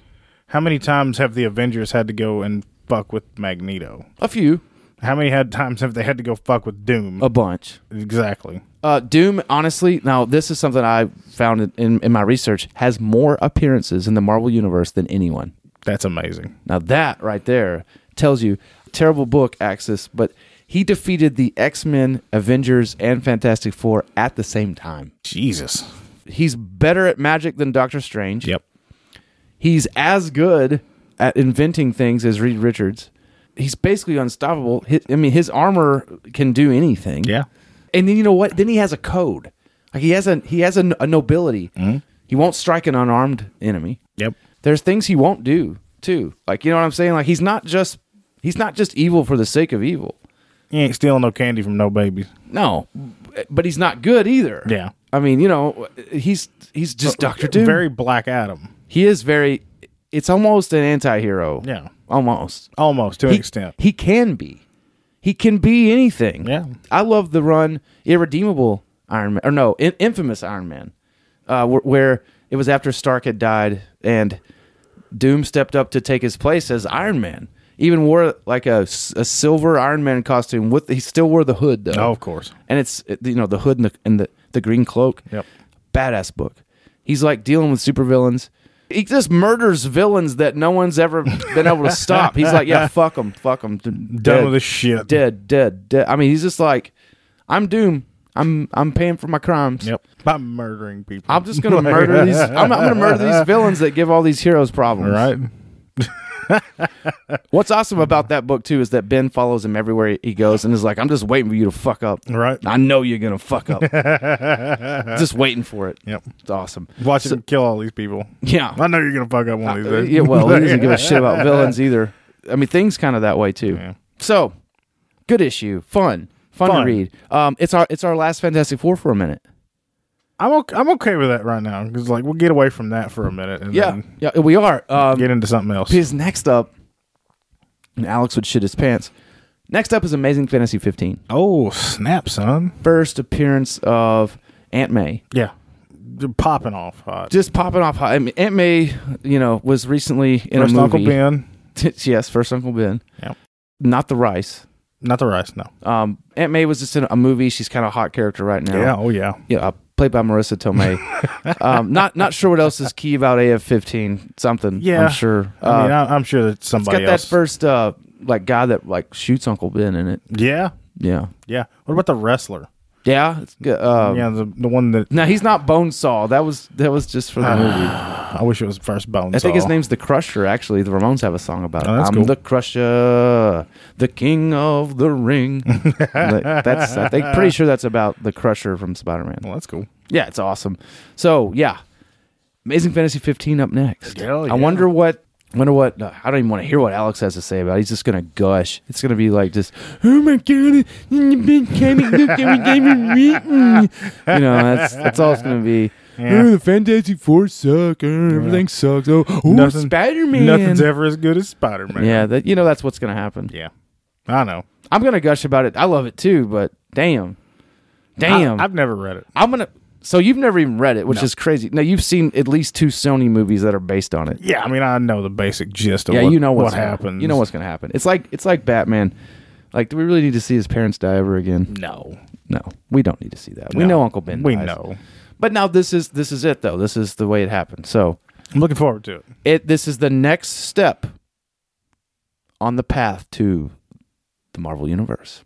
how many times have the Avengers had to go and fuck with Magneto?
A few,
How many had times have they had to go fuck with Doom?
a bunch.
exactly.
Uh, Doom, honestly, now this is something I found in- in, in my research has more appearances in the Marvel universe than anyone.
That's amazing.
Now that right there tells you terrible book axis, but he defeated the X Men, Avengers, and Fantastic Four at the same time.
Jesus.
He's better at magic than Doctor Strange.
Yep.
He's as good at inventing things as Reed Richards. he's basically unstoppable. Hi I mean, his armor can do anything.
Yeah.
And then you know what? Then he has a code. Like he has a he has a, n- a nobility.
Mm-hmm.
He won't strike an unarmed enemy.
Yep.
There's things he won't do too. Like you know what I'm saying? Like he's not just he's not just evil for the sake of evil.
He ain't stealing no candy from no babies.
No, but he's not good either.
Yeah.
I mean, you know, he's he's just Doctor Doom.
Very Black Adam.
he is very. It's almost an anti-hero.
Yeah.
almost
Almost to an
he,
extent.
He can be. He can be anything.
Yeah.
I love the run irredeemable Iron Man or no, in, infamous Iron Man, uh, where, where it was after Stark had died and Doom stepped up to take his place as Iron Man. Even wore like a, s- a silver Iron Man costume with he still wore the hood though.
Oh, of course.
And it's it- you know the hood and the and the, the green cloak.
Yep.
Badass book. He's like dealing with supervillains. He just murders villains that no one's ever been able to stop. He's like, yeah, fuck them, fuck them.
[LAUGHS] Done with this shit.
Dead, dead, dead. I mean, he's just like, I'm doomed. I'm I'm paying for my crimes.
Yep. By murdering people.
I'm just gonna murder these. I'm, I'm gonna murder these villains that give all these heroes problems.
[LAUGHS] right.
What's awesome
Mm-hmm.
about that book too is that Ben follows him everywhere he goes and is like, "I'm just waiting for you to fuck up.
Right.
I know you're gonna fuck
[LAUGHS]
up. just waiting for it.
Yep.
It's awesome.
Watch him kill all
[LAUGHS]
these people.
Yeah.
I know you're gonna fuck up one of these
Uh,
days.
yeah, well, he doesn't give
[LAUGHS]
a shit about villains either. I mean, things kind of that way too. So, good issue, fun, fun, to
Fun.
read. Um, it's our it's our last Fantastic Four for a minute.
I'm okay, I'm okay with that right now because like we'll get away from that for a minute and
Yeah,
then
yeah, we are. Um,
get into something else.
because next up, and Alex would shit his pants. Next up is Amazing Fantasy 15.
Oh snap, son!
First appearance of Aunt May.
Yeah, They're popping off hot.
Just popping off. high. I mean, Aunt May, you know, was recently in
First
a movie.
Uncle Ben,
[LAUGHS] yes, first Uncle Ben.
Yep.
Not the rice.
not the rice. No.
Um, Aunt May was just in a movie. She's kind of a hot character right now.
Yeah. Oh yeah.
yeah, uh, played by Marissa Tomei.
[LAUGHS]
um, not not sure what else is key about AF15. Something.
Yeah.
I'm sure. Uh,
I mean, I, I'm sure that
it's got
somebody
that
else.
first uh, like guy that like shoots Uncle Ben in it.
yeah.
Yeah,
Yeah. What about the wrestler?
yeah. It's good. Uh,
yeah, the the one that
No, he's not Bonesaw. That was that was just for the
Ah.
movie.
I wish it was first bone.
I think his name's the Crusher. Actually, the Ramones have a song about it.
Oh, that's
I'm
cool.
the Crusher, the King of the
[LAUGHS]
Ring. Like, that's I think pretty sure that's about the Crusher from Spider Man.
Well, that's cool.
Yeah, it's awesome. So yeah, Amazing Fantasy 15 up next.
Hell
I
yeah.
wonder what. Wonder what? no, I don't even want to hear what Alex has to say about. it. He's just gonna gush. It's gonna be like just, oh my god, the big comic book that we never written." [LAUGHS] You know, that's that's all it's gonna be.
Yeah.
Oh, the Fantastic Four suck. Oh, everything sucks. Oh, oh
Nothing-
Spider Man.
Nothing's ever as good as Spider Man.
Yeah, that you know that's what's gonna happen.
Yeah. I know.
I'm gonna gush about it. I love it too, but damn, damn.
I, have never read it.
I'm gonna. So you've never even read it, which is crazy. No, you've seen at least two Sony movies that are based on it.
Yeah, I mean, I know the basic gist of
yeah,
what,
you know what's
what
gonna-
happens.
You know what's gonna happen. It's like it's like Batman. Like, do we really need to see his parents die ever again?
No.
No, we don't need to see that. We
No.
know Uncle Ben.
We
dies.
know.
But now this is this is it though. This is the way it happened. So
I'm looking forward to it.
it this is the next step on the path to the Marvel Universe.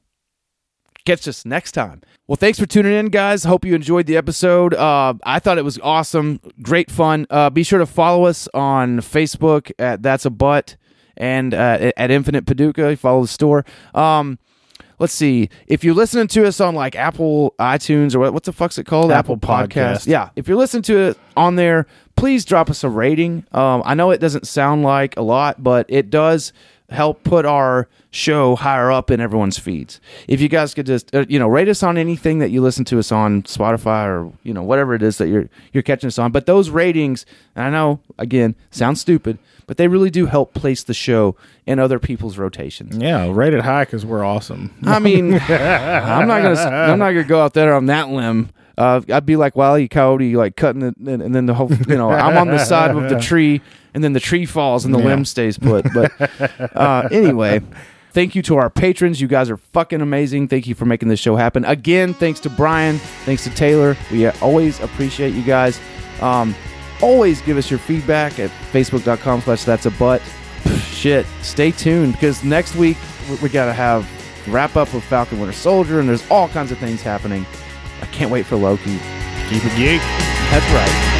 Catch us next time. Well, thanks for tuning in, guys. Hope you enjoyed the episode. Uh, I thought it was awesome, great fun. Uh, be sure to follow us on Facebook at That's a Butt and uh, at Infinite Paducah. Follow the store. Um, let's see if you're listening to us on like apple itunes or what, what the fuck's it called
Apple Podcast.
yeah if you're listening to it on there please drop us a rating um, i know it doesn't sound like a lot but it does help put our show higher up in everyone's feeds if you guys could just uh, you know rate us on anything that you listen to us on spotify or you know whatever it is that you're you're catching us on but those ratings and i know again sounds stupid but they really do help place the show in other people's rotations
Yeah, rated high because we're awesome.
I mean, [LAUGHS] I'm not gonna I'm not gonna go out there on that limb. Uh, I'd be like Wile E. Coyote, like cutting it, and, and then the whole you know I'm on the side of [LAUGHS] the tree, and then the tree falls and the limb stays put. [LAUGHS] But uh, anyway. Thank you to our patrons. You guys are fucking amazing. Thank you for making this show happen. Again, thanks to Brian. Thanks to Taylor. We always appreciate you guys. Um, always give us your feedback at facebook.com slash that's a butt. Shit, stay tuned because next week we- we got to have wrap up with Falcon Winter Soldier and there's all kinds of things happening. I can't wait for Loki.
Keep it geek.
That's right.